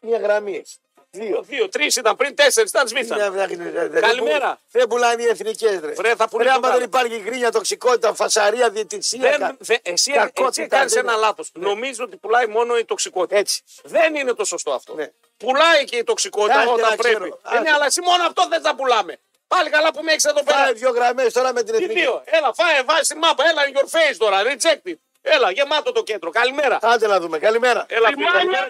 Μία γραμμή. έχει. Δύο.
Δύο, τρεις ήταν πριν, τέσσερις ήταν σμίθαν.
Μια- μια- δεν- δεν-
Καλημέρα.
δεν- Δεν πουλάνε οι εθνικές ρε.
Βρε, θα πουλήσει
Ρε,
το
άμα δεν
βράδυ.
υπάρχει γκρίνια, τοξικότητα, φασαρία, διαιτησία.
Δεν,
κα-
δε, εσύ
κακότητα,
εσύ κάνει
δεν- Ναι.
ένα λάθος. Νομίζω ότι πουλάει μόνο η τοξικότητα.
Έτσι.
Δεν είναι το σωστό αυτό.
Ναι.
Πουλάει και η τοξικότητα
Άντε,
όταν
να ξέρω.
πρέπει.
Άντε.
Είναι, αλλά εσύ μόνο αυτό δεν θα πουλάμε. Πάλι καλά που με έχεις εδώ πέρα.
Πάει δύο γραμμές τώρα με την
Τι
εθνική.
δύο. Έλα, φάε, βάζει μάπα. Έλα, in your face τώρα. Reject it. Έλα, γεμάτο το κέντρο. Καλημέρα.
Άντε να δούμε. Καλημέρα.
Έλα,
Τη
φίλε.
μάνια.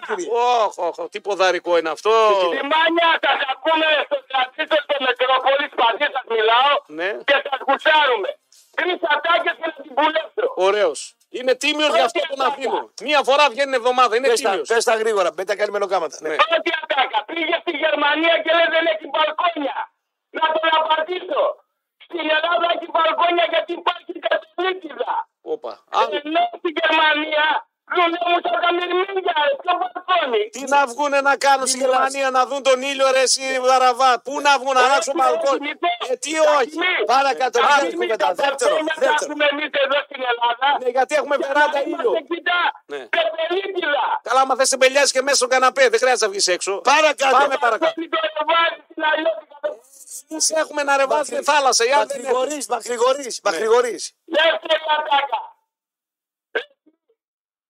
Όχ, όχ, όχ, τι ποδαρικό είναι αυτό.
Τη μάνια σας ακούμε στο κρατήτε στο Μετρόπολης, σπαθί σας μιλάω
Ναι.
και σας γουσάρουμε. Τρει ατάκε και να την πουλέψω.
Ωραίος. Είναι τίμιος για αυτό τον αφήνω. Μία φορά βγαίνει εβδομάδα. Είναι
Πες τα,
τίμιος.
πες τα γρήγορα. Μην τα κάνει μελοκάματα. Ναι.
Ναι.
Πρώτη ατάκα. Πήγε στη Γερμανία και λέει δεν έχει μπαλκόνια. Να τον απαντήσω. Στην Ελλάδα έχει μπαλκόνια γιατί υπάρχει κατσουλίτιδα.
Όπα. Άλλο.
Ενώ ναι, στη Γερμανία δουλεύουν τα μυρμήγκια ε, στο μπαλκόνι.
Τι να βγουνε να κάνουν στη Γερμανία να δουν τον ήλιο ρε εσύ βαραβά. Πού να βγουν να αλλάξουν
Όχι,
μπαλκόνι.
όχι, μη-
Ε, τι όχι.
Μη-
Παρακάτω, μην
Αυτή
κάνεις
τη
κουβέντα.
στιγμή
Δεύτερο,
τα μπαλκόνια
δεύτερο.
τα έχουμε εμείς εδώ στην Ελλάδα.
Ναι, γιατί έχουμε βεράντα
Είμαστε
ήλιο.
κοιτά,
Ναι.
É πεπελίτιδα.
Καλά, άμα δεν σε μπελιάζει και μέσα στον καναπέ, δεν χρειάζεται να βγεις έξω.
Παρακάτω.
Πάμε παρακάτω.
Παίρνει το ρεβάρι στην αλλιώτικα.
Τι σε έχουμε να ρεβάζουμε θάλασσα, οι άλλοι δεν έχουν.
Μακρηγορείς, μακρηγορείς,
Ναι.
μακρηγορείς.
Δεύτερη ατάκα.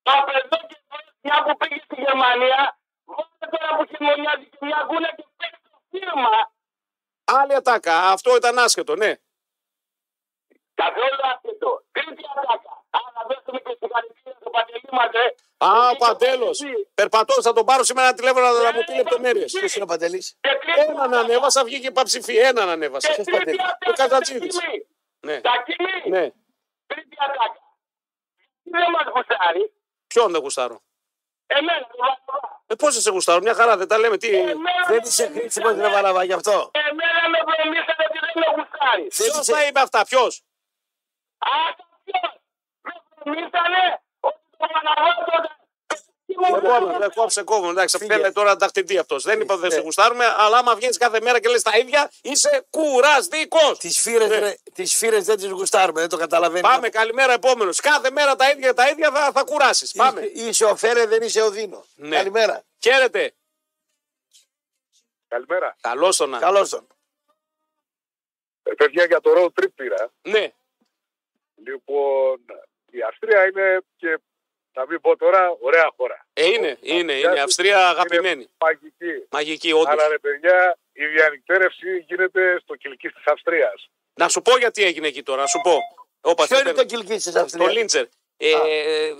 Το παιδό και τώρα, μια που πήγε στη Γερμανία, βάλε τώρα που χειμωνιάζει και μια γκούλα και παίρνει το φύρμα.
Άλλη ατάκα. Αυτό ήταν άσχετο, ναι.
Καθόλου άσχετο. Τρίτη ατάκα. Άρα δώσουμε και συγχαρητήρια στο Παντελή μας, ε.
Α, ο Παντέλο. Περπατώ, θα τον πάρω σήμερα ένα τηλέφωνο να μου πει λεπτομέρειε.
Ποιος είναι ο Παντελής.
Και τρίτη
Έναν
ατάκα.
ανέβασα, βγήκε παψηφί. Έναν ανέβασα.
Και τρίτη
Ο
ατάκα.
Κατατσίδη. Ναι.
Τα κοιμή.
ναι.
Τρίτη ατάκα. Τι δεν μας γουστάρει.
Ποιον δεν γουστάρω.
Εμένα, τον Βαρδαβά.
Ε, πώς δεν σε γουστάρω, μια χαρά δεν τα λέμε. Τι...
Εμένα
Δεν
με
είσαι χρήσιμο
βρωμίσανε.
την Βαραβά γι' αυτό.
Εμένα με βρωμίσανε ότι δεν με γουστάρεις.
δεν
Ποιος
είσαι-
τα είπε αυτά, ποιος.
Άσε ποιος. Με βρωμίσανε ότι το Παναγόταν. é um
Εγώ δεν κόψε κόβω. Εντάξει, θέλει τώρα ταχτητή αυτό. Δεν είπα ότι
Ε.
δεν σε γουστάρουμε, αλλά άμα βγαίνει κάθε μέρα και λες τα ίδια, είσαι κουραστικός.
Τις φύρες, ρε, τις φύρες δεν τις γουστάρουμε, δεν το καταλαβαίνεις.
Πάμε, καλημέρα, επόμενος. Κάθε μέρα τα ίδια τα ίδια θα, θα κουράσεις.
Ε,
Πάμε.
Είσαι- Είσαι ο Φέρε, δεν είσαι ο Δίνο.
Ναι.
Καλημέρα.
Χαίρετε.
Καλημέρα.
Καλό το να.
Καλώς τον.
Ε, Παιδιά, για το road trip πήρα.
Ναι.
Λοιπόν, η Αυστρία είναι και να μην πω τώρα, ωραία χώρα.
Ε, είναι, είναι, είναι. Η Αυστρία αγαπημένη.
Μαγική.
Μαγική, όντως.
Αλλά ρε παιδιά, η διανυκτέρευση γίνεται στο κυλική της Αυστρίας.
Να σου πω γιατί έγινε εκεί τώρα, να σου πω. Όπα,
Ποιο
σε
είναι το
παίρνω.
κυλκής της
το
Αυστρίας.
Λίντσερ. Ε, ε, ε,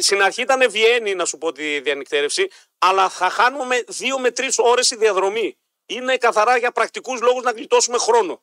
στην αρχή ήταν Βιέννη, να σου πω τη διανυκτέρευση, αλλά θα χάνουμε δύο με τρεις ώρες η διαδρομή. Είναι καθαρά για πρακτικούς λόγους να γλιτώσουμε χρόνο.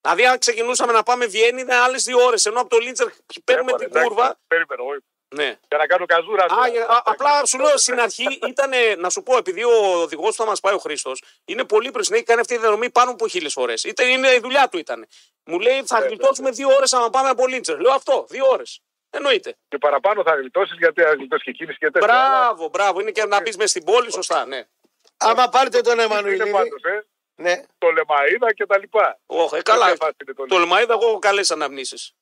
Δηλαδή, αν ξεκινούσαμε να πάμε Βιέννη, είναι άλλες δύο ώρες. Ενώ από το Λίντσερ παίρνουμε
Έβαλε,
την
εντάξει,
κούρβα.
Περίμενα, όχι.
Ναι.
Για να κάνω καζούρα.
Ας,
τώρα.
για- α, απλά σου λέω στην αρχή ήταν, να σου πω, επειδή ο οδηγός που θα μας πάει ο Χρήστος είναι πολύ πριν, έχει κάνει αυτή τη διαδρομή πάνω από χίλιες φορέ. Ήταν είναι η δουλειά του ήταν. Μου λέει θα γλιτώσουμε δύο ώρες άμα πάμε από Λίντσερ. Λέω αυτό, δύο ώρες. Εννοείται.
Και παραπάνω θα γλιτώσεις γιατί θα γλιτώσεις και κίνηση και τέτοια. Αλλά
Μπράβο, μπράβο. Είναι και να μπεις μες στην πόλη, σωστά, ναι.
Άμα πάρετε τον
Είναι
Εμμανουηλίδη.
πάντως, ε,
Ναι.
το Λεμαίδα και τα λοιπά.
Όχι, ε, καλά.
Τέτοια φάση είναι το
Το
Λεμαΐδα.
Λεμαίδα, εγώ έχω καλέ αναμνήσει.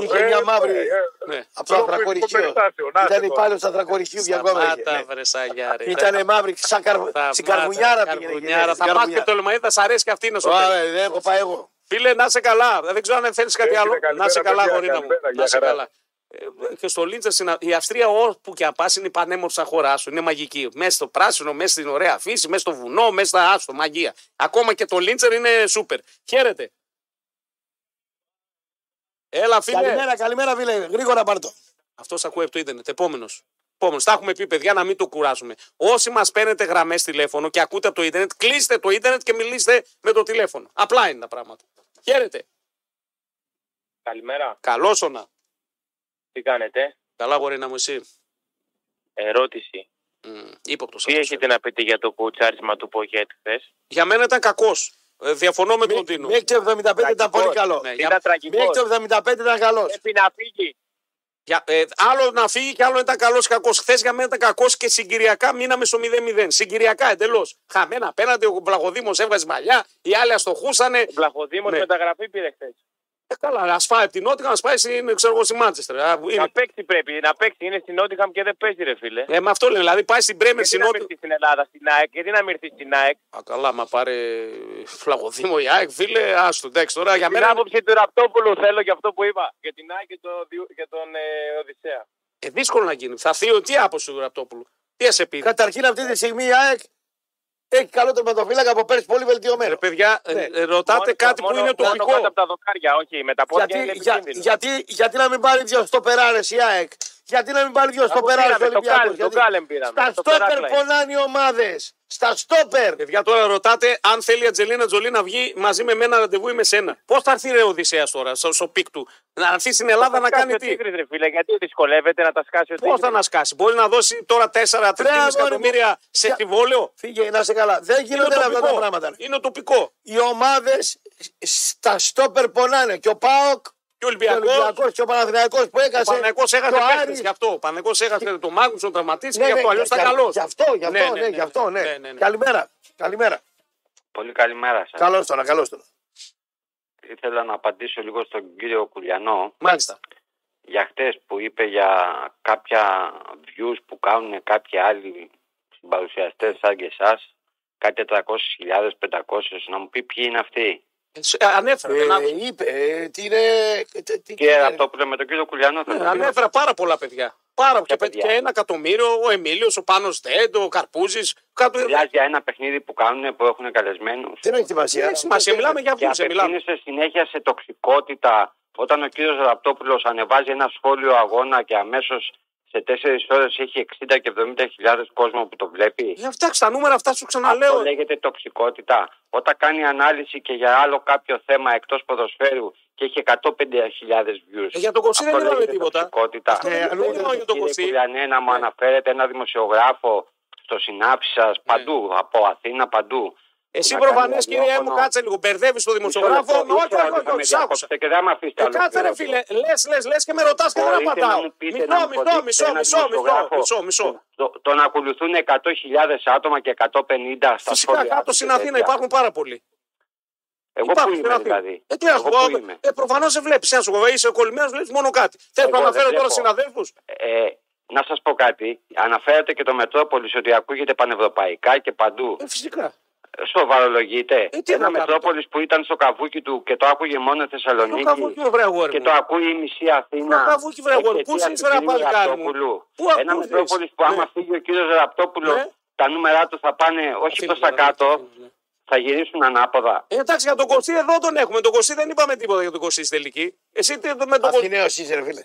Είχε
Ε,
μια
ε,
μαύρη
ε,
Ναι.
από το
τρόπο
Ανθρακοριχείο.
περιστάσεων, άσε
Ήταν
τώρα.
υπάλληλος του Ανθρακοριχείου διακόμη.
Σταμάτα, βρε σαγιά, ρε.
ναι. Ήτανε μαύρη, σαν καρβουνιάρα.
Σταμάτα,
Στην καρβουνιάρα πήγαινε.
καρβουνιάρα.
γυναίκα,
Θα
στην
πάτε
καρβουνιάρα.
το Λεμαίδα, σ' αρέσει και αυτή να σου
Ω,
πει.
ε, Δεν έχω πάει εγώ.
Φίλε, να είσαι καλά. Δεν ξέρω αν θέλεις κάτι
Έγινε,
άλλο.
καλημέρα,
να είσαι καλά,
παιδιά,
γορίνα μου.
καλημέρα,
Να
γεια
είσαι
χαρά.
καλά. Ε, Και στο Λίντσα, στην Α- η Αυστρία όπου και απά είναι η πανέμορφη χώρα σου. Είναι μαγική. Μέσα στο πράσινο, μέσα στην ωραία φύση, μέσα στο βουνό, μέσα στα άστο, μαγεία. Ακόμα και το Λίντσερ είναι σούπερ. Χαίρετε. Έλα, φίλε.
Καλημέρα, καλημέρα, φίλε. Γρήγορα πάρ' το.
Αυτός ακούει από το Ιντερνετ. Επόμενος. Επόμενος. Τα έχουμε πει, παιδιά, να μην το κουράζουμε. Όσοι μας παίρνετε γραμμές τηλέφωνο και ακούτε από το Ιντερνετ, κλείστε το Ιντερνετ και μιλήστε με το τηλέφωνο. Απλά είναι τα πράγματα. Χαίρετε.
Καλημέρα,
Καλό όνα.
τι κάνετε.
Καλά, γορίνα μου, εσύ.
Ερώτηση.
Μμ, Ύποπτος.
Τι έχετε να πείτε για το κουτσάρισμα του Πογέτ χθε.
ε. Για μένα ήταν κακός. διαφωνώ με τον Τίνο.
Μέχρι το 75 ήταν πολύ καλό.
Ναι, για-
Ήταν τραγικός.
Μέχρι το 75 ήταν καλός.
Πρέπει να φύγει.
για- ε, άλλο να φύγει και άλλο ήταν καλός ή κακός. Χθες για μένα ήταν κακός και συγκυριακά μείναμε στο 0-0. Συγκυριακά εντελώς. Χαμένα απέναντι, ο Μπλαγοδήμο έβγαζε μαλλιά, οι άλλοι αστοχούσανε.
Ο Βλαχοδήμος
Ναι.
μεταγραφή πήρε χθες.
Ε, καλά, ας φάει από την Νότια, να πάει στην, ξέρω εγώ, στη Μάντσεστερ. Α,
Να
Είναι...
παίξει πρέπει, να παίξει. Είναι στην Νότιχαμ και δεν παίζει, ρε φίλε.
Ε, με αυτό λέει, δηλαδή πάει στην Πρέμερ,
Γιατί
στην
να
Νότια.
μυρθεί στην Ελλάδα, στην ΑΕΚ, γιατί να μυρθεί στην ΑΕΚ.
Α, καλά, μα πάρε φλαγοδήμο η ΑΕΚ, φίλε, άστο, εντάξει, τώρα για
Την
μένα.
άποψη του Ραπτόπουλου θέλω για αυτό που είπα. Για την ΑΕΚ και, το, Διου- και τον ε, Οδυσσέα.
Ε, δύσκολο να γίνει. Θα θείω τι άποψη του Ραπτόπουλου. Τι ας πει.
Καταρχήν αυτή τη στιγμή η ΑΕΚ Έχει καλό τερματοφύλακα από πέρσι πολύ βελτιωμένο.
Ρε παιδιά, ε,
Ναι.
ε, ρωτάτε
Μόνο-
κάτι
μόνο
που είναι
να το κάτω
τοπικό.
από τα δοκάρια, όχι. Με τα πόδια είναι
γιατί, για,
επικίνδυνο.
γιατί, γιατί να μην πάρει δύο στο περάρες η ΑΕΚ. Γιατί να μην πάρει δύο στο
Αφού
περάρες ο
πήραμε, το
Ολυμπιακός.
Κάλεν,
γιατί
το Κάλεν πήραμε,
Στα
το
στόπερ
Περάκλα
πονάνε οι ομάδες. Στα στόπερ.
Παιδιά, τώρα ρωτάτε αν θέλει η Ατζελίνα Τζολί να βγει μαζί με μένα ραντεβού ή με σένα. Πώς θα έρθει ρε ο Οδυσσέας τώρα, στο, στο πικ του, να έρθει στην Ελλάδα να
Θα σκάσει
κάνει
ο
τι.
Τίγρης, ρε φίλε, γιατί δυσκολεύεται να τα σκάσει ο
Πώς θα
Τίγρης.
να σκάσει, μπορεί να δώσει τώρα 4-3
αγόρι μου.
εκατομμύρια σε
Για-
τριβόλαιο.
Φύγε, να είσαι καλά. Δεν
Είναι
γίνονται αυτά τα
τοπικό.
πράγματα.
Είναι τοπικό.
Οι ομάδες στα στόπερ πονάνε. Και ο ΠΑΟΚ
Και
και ο
Ολυμπιακό.
Ολυμπιακός και ο Παναθηναϊκός που
Ο
έκασε.
Παναγικό
και ο
έχασε
Άρης.
παίχτες γι' αυτό. Ο Παναγικό έχασε τον Μάγκου, τον τραυματίσει
Ναι,
και γι'
ναι,
αυτό. Αλλιώ
για-
ήταν καλός.
Γι' αυτό, γι' αυτό, ναι, γι' αυτό,
ναι,
ναι.
ναι, ναι.
Καλημέρα. Καλημέρα.
Πολύ καλημέρα σας.
Καλώς τώρα, καλώς τώρα.
Ήθελα να απαντήσω λίγο στον κύριο Κουλιανό
Μάλιστα.
για χτες που είπε για κάποια views που κάνουν κάποιοι άλλοι συμπαρουσιαστές σαν και εσάς. Κάτι 400.000, 500. Να μου πει ποιοι είναι αυτοί.
Ε, σ- ε, Ανέφερα. δεν άκουσα.
Ε, είπε, ε, τι είναι... τι- τι- τι
Και
είναι.
αυτό που λέμε με τον κύριο Κουλιανό θα
Ε,
το πει.
Ανέφερα πάρα πολλά παιδιά. Πάρα και,
παιδιά.
και ένα εκατομμύριο, ο Εμίλιος, ο Πάνος Τέντ, ο Καρπούζης. Κάτω...
Μιλάς για ένα παιχνίδι που κάνουν που έχουν καλεσμένους.
Δεν έχει σημασία.
Δεν έχει σημασία, μιλάμε για
Και
βούλτσε. Μιλάμε.
απευθύνεσαι συνέχεια σε τοξικότητα. Όταν ο κύριος Ραπτόπουλος ανεβάζει ένα σχόλιο αγώνα και αμέσως σε τέσσερις ώρες έχει 60 και 70 χιλιάδες κόσμο που το βλέπει.
Ε, αυτά τα νούμερα αυτά σου ξαναλέω.
Αυτό λέγεται τοξικότητα. Όταν κάνει ανάλυση και για άλλο κάποιο θέμα εκτός ποδοσφαίρου και έχει 150.000 views.
Ε, για τον Κωσή
Αυτό
δεν είπαμε
λέγεται
τίποτα.
τοξικότητα.
Αυτό δεν-
Ε,
δεν είπαμε για τον Ε.
κύριε
Κωσή.
Κουλιανέ, να μου αναφέρετε ένα δημοσιογράφο στο συνάψη σας
Ναι.
παντού, από Αθήνα παντού.
Εσύ
Να κάνει
προφανέ, Ε, κύριε μου,
ραδιόφωνο.
κάτσε λίγο. Μπερδεύεις τον δημοσιογράφο.
Μισό
Όχι,
λεπτό, μισό
όχι,
λεπτό,
όχι, όχι,
με
σ' άκουσα.
διακόψετε και δεν με αφήσετε
Ε,
άλλο
κάτσε ρε
λόγο.
φίλε, λες, λες, λες και με ρωτάς και δεν
Μπορείτε
απαντάω.
να μου πείτε, να
Μισό,
μου
μισό,
φωτίσετε
μισό,
έναν
μισό, μισό,
δημοσιογράφο.
μισό, μισό.
Το, το να ακολουθούν 100.000 άτομα και 150 στα
Φυσικά
σχόλια.
κάτω
τους
στην
και
Αθήνα
τέτοια.
υπάρχουν πάρα πολλοί.
Εγώ που
Υπάρχουν στην
είμαι
Αθήνα.
δηλαδή.
Ε, τι να σου
Εγώ
πω,
που
ε,
είμαι.
ε, προφανώς δεν βλέπει. Ένα σου πω, είσαι κολλημένος, βλέπεις μόνο κάτι. Θέλω να
Εγώ δεν
αναφέρω τώρα
βλέπω.
συναδέλφους.
Ε, να σας πω κάτι. Αναφέρατε και το Μετρόπολης ότι ακούγεται πανευρωπαϊκά και παντού.
Ε, φυσικά.
Σοβαρολογείτε.
Ε, τι να
Ένα
κάνω
Μετρόπολης που ήταν στο καβούκι του και το άκουγε μόνο
Το
Θεσσαλονίκη.
καβούκι, βρε αγόρι.
και
μου.
το ακούει η μισή Αθήνα.
Μα καβούκι, βρε, αγόρι. Πού
εξαιτίας
είσαι,
του
βρε,
κυρίου
παλικάρι μου.
Ραπτόπουλου.
Πού
Ένα
ακούγες?
Μετρόπολης που άμα
Ναι.
φύγει ο κύριος Ραπτόπουλος,
Ναι.
τα νούμερα του θα πάνε όχι
Αφήνω
προς τα
τώρα,
κάτω,
αφήνω, ναι.
θα γυρίσουν ανάποδα.
Ε, εντάξει, για τον Κωστή εδώ τον έχουμε. Τον Κωστή δεν είπαμε τίποτα για τον Κωστή στην τελική. Εσύ τι με τον Κωστή.
Αθηναίος είσαι, ρε φίλε.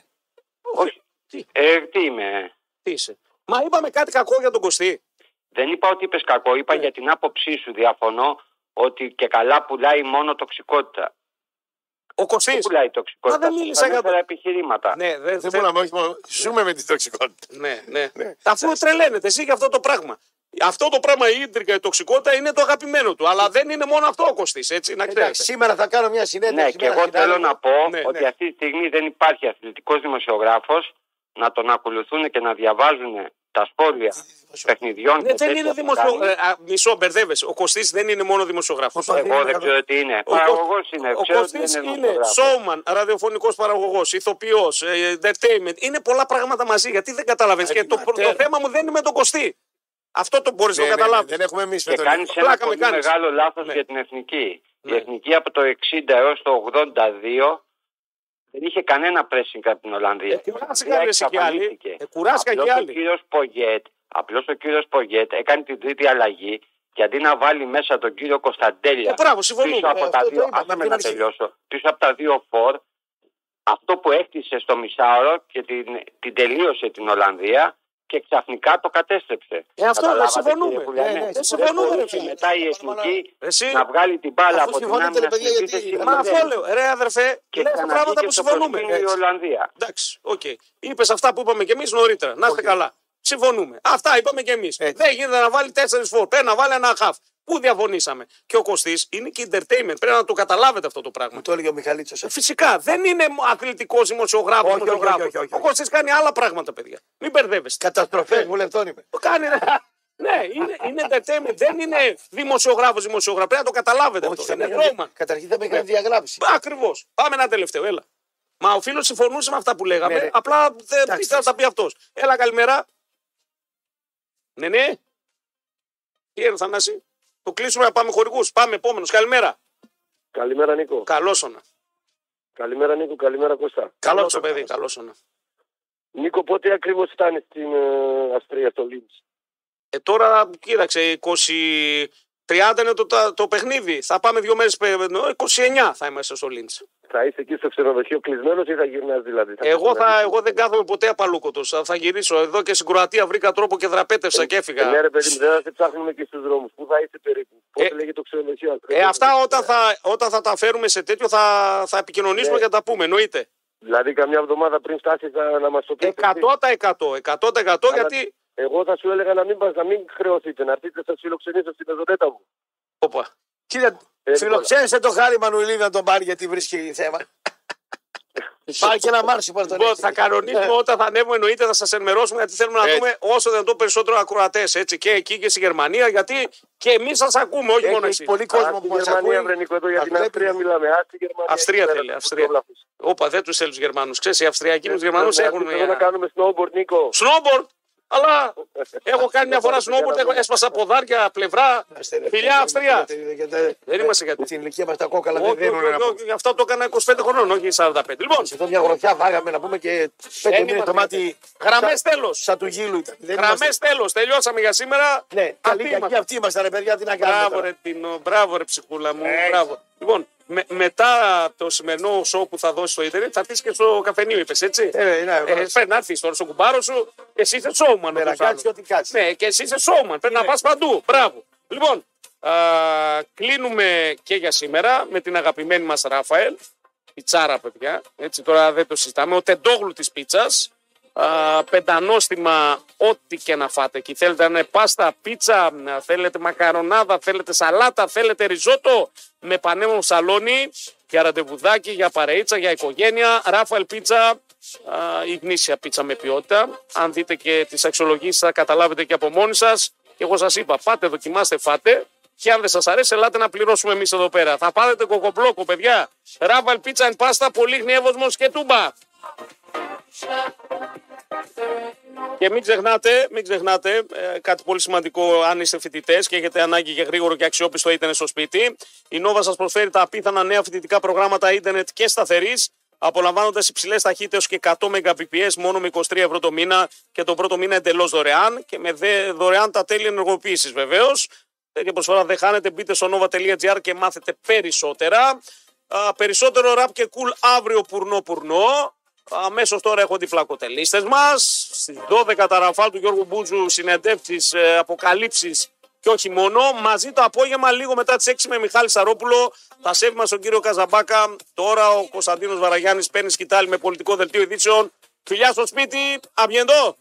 Όχι.
Τι?
Ε, τι είμαι.
Τι είσαι. Μα είπαμε κάτι κακό για τον Κωστή.
Δεν είπα ότι είπες κακό, είπα
Ναι.
για την άποψή σου. Διαφωνώ ότι και καλά πουλάει μόνο τοξικότητα.
Ο Κωστή.
Δεν πουλάει τοξικότητα.
Μα δεν μίλησα για το-
τα επιχειρήματα.
Ναι, δεν
Δεν
θε-
μπορούμε, όχι μόνο. Ζούμε με την τοξικότητα.
Ναι, ναι. Αφού τρελαίνετε εσύ για αυτό το πράγμα. Αυτό το πράγμα η ίντρικα, η τοξικότητα είναι το αγαπημένο του. Αλλά δεν είναι μόνο αυτό ο Κωστής, έτσι, να
Ε, Εντάξει,
ξέρετε.
σήμερα θα κάνω μια
Ναι,
συνέντευξη.
και εγώ θέλω να πω
Ναι,
ότι
ναι.
αυτή τη στιγμή δεν υπάρχει αθλητικός δημοσιογράφος να τον ακολουθούν και να διαβάζουν τα σχόλια παιχνιδιών.
Ναι,
και
δεν
τέτοια
είναι
που
δημοσιογράφο.
κάνουν.
μισό, μπερδεύεσαι. Ο Κωστής δεν είναι μόνο δημοσιογράφο.
Προσπαθεί
Εγώ
να
δεν ξέρω τι είναι.
Ε, Ο
Παραγωγό
Κωστ-
είναι.
Ο
Ξέρω ότι
Κωστής
δεν είναι
είναι
δημοσιογράφο.
showman, ραδιοφωνικό παραγωγό, ηθοποιό, ε, entertainment. Είναι πολλά πράγματα μαζί. Γιατί δεν καταλαβαίνει. Και το, το
ματέρα.
θέμα μου δεν είναι με τον Κωστή. Αυτό το μπορεί
Ναι,
να
ναι, ναι,
καταλάβει.
Δεν έχουμε εμεί
Και
με τον
κάνει
Νίκο.
ένα
Πλάκα με
πολύ
κάνεις.
μεγάλο λάθο
Ναι.
για την εθνική.
Ναι.
Η εθνική από το 60 έω το 82 δεν είχε κανένα pressing από την Ολλανδία.
Ε, κουράστηκαν ρε, εσύ και άλλοι.
Εξαφανίστηκε.
Ε, κουράστηκαν
Απλώς
και
Ο
άλλοι.
κύριος Πογιέτ, απλώς ο κύριος Πογιέτ έκανε την τρίτη αλλαγή και αντί να βάλει μέσα τον κύριο Κωνσταντέλια
Ε, μπράβο, συμφωνούμε.
πίσω
Ε,
από τα
αυτό το
δύο,
είπα,
άσε με
την
να
αρχή.
τελειώσω, πίσω από τα δύο φορ, αυτό που έκτισε στο μισάωρο και την, την τελείωσε την Ολλανδία και ξαφνικά το κατέστρεψε.
Ε, αυτό,
Καταλάβατε,
ρε, συμφωνούμε.
κύριε Κουλιανέ.
Ε, ναι,
Δεν
συμφωνούμε, ρε,
μπορούσε
φίλε.
μετά η εθνική
Εσύ.
να βγάλει την μπάλα
Αφού
από την
συμφωνείτε,
άμυνα
ρε, παιδιά,
στην
γιατί-
επίθεση.
Μα
δεν
αυτό λέω. Ρε, αδερφέ,
Και
λες τα πράγματα
ξαναβγήκε
που
στο
συμφωνούμε.
προσκήνιο η
Έτσι.
Ολλανδία.
Εντάξει, οκ. Είπες αυτά που είπαμε και εμείς νωρίτερα. Να είστε καλά. Συμφωνούμε. Αυτά είπαμε και εμείς.
Έτσι.
Δεν γίνεται να βάλει τέσσερις φορ. Πρέπει να βάλει ένα χαφ. Πού διαφωνήσαμε. Και ο Κωστής είναι και entertainment. Πρέπει να το καταλάβετε αυτό το πράγμα.
Μου το έλεγε ο Μιχαλίτσος.
Φυσικά δεν είναι αθλητικός δημοσιογράφος.
Όχι, όχι, όχι, όχι, όχι.
Ο Κωστής κάνει άλλα πράγματα, παιδιά. Μην μπερδεύεστε.
Καταστροφές βουλευτών είμαι.
Το κάνει. ρε. ναι, είναι, είναι entertainment. δεν είναι δημοσιογράφος δημοσιογράφος. Πρέπει να το καταλάβετε
Όχι,
αυτό.
θα με
Είναι
είχαν-
δρόμα.
Καταρχήν θα με είχαν διαγράψει.
Ακριβώς. Πάμε ένα τελευταίο. Έλα. Μα ο φίλος συμφωνούσε με αυτά που λέγαμε.
Ναι, ρε.
Απλά δεν
Εντάξει.
ήθελα να τα πει αυτός. Έλα, καλημέρα. Ναι, ναι. Τι έρθα να Το κλείσουμε να πάμε χορηγούς. Πάμε, επόμενος. Καλημέρα.
Καλημέρα Νίκο.
Καλό όνα.
Καλημέρα Νίκο, καλημέρα Κώστα.
Καλό το παιδί, καλό όνα.
Νίκο, πότε ακριβώς ήταν στην Αυστρία, στο Λίντς.
Ε, τώρα κοίταξε, 20... 30 είναι το, το, το παιχνίδι. Θα πάμε δύο μέρες. 29 θα είμαστε στο Λίντ.
Θα είσαι εκεί στο ξενοδοχείο κλεισμένος ή θα γυρνάς δηλαδή.
Εγώ, θα,
γυρνάς.
εγώ δεν κάθομαι ποτέ απαλούκοτο. Θα, θα γυρίσω. Εδώ και στην Κροατία βρήκα τρόπο και δραπέτευσα και
Ε, Ναι,
έφυγα.
ρε παιδί μου, δεν θα σε ψάχνουμε και στους δρόμους. Πού θα είσαι περίπου. Πώς
Ε,
λέγεται το ξενοδοχείο. Αλfred?
Ε, αυτά όταν θα, όταν θα τα φέρουμε σε τέτοιο θα, θα επικοινωνήσουμε
Ναι.
και θα τα πούμε. Εννοείται.
Δηλαδή, καμιά εβδομάδα πριν φτάσεις να, να μας το πεις.
100%. 100% γιατί.
Εγώ θα σου έλεγα να μην, πας, να μην χρεωθείτε, να έρθετε στο φιλοξενήσω στην πεζονέτα μου.
Όπα.
Κοίτα,
Ε,
λοιπόν.
φιλοξένησε το χάρη Μανουλίδη να τον πάρει γιατί βρίσκει θέμα. Πάρει και ένα μάρσι που τον Ε,
Λοιπόν,
έχει.
θα
Ε.
κανονίσουμε όταν θα ανέβουμε, εννοείται θα σας ενημερώσουμε γιατί θέλουμε να
Έτσι.
δούμε όσο δυνατόν περισσότερο ακροατές. Έτσι και εκεί και στη Γερμανία, γιατί και εμείς σας ακούμε, όχι μόνο
Έχει
εσείς.
πολύ
Ας
κόσμο
τη
που μας
Γερμανία,
ακούει.
βρε Νίκο, εδώ για
Τα
την
βλέπει.
Αυστρία μιλάμε. Ας τη Γερμανία.
Αυστρία
εκεί πέρα,
θέλει,
τους
Αυστρία.
προβλάφους.
Όπα, δεν τους θέλει τους Γερμανούς. Ξέρεις, οι Αυστριακοί με τους Γερμανούς
Θέλουμε
έχουν.
να- Θέλω να
μια-
κάνουμε snowboard, Νίκο.
Snowboard! Αλλά έχω κάνει μια φορά snowboard, έχω- έσπασα ποδάρια, πλευρά. Φιλιά Αυστρία! Δεν είμαστε γιατί.
ε, Στην ηλικία μας τα κόκαλα
Όχι,
δεν δίνουν.
όχι,
να
όχι,
πούμε.
όχι, γι' Αυτό το έκανα 25 χρονών, όχι 45. Λοιπόν,
Σε αυτό μια γροθιά φάγαμε να πούμε και πέντε
Δεν
μήνες το
είμαστε.
μάτι.
Γραμμές
σαν-
τέλος.
Σαν του γύλου ήταν. Δεν
γραμμές
είμαστε.
τέλος. Τελειώσαμε για σήμερα.
Ναι, καλή
Αυτοί
κακή
είμαστε.
αυτή ήμασταν, ρε παιδιά, τι να κάνουμε.
Μπράβο
τώρα.
ρε Τίνο, μπράβο ρε ψυχούλα μου, μπράβο. Λοιπόν, με- μετά το σημερινό show που θα δώσει στο ίντερνετ θα έρθει και στο καφενείο, είπες έτσι.
Ε, ναι, ναι,
Ε,
ναι.
πρέπει να έρθεις τώρα στο κουμπάρο σου. Εσύ είσαι showman.
Ναι, να
όπως
κάτσει
άλλο.
ό,τι κάτσει.
Ναι, και εσύ είσαι showman. Πρέπει να πας παντού. Μπράβο. Λοιπόν, α, κλείνουμε και για σήμερα με την αγαπημένη μας Ράφαελ. Η τσάρα, παιδιά. Έτσι, τώρα δεν το συζητάμε. Ο τεντόγλου της πίτσας. Πεντανόστιμα, ό,τι και να φάτε εκεί. Θέλετε να είναι πάστα, πίτσα, να θέλετε μακαρονάδα, θέλετε σαλάτα, θέλετε ριζότο με πανέμορφο σαλόνι. Για ραντεβουδάκι, για παρείτσα, για οικογένεια. Ράφαελ πίτσα, Α, η γνήσια πίτσα με ποιότητα. Αν δείτε και τις αξιολογήσεις, θα καταλάβετε και από μόνοι σας. Εγώ σας είπα, πάτε, δοκιμάστε, φάτε. Και αν δεν σας αρέσει, ελάτε να πληρώσουμε εμείς εδώ πέρα. Θα πάρετε κοκομπλόκο, παιδιά. Ράβαλ πίτσα εν πάστα, πολύ γνιεύοσμο και τούμπα. Και μην ξεχνάτε, μην ξεχνάτε ε, κάτι πολύ σημαντικό αν είστε φοιτητές και έχετε ανάγκη για γρήγορο και αξιόπιστο ίντερνετ στο σπίτι. Η Nova σας προσφέρει τα απίθανα νέα φοιτητικά προγράμματα ίντερνετ και σταθερής, απολαμβάνοντας υψηλές ταχύτητες και 100 Mbps μόνο με 23 ευρώ το μήνα και τον πρώτο μήνα εντελώς δωρεάν και με δε- δωρεάν τα τέλη ενεργοποίησης βεβαίως. Τέτοια προσφορά δεν χάνετε. Μπείτε στο nova.gr και μάθετε περισσότερα. Α, περισσότερο ραπ και cool αύριο πουρνό πουρνό. Αμέσως τώρα έχω διπλακοτελίστε μας. Στις 12 τα ραφάλ του Γιώργου Μπούτζου συνεντεύξεις, αποκαλύψεις και όχι μόνο. Μαζί το απόγευμα, λίγο μετά τις 6 με Μιχάλη Σαρόπουλο, τα σέβημα στον κύριο Καζαμπάκα. Τώρα ο Κωνσταντίνος Βαραγιάννης παίρνει σκητάλη με πολιτικό δελτίο ειδήσεων. Φιλιά στο σπίτι, αμπιεντό!